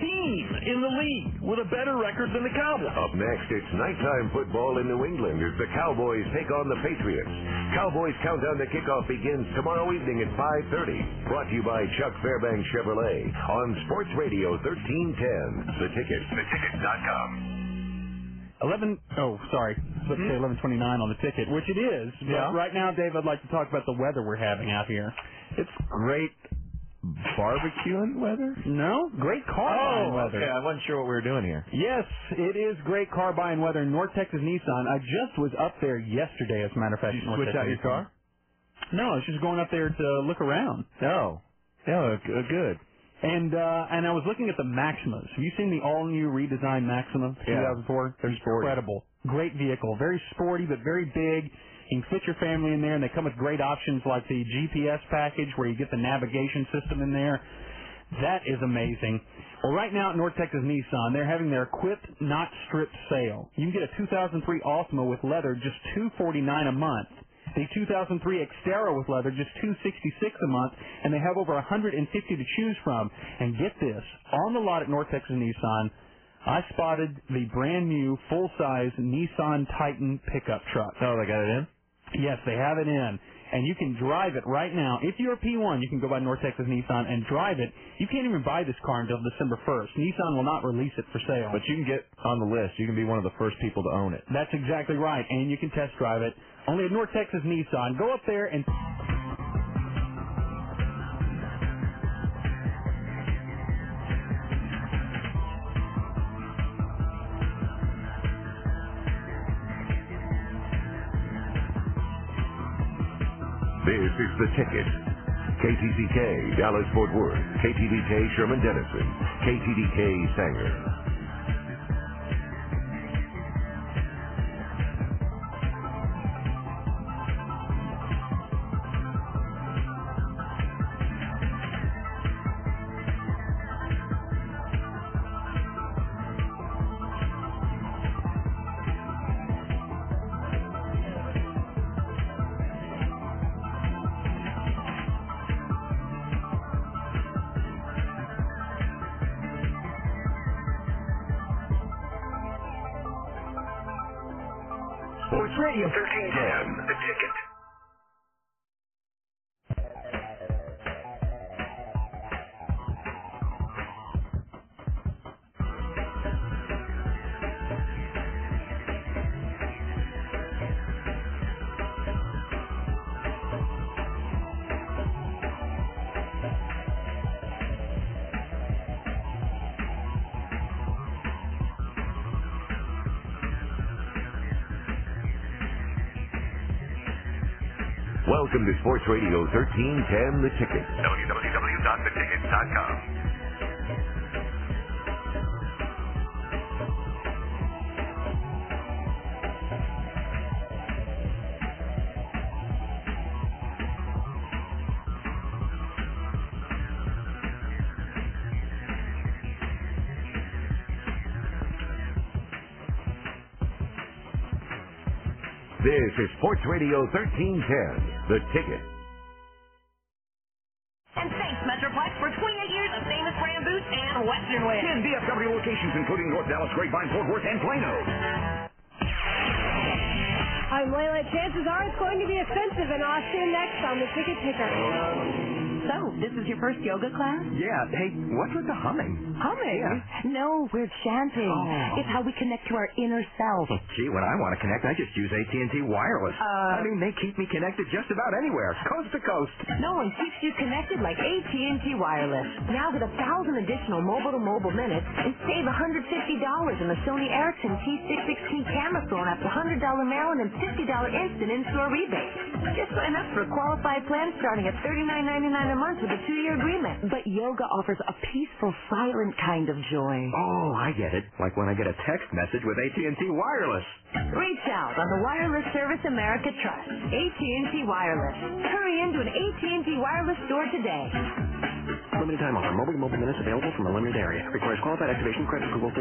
S48: team in the league with a better record than the Cowboys.
S18: Up next, it's nighttime football in New England as the Cowboys take on the Patriots. Cowboys countdown to kickoff begins tomorrow evening at 5:30. Brought to you by Chuck Fairbanks Chevrolet on Sports Radio 1310. The Ticket. Theticket.com.
S4: Eleven. Oh, sorry. Let's
S41: Mm-hmm.
S4: say eleven twenty-nine on the ticket, which it is. But
S8: Yeah.
S4: Right now, Dave, I'd like to talk about the weather we're having out here.
S8: It's great barbecuing weather.
S4: No, great car
S8: oh,
S4: buying weather.
S8: Okay, I wasn't sure what we were doing here.
S4: Yes, it is great car buying weather in North Texas Nissan. I just was up there yesterday, as a matter of fact.
S8: Did you
S4: North
S8: switch
S4: Texas
S8: out your
S4: Nissan.
S8: car?
S4: No, I was just going up there to look around.
S8: No. No, g- good.
S4: And uh, and I was looking at the Maximas. Have you seen the all new redesigned Maxima
S8: Yeah.
S4: 2004?
S8: They're sporty.
S4: Incredible, great vehicle, very sporty but very big. You can fit your family in there, and they come with great options like the GPS package where you get the navigation system in there. That is amazing. Well, right now at North Texas Nissan, they're having their Equip Not Strip sale. You can get a 2003 Altima with leather just 249 a month. The 2003 Xterra with leather just 266 a month, and they have over 150 to choose from. And get this, on the lot at North Texas Nissan, I spotted the brand new full-size Nissan Titan pickup truck.
S8: Oh, they got it in.
S4: Yes, they have it in. And you can drive it right now. If you're a P1, you can go by North Texas Nissan and drive it. You can't even buy this car until December 1st. Nissan will not release it for sale.
S8: But you can get on the list. You can be one of the first people to own it.
S4: That's exactly right. And you can test drive it only at North Texas Nissan. Go up there and.
S18: This is The Ticket. KTCK, Dallas Fort Worth. KTDK, Sherman Denison. KTDK, Sanger. Sports Radio 1310. The Ticket. Welcome to Sports Radio 1310, The Ticket. www.theticket.com. This is Sports Radio 1310, The Ticket.
S37: And thanks, Metroplex, for 28 years of famous brand boots and Western wear.
S34: 10 DFW locations, including North Dallas, Grapevine, Fort Worth, and Plano.
S3: I'm Layla. Chances are it's going to be offensive in Austin next on the ticket ticker.
S5: So, this is your first yoga class?
S35: Yeah. Hey, what's with the humming?
S5: Humming? No, we're chanting.
S35: Oh.
S5: It's how we connect to our inner self.
S35: Gee, when I want to connect, I just use AT&T wireless. I
S5: Uh,
S35: mean, they keep me connected just about anywhere, coast to coast.
S17: No one keeps you connected like AT&T Wireless. Now get a thousand additional mobile-to-mobile minutes and save $150 on the Sony Ericsson T660 camera phone after $100 mail-in and $50 instant in-store rebate. Just sign up for a qualified plan starting at $39.99 a month with a two-year agreement. But yoga offers a peaceful, silent kind of joy.
S35: Oh, I get it. Like when I get a text message with AT&T wireless.
S17: Reach out on the Wireless Service America Trust, AT&T Wireless. Hurry into an AT&T Wireless store today.
S35: Limited time offer. Mobile mobile minutes available from a limited area. Requires qualified activation credit approval.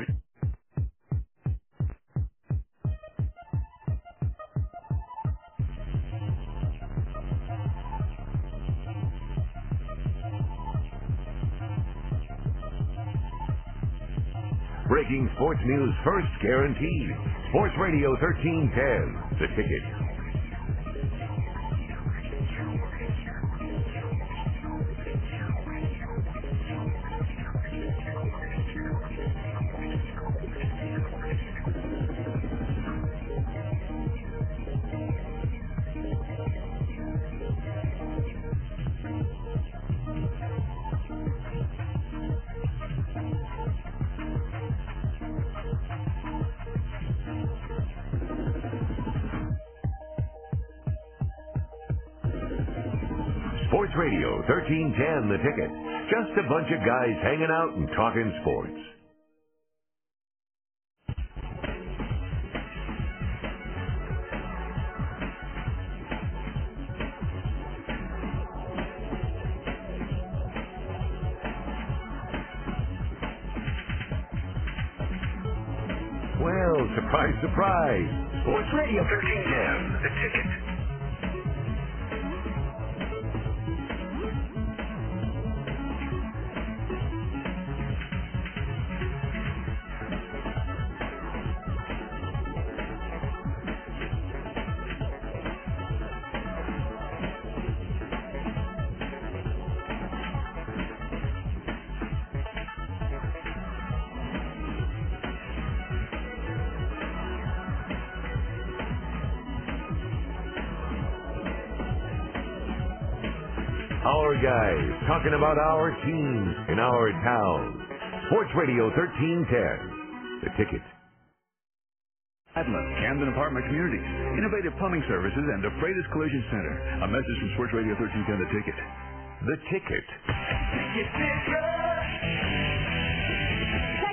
S18: Breaking sports news first guaranteed. Sports Radio 1310, the ticket. Sports Radio 1310, the ticket. Just a bunch of guys hanging out and talking sports. Well, surprise, surprise. Sports Radio 1310, the ticket. Our guys talking about our teams in our town. Sports Radio 1310. The ticket.
S49: Atlas, Camden Apartment Communities, Innovative Plumbing Services, and the Freitas Collision Center. A message from Sports Radio 1310, The Ticket. The Ticket.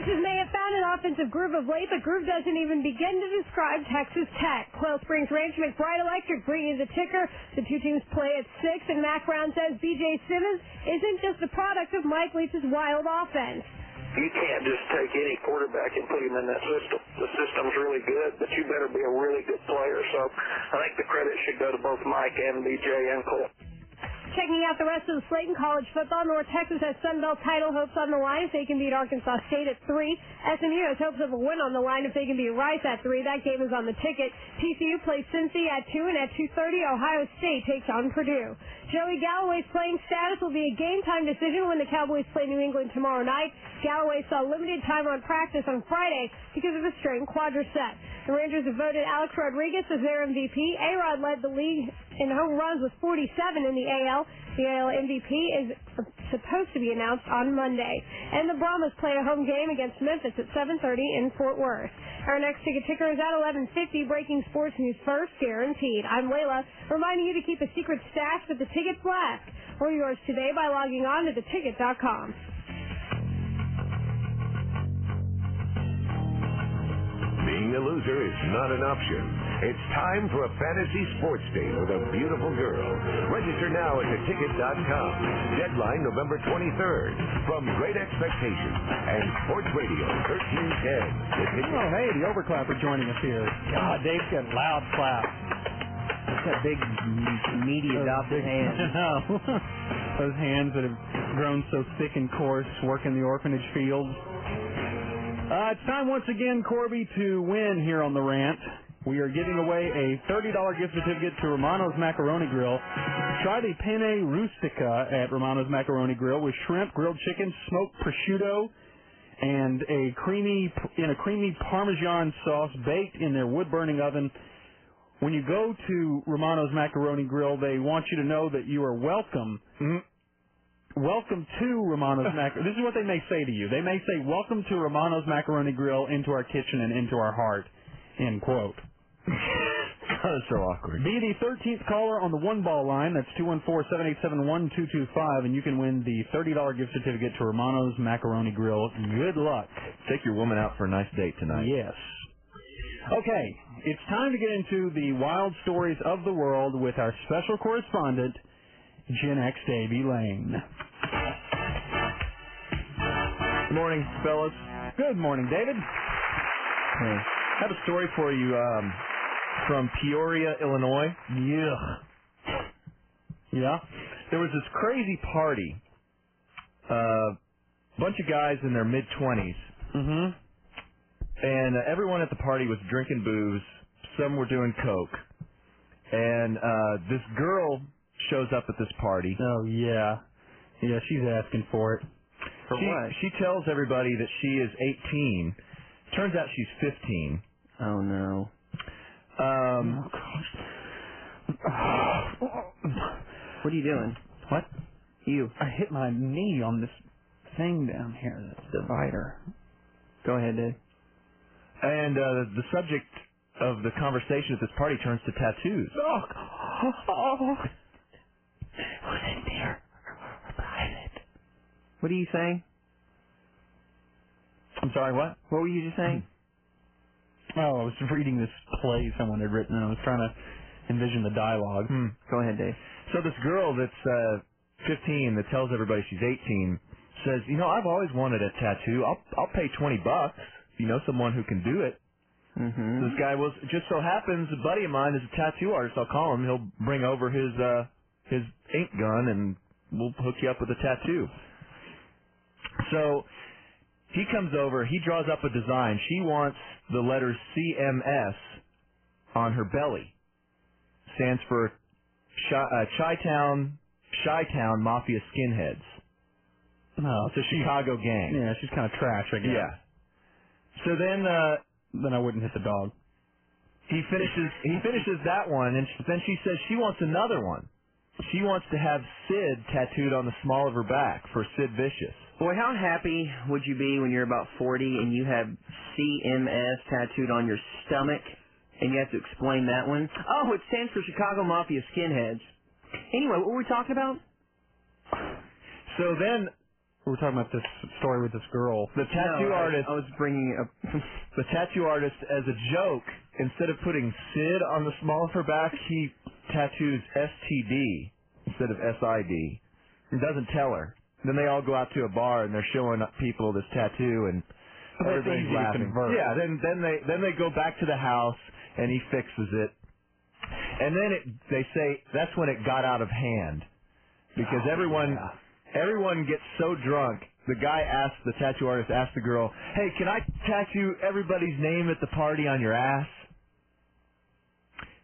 S3: Texas may have found an offensive groove of late, but groove doesn't even begin to describe Texas Tech. Coil Springs Ranch, McBride Electric bringing the ticker. The two teams play at six, and Mac Brown says B.J. Simmons isn't just a product of Mike Leach's wild offense.
S39: You can't just take any quarterback and put him in that system. The system's really good, but you better be a really good player. So I think the credit should go to both Mike and BJ and Cole.
S3: Checking out the rest of the slate in college football, North Texas has Sun Belt title hopes on the line if they can beat Arkansas State at three. SMU has hopes of a win on the line if they can beat Rice at three. That game is on the ticket. TCU plays Cincy at two, and at 2:30, Ohio State takes on Purdue. Joey Galloway's playing status will be a game time decision when the Cowboys play New England tomorrow night. Galloway saw limited time on practice on Friday because of a strained quadricep. The Rangers have voted Alex Rodriguez as their MVP. A-Rod led the league in home runs with 47 in the AL. The AL MVP is supposed to be announced on Monday. And the Brahmas play a home game against Memphis at 7.30 in Fort Worth. Our next ticket ticker is at 11.50, breaking sports news first, guaranteed. I'm Layla, reminding you to keep a secret stash with the ticket flask, or yours today by logging on to theticket.com.
S18: Being a loser is not an option. It's time for a fantasy sports date with a beautiful girl. Register now at theticket.com. Deadline November 23rd. From Great Expectations and Sports Radio 1310. The Ticket.
S4: Oh, hey, the Overclap are joining us here. God, Dave's got a loud clap. He's got big, meaty,
S6: Oh.
S4: adopted hands. Those hands that have grown so thick and coarse working the orphanage fields. Uh, it's time once again, Corby, to win here on the rant. we are giving away a $30 gift certificate to Romano's Macaroni Grill. Try the penne rustica at Romano's Macaroni Grill with shrimp, grilled chicken, smoked prosciutto, and a creamy in a creamy Parmesan sauce baked in their wood-burning oven. When you go to Romano's Macaroni Grill, they want you to know that you are welcome.
S18: Mm-hmm.
S4: Welcome to Romano's Mac. This is what they may say to you. They may say, "Welcome to Romano's Macaroni Grill into our kitchen and into our heart." End quote.
S18: That was so awkward.
S4: Be the 13th caller on the one ball line. That's 214-787-1225, and you can win the $30 gift certificate to Romano's Macaroni Grill. Good luck.
S18: Take your woman out for a nice date tonight.
S4: Uh, Yes. Okay, it's time to get into the wild stories of the world with our special correspondent, Gen X Davy Lane.
S18: Good morning, fellas.
S4: Good morning, David.
S18: Hey, I have a story for you um, from Peoria, Illinois.
S4: Yeah. Yeah.
S18: There was this crazy party. A uh, bunch of guys in their mid 20s.
S4: Mm-hmm.
S18: And uh, everyone at the party was drinking booze. Some were doing coke. And uh, this girl shows up at this party.
S4: Oh yeah, yeah. She's asking for it.
S18: For she,
S4: what?
S18: She tells everybody that she is 18. Turns out she's 15.
S6: Oh no.
S18: Um,
S6: What are you doing?
S4: What?
S6: You.
S4: I hit my knee on this thing down here, this divider.
S6: Go ahead, Dave.
S18: And uh, the subject of the conversation at this party turns to tattoos.
S4: Oh, oh.
S6: What are you saying?
S18: I'm sorry, what?
S6: What were you just saying?
S4: Oh, I was reading this play someone had written, and I was trying to envision the dialogue.
S18: Hmm.
S6: Go ahead, Dave.
S18: So this girl that's uh, 15 that tells everybody she's 18 says, you know, I've always wanted a tattoo. I'll I'll pay 20 bucks. You know, someone who can do it.
S6: Mm-hmm.
S18: This guy was just so happens a buddy of mine is a tattoo artist. I'll call him. He'll bring over his uh his ink gun and we'll hook you up with a tattoo. So he comes over. He draws up a design. She wants the letters CMS on her belly. Stands for Chi uh, Chi-town, Chi-town Mafia Skinheads.
S4: No,
S18: It's a Chicago gang.
S4: Oh, yeah, she's kind of trash, I guess.
S18: Yeah. So then uh
S4: Then I wouldn't hit the dog.
S18: he finishes he finishes that one and sh- then she says she wants another one. She wants to have Sid tattooed on the small of her back for Sid Vicious.
S6: Boy, how happy would you be when you're about 40 and you have CMS tattooed on your stomach and you have to explain that one? Oh, it stands for Chicago Mafia Skinheads. Anyway, what were we talking about?
S18: So then
S4: We were talking about this story with this girl.
S18: the tattoo
S6: No, I-
S18: artist
S6: I was bringing up.
S18: the tattoo artist as a joke instead of putting Sid on the small of her back, she tattoos STD instead of SID and doesn't tell her. Then they all go out to a bar and they're showing up people this tattoo and
S4: But that's
S18: everybody's
S4: easy to
S18: laughing.
S4: convert.
S18: Yeah, then then they then they go back to the house and he fixes it. And then it they say that's when it got out of hand because everyone everyone gets so drunk. The guy asked the tattoo artist asked the girl, "Hey, can I tattoo everybody's name at the party on your ass?"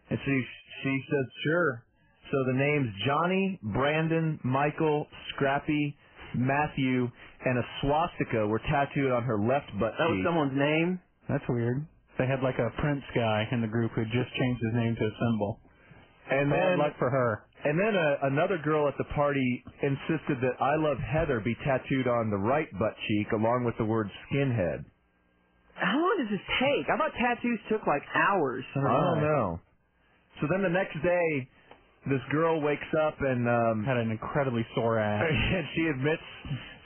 S18: And she she says, "Sure." So the names Johnny, Brandon, Michael, Scrappy, Matthew, and a swastika were tattooed on her left butt
S6: That was
S18: cheek.
S6: someone's name.
S4: That's weird. They had like a Prince guy in the group who had just changed his name to a symbol.
S18: and
S4: Bad
S18: then
S4: luck for her.
S18: and then a, another girl at the party insisted that "I love Heather" be tattooed on the right butt cheek along with the word "skinhead."
S6: How long does this take? I thought tattoos took like hours.
S18: I don't know. Oh, So then the next day, this girl wakes up and um,
S4: Had an incredibly sore ass.
S18: and she admits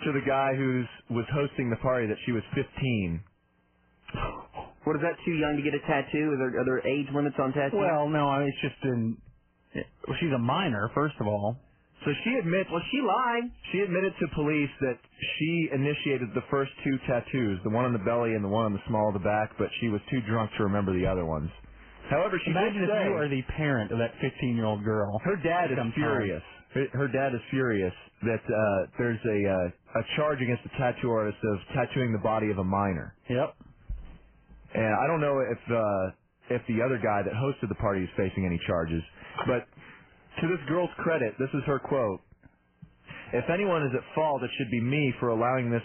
S18: to the guy who's was hosting the party that she was 15.
S6: What is that? Too young to get a tattoo? Is there, are there age limits on tattoos?
S4: Well, no, I mean, it's just in. Well, she's a minor, first of all.
S18: So she admits
S6: well, she lied.
S18: she admitted to police that she initiated the first two tattoos, the one on the belly and the one on the small of the back, but she was too drunk to remember the other ones. However, she
S4: Imagine if
S18: did say
S4: you are the parent of that 15-year-old girl.
S18: her dad is
S4: Sometimes.
S18: furious. Her, her dad is furious that uh, there's a uh, a charge against the tattoo artist of tattooing the body of a minor.
S4: Yep.
S18: And I don't know if uh, if the other guy that hosted the party is facing any charges. But to this girl's credit, this is her quote. If anyone is at fault, it should be me for allowing this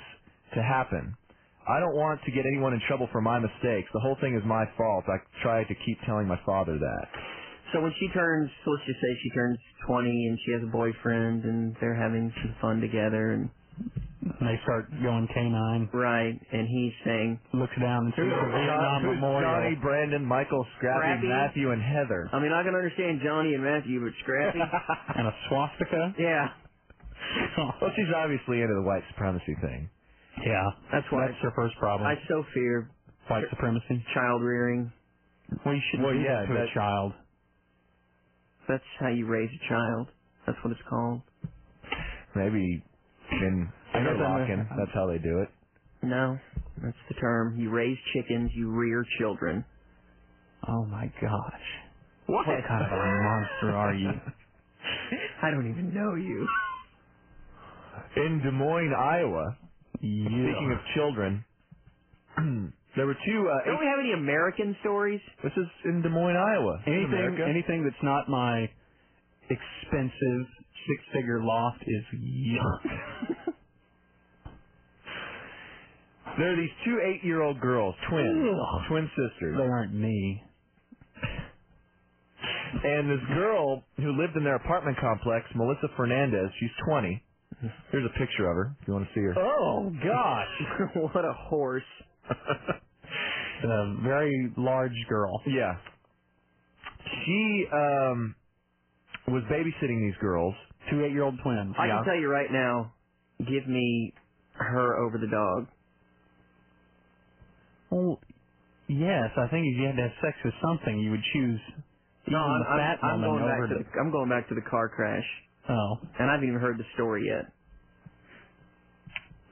S18: to happen. I don't want to get anyone in trouble for my mistakes. The whole thing is my fault. I try to keep telling my father that.
S6: So when she turns, so let's just say she turns 20 and she has a boyfriend and they're having some fun together and
S4: they start going canine.
S6: Right, and he's saying
S4: looks down and sees the Vietnam
S18: Who's
S4: Memorial.
S18: Johnny, Brandon, Michael, Scrappy,
S6: Scrappy?
S18: Matthew, and Heather.
S6: I mean, I can understand Johnny and Matthew, but Scrappy.
S4: and a swastika.
S6: Yeah.
S18: well, she's obviously into the white supremacy thing.
S4: Yeah,
S6: that's why
S4: That's her first problem.
S6: I so fear
S4: white supremacy,
S6: child rearing.
S4: Well, you should
S6: Well,
S4: do
S6: yeah,
S4: that to
S6: that-
S4: a child.
S6: That's how you raise a child. That's what it's called.
S18: Maybe in
S6: I guess I'm a-
S18: interlocking. That's how they do it.
S6: No, that's the term. You raise chickens, you rear children.
S4: Oh my gosh.
S6: What?
S4: What kind of a monster are you?
S6: I don't even know you.
S18: In Des Moines, Iowa. Speaking of children, there were two. Uh,
S6: Don't we have any American stories?
S18: This is in Des Moines, Iowa.
S4: Anything,
S18: America.
S4: anything that's not my expensive six-figure loft is yuck.
S18: There are these two eight-year-old girls, twins, twin sisters.
S4: They aren't me.
S18: And this girl who lived in their apartment complex, Melissa Fernandez, she's 20. Here's a picture of her if you want to see her.
S4: Oh gosh,
S6: what a horse!
S4: a very large girl.
S18: Yeah. She um was babysitting these girls.
S4: Two eight-year-old twins.
S6: I can tell you right now. Give me her over the dog.
S4: Well, yes, I think if you had to have sex with something, you would choose even
S6: No, I'm,
S4: the fat
S6: I'm, I'm
S4: woman
S6: going
S4: over
S6: back to the, I'm going back to the car crash,
S4: the. Oh,
S6: and I haven't even heard the story yet.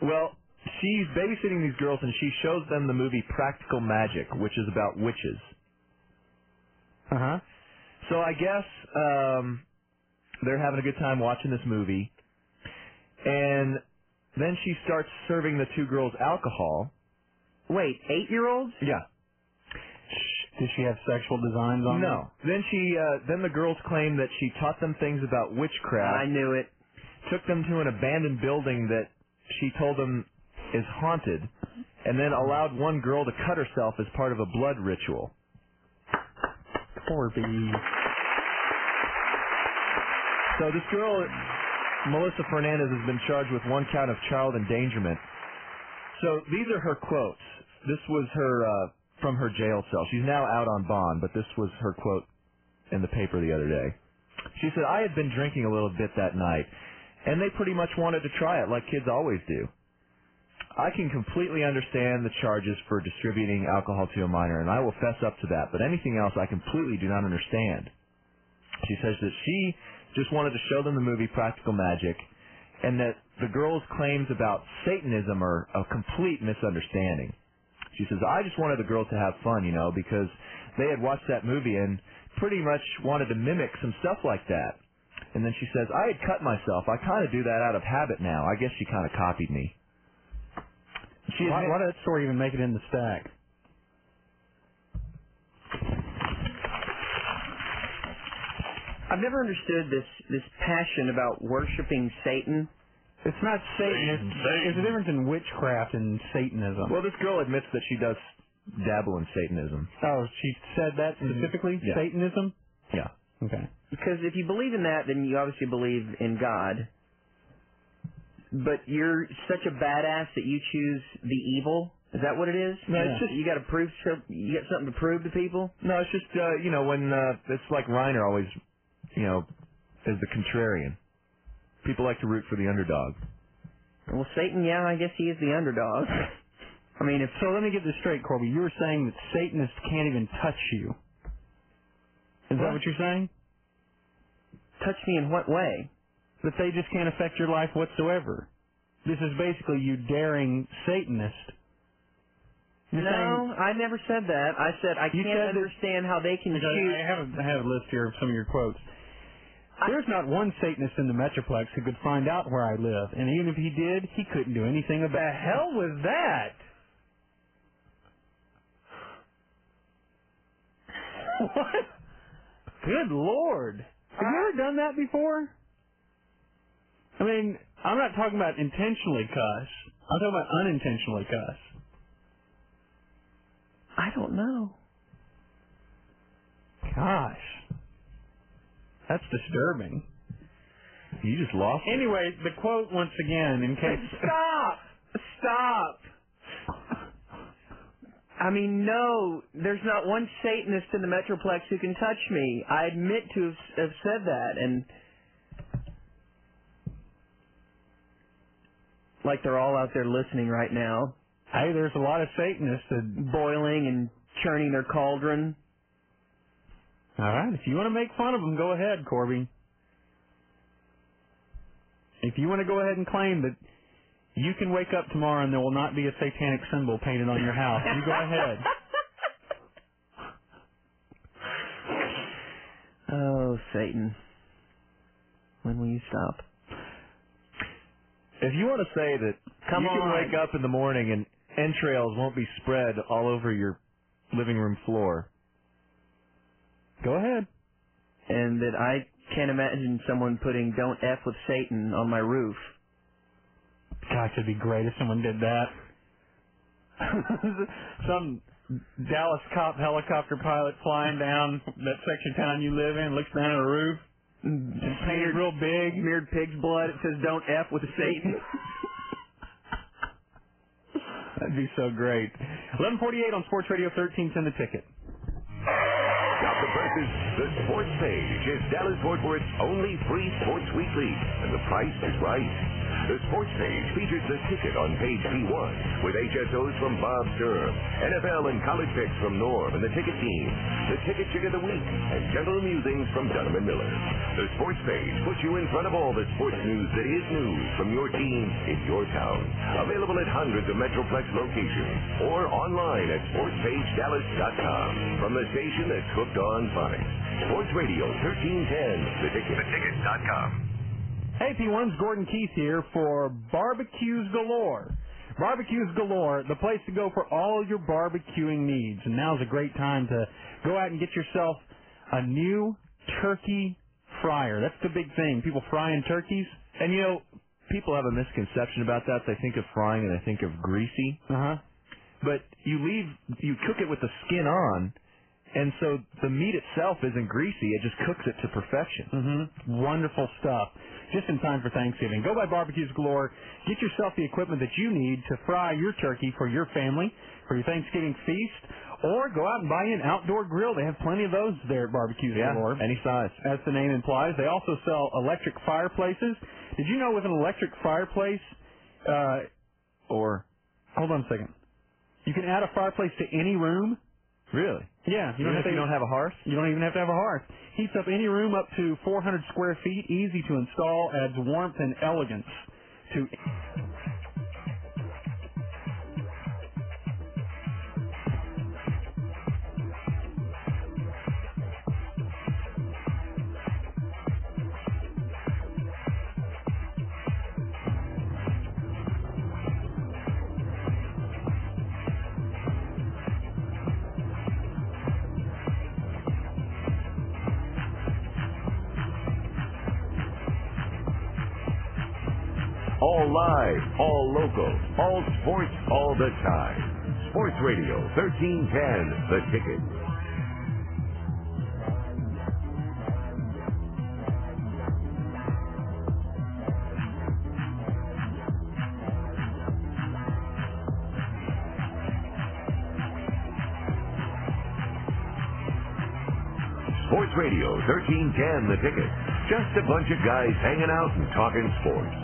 S18: Well, she's babysitting these girls and she shows them the movie Practical Magic, which is about witches.
S4: uh huh.
S18: So I guess um they're having a good time watching this movie. And then she starts serving the two girls alcohol.
S6: Wait, eight-year-olds?
S18: Yeah.
S4: Does she have sexual designs on?
S18: No. Then she uh then the girls claim that she taught them things about
S6: I
S18: witchcraft.
S6: knew it.
S18: took them to an abandoned building that she told them is haunted, and then allowed one girl to cut herself as part of a blood ritual.
S4: them? Poor baby.
S18: So this girl, Melissa Fernandez, has been charged with one count of child endangerment. So these are her quotes. This was her uh, from her jail cell. She's now out on bond, but this was her quote in the paper the other day. She said, "I had been drinking a little bit that night, and they pretty much wanted to try it, like kids always do." I can completely understand the charges for distributing alcohol to a minor, and I will fess up to that, but anything else I completely do not understand. She says that she just wanted to show them the movie Practical Magic, and that the girl's claims about Satanism are a complete misunderstanding. She says, I just wanted the girls to have fun, you know, because they had watched that movie and pretty much wanted to mimic some stuff like that. And then she says, I had cut myself. I kind of do that out of habit now. I guess she kind of copied me. She
S4: why,
S18: admit-
S4: why did that story even make it in the stack?
S6: I've never understood this this passion about worshiping Satan.
S4: It's not Satan. It's, there's a difference in witchcraft and Satanism.
S18: Well, this girl admits that she does dabble in Satanism.
S4: oh, she said that specifically.
S18: Yeah.
S4: Satanism.
S18: Yeah.
S4: Okay.
S6: Because if you believe in that, then you obviously believe in God. But you're such a badass that you choose the evil. Is that what it is?
S18: No, it's just-
S6: you got to prove so you got something to prove to people.
S18: No, it's just uh, you know when uh, it's like Reiner always, you know, is the contrarian. People like to root for the underdog.
S6: Well, Satan, yeah, I guess he is the underdog.
S4: I mean, if so, let me get this straight, Corby. You were saying that Satanists can't even touch you. Is that
S6: What?
S4: what you're saying?
S6: Touch me in what way?
S4: That they just can't affect your life whatsoever. This is basically you daring Satanist. You're
S6: no,
S4: saying
S6: I never said that. I said I
S4: You
S6: can't
S4: said that-
S6: understand how they can
S4: Because
S6: choose.
S4: I have a, I have a list here of some of your quotes. There's not one Satanist in the Metroplex who could find out where I live, and even if he did, he couldn't do anything about. The hell was that? what? Good lord. Have you ever done that before? I mean, I'm not talking about intentionally cuss. I'm talking about unintentionally cuss.
S41: I don't know.
S4: Gosh. That's disturbing.
S8: You just lost
S4: Anyway, the quote once again, in case. Stop! Stop!
S41: I mean, no, there's not one Satanist in the Metroplex who can touch me. I admit to have, have said that, and like they're all out there listening right now.
S4: Hey, there's a lot of Satanists that
S41: boiling and churning their cauldron.
S4: All right, if you want to make fun of them, go ahead, Corby. If you want to go ahead and claim that you can wake up tomorrow and there will not be a satanic symbol painted on your house, you go ahead.
S41: Oh, Satan. When will you stop?
S8: If you want to say that
S41: Come
S8: you can
S41: on.
S8: wake up in the morning and entrails won't be spread all over your living room floor,
S4: go ahead.
S41: And that I can't imagine someone putting "Don't f with Satan" on my roof.
S4: Gosh, it'd be great if someone did that. Some Dallas cop helicopter pilot flying down that section of town you live in, looks down at a roof, it's painted real big,
S41: smeared pig's blood. It says "Don't f with Satan."
S4: That'd be so great. 1148 on Sports Radio 1310 The Ticket.
S18: Stop the presses. The Sports Page is Dallas Fort Worth's only free sports weekly, and the price is right. The Sports Page features the ticket on page P1 with HSOs from Bob Sturm, NFL and college picks from Norm and the ticket team, the ticket chick of the week, and general musings from Donovan Miller. The Sports Page puts you in front of all the sports news that is news from your team in your town. Available at hundreds of Metroplex locations or online at sportspagedallas.com. From the station that's hooked on phonics. Sports Radio 1310, the ticket. Theticket.com.
S4: Hey, P1's Gordon Keith here for Barbecues Galore. Barbecues Galore, the place to go for all your barbecuing needs. And now's a great time to go out and get yourself a new turkey fryer. That's the big thing. People frying turkeys.
S8: And you know, people have a misconception about that. They think of frying and they think of greasy.
S4: Uh huh.
S8: But you leave, you cook it with the skin on, and so the meat itself isn't greasy. It just cooks it to perfection.
S4: Mm-hmm. Wonderful stuff. Just in time for Thanksgiving. Go by Barbecues Galore. Get yourself the equipment that you need to fry your turkey for your family, for your Thanksgiving feast, or go out and buy you an outdoor grill. They have plenty of those there at Barbecues
S8: Yeah,
S4: Galore.
S8: any size.
S4: As the name implies, they also sell electric fireplaces. Did you know with an electric fireplace, uh,
S8: or
S4: hold on a second, you can add a fireplace to any room?
S8: Really?
S4: Yeah, you
S8: Even if
S4: don't have to
S8: you don't have a hearth.
S4: You don't even have to have a hearth. Heats up any room up to 400 square feet. Easy to install. Adds warmth and elegance to.
S18: All live, all local, all sports, all the time. Sports Radio 1310, the ticket. Sports Radio 1310, the ticket. Just a bunch of guys hanging out and talking sports.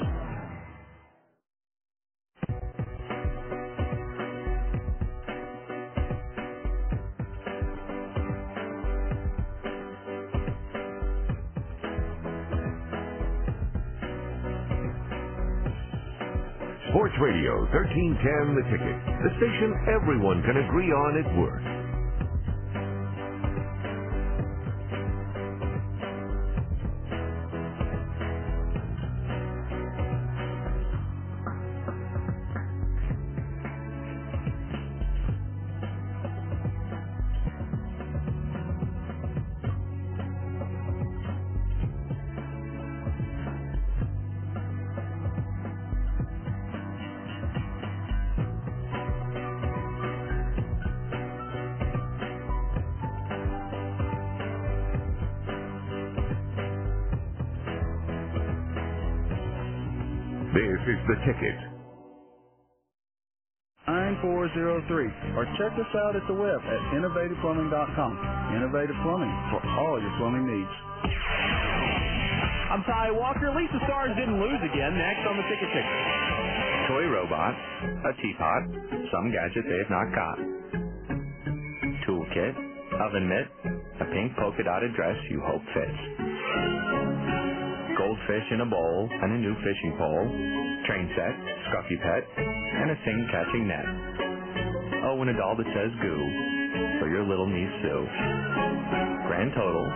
S18: Sports Radio 1310, the ticket. The station everyone can agree on at work.
S50: This is The Ticket.
S7: 9403 or check us out at the web at innovativeplumbing.com. Innovative Plumbing for all your plumbing needs.
S51: I'm Ty Walker. At least the Stars didn't lose again. Next on the ticket ticket.
S52: Toy robot, a teapot, some gadget they have not got, toolkit, oven mitt, a pink polka dotted dress you hope fits, goldfish in a bowl and a new fishing pole, train set, scruffy pet, and a thing catching net. Oh, and a doll that says goo for your little niece Sue. Grand total,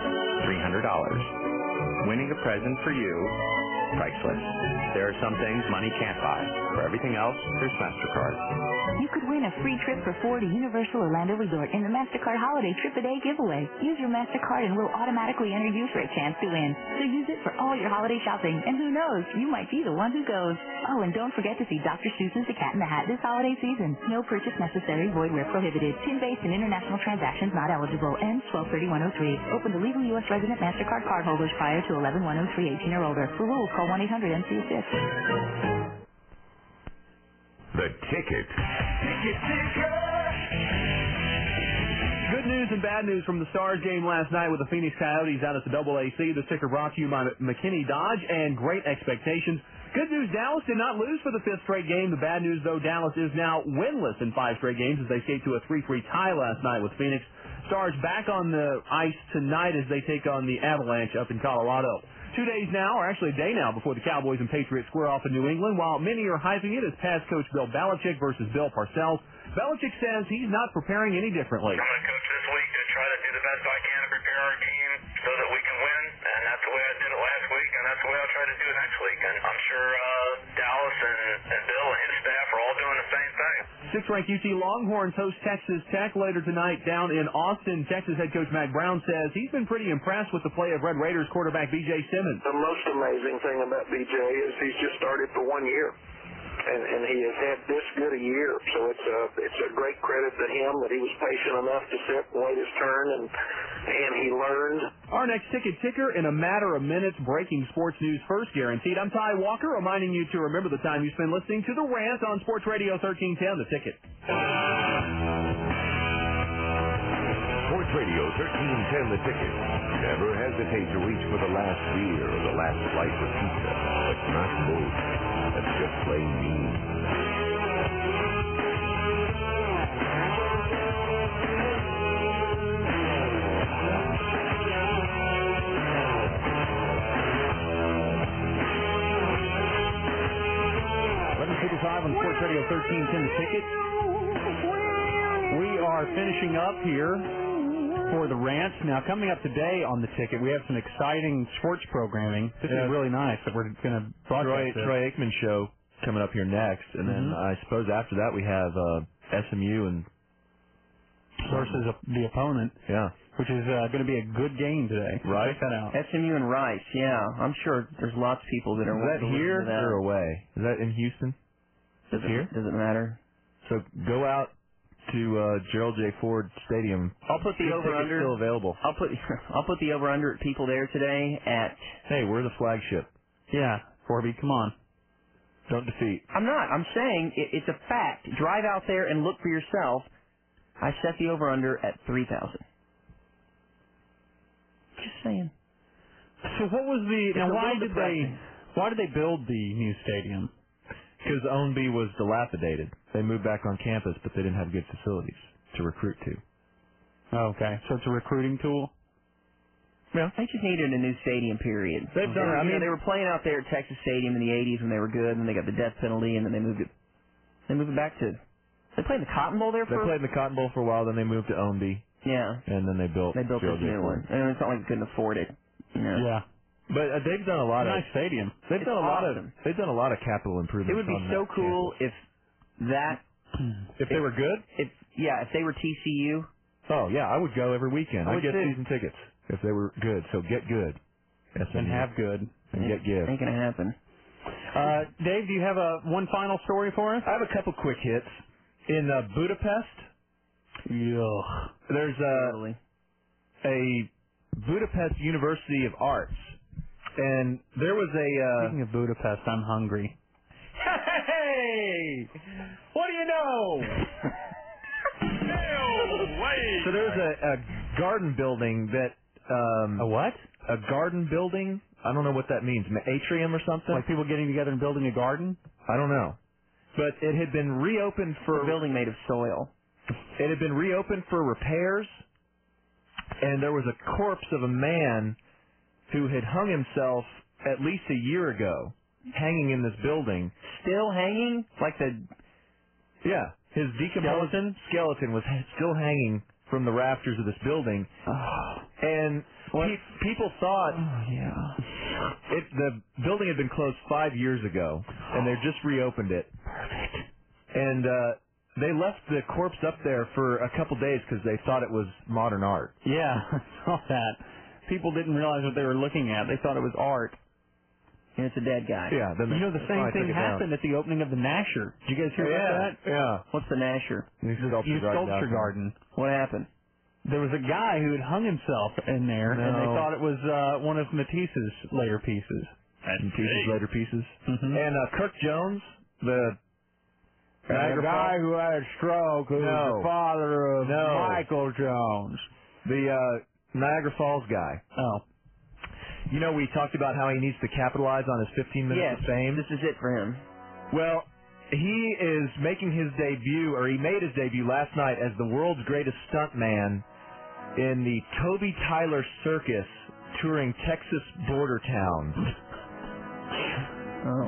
S52: $300. Winning a present for you, priceless. There are some things money can't buy. For everything else, there's MasterCard.
S17: You could win a free trip for four to Universal Orlando Resort in the MasterCard Holiday Trip a Day giveaway. Use your MasterCard and we'll automatically enter you for a chance to win. So use it for all your holiday shopping, and who knows, you might be the one who goes. Oh, and don't forget to see Dr. Seuss's The Cat in the Hat this holiday season. No purchase necessary, void where prohibited. Pin-based and international transactions not eligible. Ends 123103. Open to legal U.S. resident MasterCard cardholders prior to 111038 18 or older. For rules, call 1-800-MC6.
S50: The Ticket.
S4: Good news and bad news from the Stars game last night with the Phoenix Coyotes out at the Double AC. The ticker brought to you by McKinney Dodge and great expectations. Good news, Dallas did not lose for the fifth straight game. The bad news, though, Dallas is now winless in five straight games as they escaped to a 3-3 tie last night with Phoenix. Stars back on the ice tonight as they take on the Avalanche up in Colorado. Two days now, or actually a day now, before the Cowboys and Patriots square off in New England, while many are hyping it as past coach Bill Belichick versus Bill Parcells. Belichick says he's not preparing any differently.
S5: I'm going to coach this week to try to do the best I can to prepare our team so that we can win, and that's the way I did it last week, and that's the way I'll try to do it next week. And I'm sure uh, Dallas and, and Bill and his staff are all doing the same thing.
S4: Six-ranked UT Longhorns host Texas Tech later tonight down in Austin. Texas head coach Matt Brown says he's been pretty impressed with the play of Red Raiders quarterback B.J. Simmons.
S5: The most amazing thing about BJ is he's just started for one year. And, and he has had this good a year, so it's a it's a great credit to him that he was patient enough to sit and wait his turn, and and he learned.
S4: Our next ticket ticker in a matter of minutes, breaking sports news first guaranteed. I'm Ty Walker, reminding you to remember the time you spend listening to The Rant on Sports Radio 1310, The Ticket.
S50: Sports Radio 1310 The Ticket. Never hesitate to reach for the last beer or the last slice of pizza, but not both. That's just plain mean.
S4: Eleven fifty-five on Sports Radio 1310 The Ticket. We are finishing up here for the rant. Now, coming up today on the ticket, we have some exciting sports programming. This
S18: Yeah.
S4: is really nice that we're going to
S18: Troy,
S4: broadcast. this.
S18: Troy Aikman show coming up here next, and then
S6: Mm-hmm.
S4: Mhm.
S18: I suppose after that we have uh, SMU and
S4: versus a, the opponent.
S18: Yeah.
S4: Which is uh, going to be a good game today. So
S18: Right.
S4: Check that out.
S6: SMU and Rice, yeah. I'm sure there's lots of people that are
S18: Is that
S6: wanting to
S18: here
S6: listen to that.
S18: or away? Is that in Houston?
S6: Does it- Does it matter?
S18: So go out to uh, Gerald J. Ford Stadium.
S6: I'll put the
S18: See if
S6: over
S18: tickets
S6: under.
S18: still available.
S6: I'll put I'll put the over under at people there today at.
S18: Hey, we're the flagship.
S4: Yeah, Corby, come on.
S18: Don't defeat.
S6: I'm not. I'm saying it, it's a fact. Drive out there and look for yourself. I set the over under at three thousand. Just saying.
S4: So what was the
S6: It's
S4: now?
S6: a
S4: Why
S6: little
S4: did
S6: depressing.
S4: they why did they build the new stadium?
S18: Because Ownby was dilapidated. They moved back on campus, but they didn't have good facilities to recruit to.
S4: Oh, Okay, so it's a recruiting tool.
S6: Yeah. They just needed a new stadium. Period.
S18: They've done it.
S6: I
S18: I
S6: mean,
S18: mean-
S6: they were playing out there at Texas Stadium in the '80s when they were good, and they got the death penalty, and then they moved it. They moved it back to. They played the Cotton Bowl there
S18: They
S6: for.
S18: played in the Cotton Bowl for a while, then they moved to Ownby,
S6: yeah.
S18: and then they built.
S6: They built
S18: Gerald
S6: this
S18: J.
S6: new
S18: Ford.
S6: one, and it's not like they couldn't afford it. You know.
S4: Yeah.
S18: But uh, they've done a lot of
S6: Nice
S4: stadium.
S18: They've
S6: It's
S18: done a lot
S6: awesome.
S18: of they've done a lot of capital
S6: It
S18: improvements.
S6: would be
S18: on
S6: so
S18: that
S6: cool if that.
S18: campus. if they were good.
S6: If yeah, if they were TCU.
S18: Oh yeah, I would go every weekend.
S6: I
S18: I
S6: would
S18: get
S6: too.
S18: season tickets if they were good. So get good. SMU.
S4: And have good.
S18: and get give.
S6: Ain't gonna happen.
S4: Uh, Dave, do you have a one final story for us?
S18: I have a couple quick hits. In uh, Budapest,
S4: Ugh.
S18: there's a a Budapest University of Arts, and there was a uh,
S4: Speaking of Budapest, I'm hungry.
S53: Hey! What do you know?
S4: So there's a, a garden building that. Um, a
S53: what?
S4: A garden building. I don't know what that means. An atrium or something.
S53: Like people getting together and building a garden.
S4: I don't know. But it had been reopened for a
S6: building made of soil.
S4: It had been reopened for repairs, and there was a corpse of a man who had hung himself at least a year ago, hanging in this building.
S6: Still hanging? Like the
S4: Yeah, his decomposed skeleton, was h- still hanging from the rafters of this building, and pe- people thought
S6: Oh,
S4: it, the building had been closed five years ago, and they just reopened it. Perfect. And uh, they left the corpse up there for a couple days because they thought it was modern art.
S53: Yeah, I saw that. People didn't realize what they were looking at. They thought it was art.
S6: And it's a dead guy.
S4: Yeah, then
S53: you
S4: they-
S53: know the
S4: they
S53: same thing
S4: probably took it down.
S53: happened at the opening of the Nasher. Did you guys hear about that?
S4: Yeah.
S6: What's the Nasher?
S4: New sculpture,
S53: New
S4: garden
S53: sculpture
S4: down there.
S53: garden.
S6: What happened?
S53: There was a guy who had hung himself in there, and they
S4: No.
S53: thought it was uh, one of Matisse's later pieces. Mm-hmm.
S4: And pieces later pieces. And uh, Kirk Jones, the
S54: And the
S4: Niagara
S54: guy who had a stroke, who was the
S4: No.
S54: father of
S4: No.
S54: Michael Jones.
S4: The uh, Niagara Falls guy.
S53: Oh.
S4: You know, we talked about how he needs to capitalize on his 15 minutes
S6: Yes,
S4: of fame.
S6: This is it for him.
S4: Well, he is making his debut, or he made his debut last night as the world's greatest stuntman in the Toby Tyler Circus touring Texas border towns.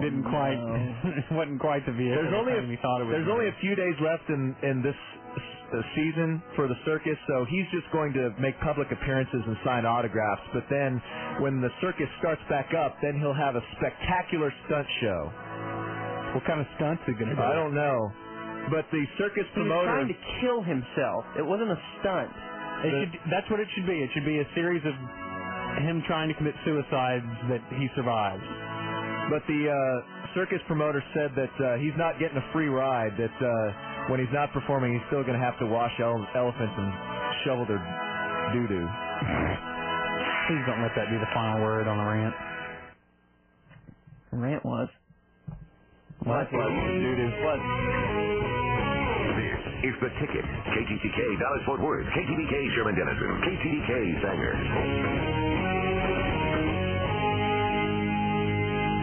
S53: Didn't quite, wasn't quite the vehicle.
S4: There's only a,
S53: we thought it was.
S4: there's only a few days left in in this uh, season for the circus, so he's just going to make public appearances and sign autographs. But then, when the circus starts back up, then he'll have a spectacular stunt show.
S53: What kind of stunts are going to do?
S4: I don't know, but the circus
S6: He was
S4: promoter.
S6: trying to kill himself. It wasn't a stunt.
S53: It should, that's what it should be. It should be a series of him trying to commit suicides that he survives.
S4: But the uh, circus promoter said that uh, he's not getting a free ride. That uh, when he's not performing, he's still going to have to wash ele- elephants and shovel their doo doo.
S53: Please don't let that be the final word on the rant.
S6: Rant was.
S53: What?
S18: This is The Ticket. KTTK Dallas Fort Worth. KTDK Sherman Denison. KTDK Sanger.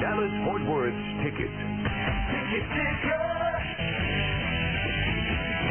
S18: Dallas Fort Worth's Ticket.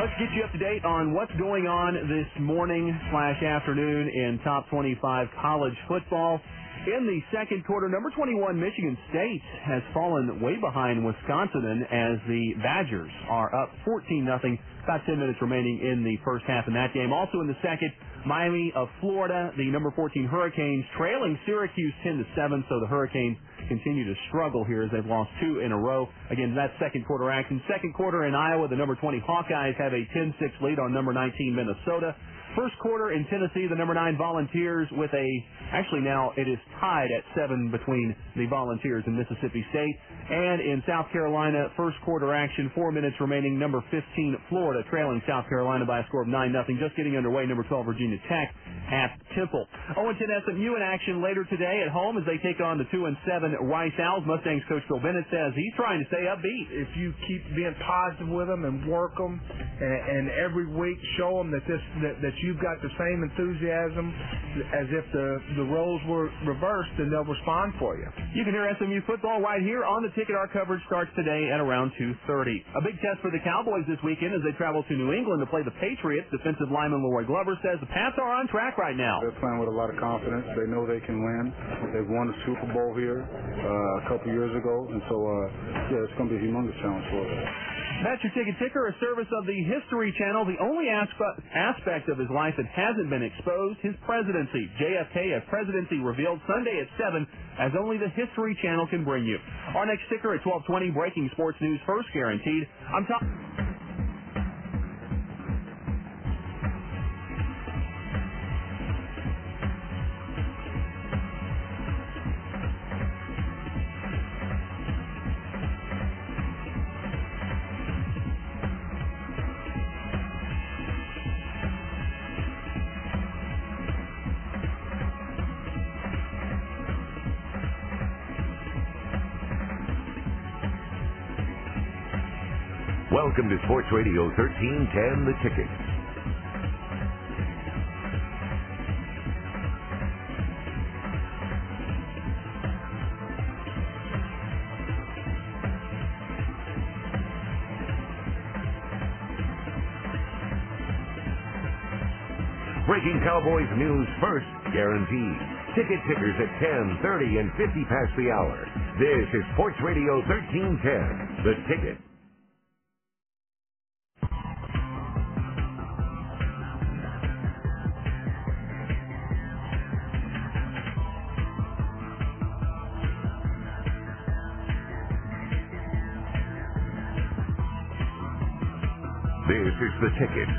S7: Let's get you up to date on what's going on this morning slash afternoon in top 25 college football. In the second quarter, number 21 Michigan State has fallen way behind Wisconsin as the Badgers are up 14 nothing. About 10 minutes remaining in the first half in that game. Also in the second, Miami of Florida, the number 14 Hurricanes trailing Syracuse 10 to 7. So the Hurricanes continue to struggle here as they've lost two in a row. Again, that's second quarter action. Second quarter in Iowa, the number 20 Hawkeyes have a 10-6 lead on number 19 Minnesota. First quarter in Tennessee, the number nine Volunteers with a actually now it is tied at seven between the Volunteers and Mississippi State. And in South Carolina, first quarter action, four minutes remaining. Number 15 Florida trailing South Carolina by a score of nine nothing. Just getting underway. Number 12 Virginia Tech at Temple. Oh, 0 10 SMU in action later today at home as they take on the two and seven Rice Owls. Mustangs coach Bill Bennett says he's trying to stay upbeat.
S55: If you keep being positive with them and work them, and, and every week show them that this that, that you've got the same enthusiasm as if the the roles were reversed, then they'll respond for you.
S7: You can hear SMU football right here on the ticket. Our coverage starts today at around 2.30. A big test for the Cowboys this weekend as they travel to New England to play the Patriots. Defensive lineman Leroy Glover says the Pats are on track right now.
S56: They're playing with a lot of confidence. They know they can win. They've won the Super Bowl here uh, a couple years ago, and so uh, yeah, it's going to be a humongous challenge for us.
S7: That's your ticket ticker, a service of the History Channel, the only aspe- aspect of his life that hasn't been exposed, his presidency. JFK, a presidency revealed Sunday at 7, as only the History Channel can bring you. Our next ticker at 1220, breaking sports news first guaranteed. I'm talking...
S18: Welcome to Sports Radio 1310 The Ticket. Breaking Cowboys news first, guaranteed. Ticket tickers at 10, 30, and 50 past the hour. This is Sports Radio 1310, The Ticket. This is The Ticket.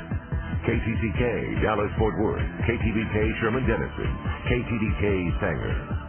S18: KCCK, Dallas Fort Worth. KTBK, Sherman Dennison. KTDK, Sanger.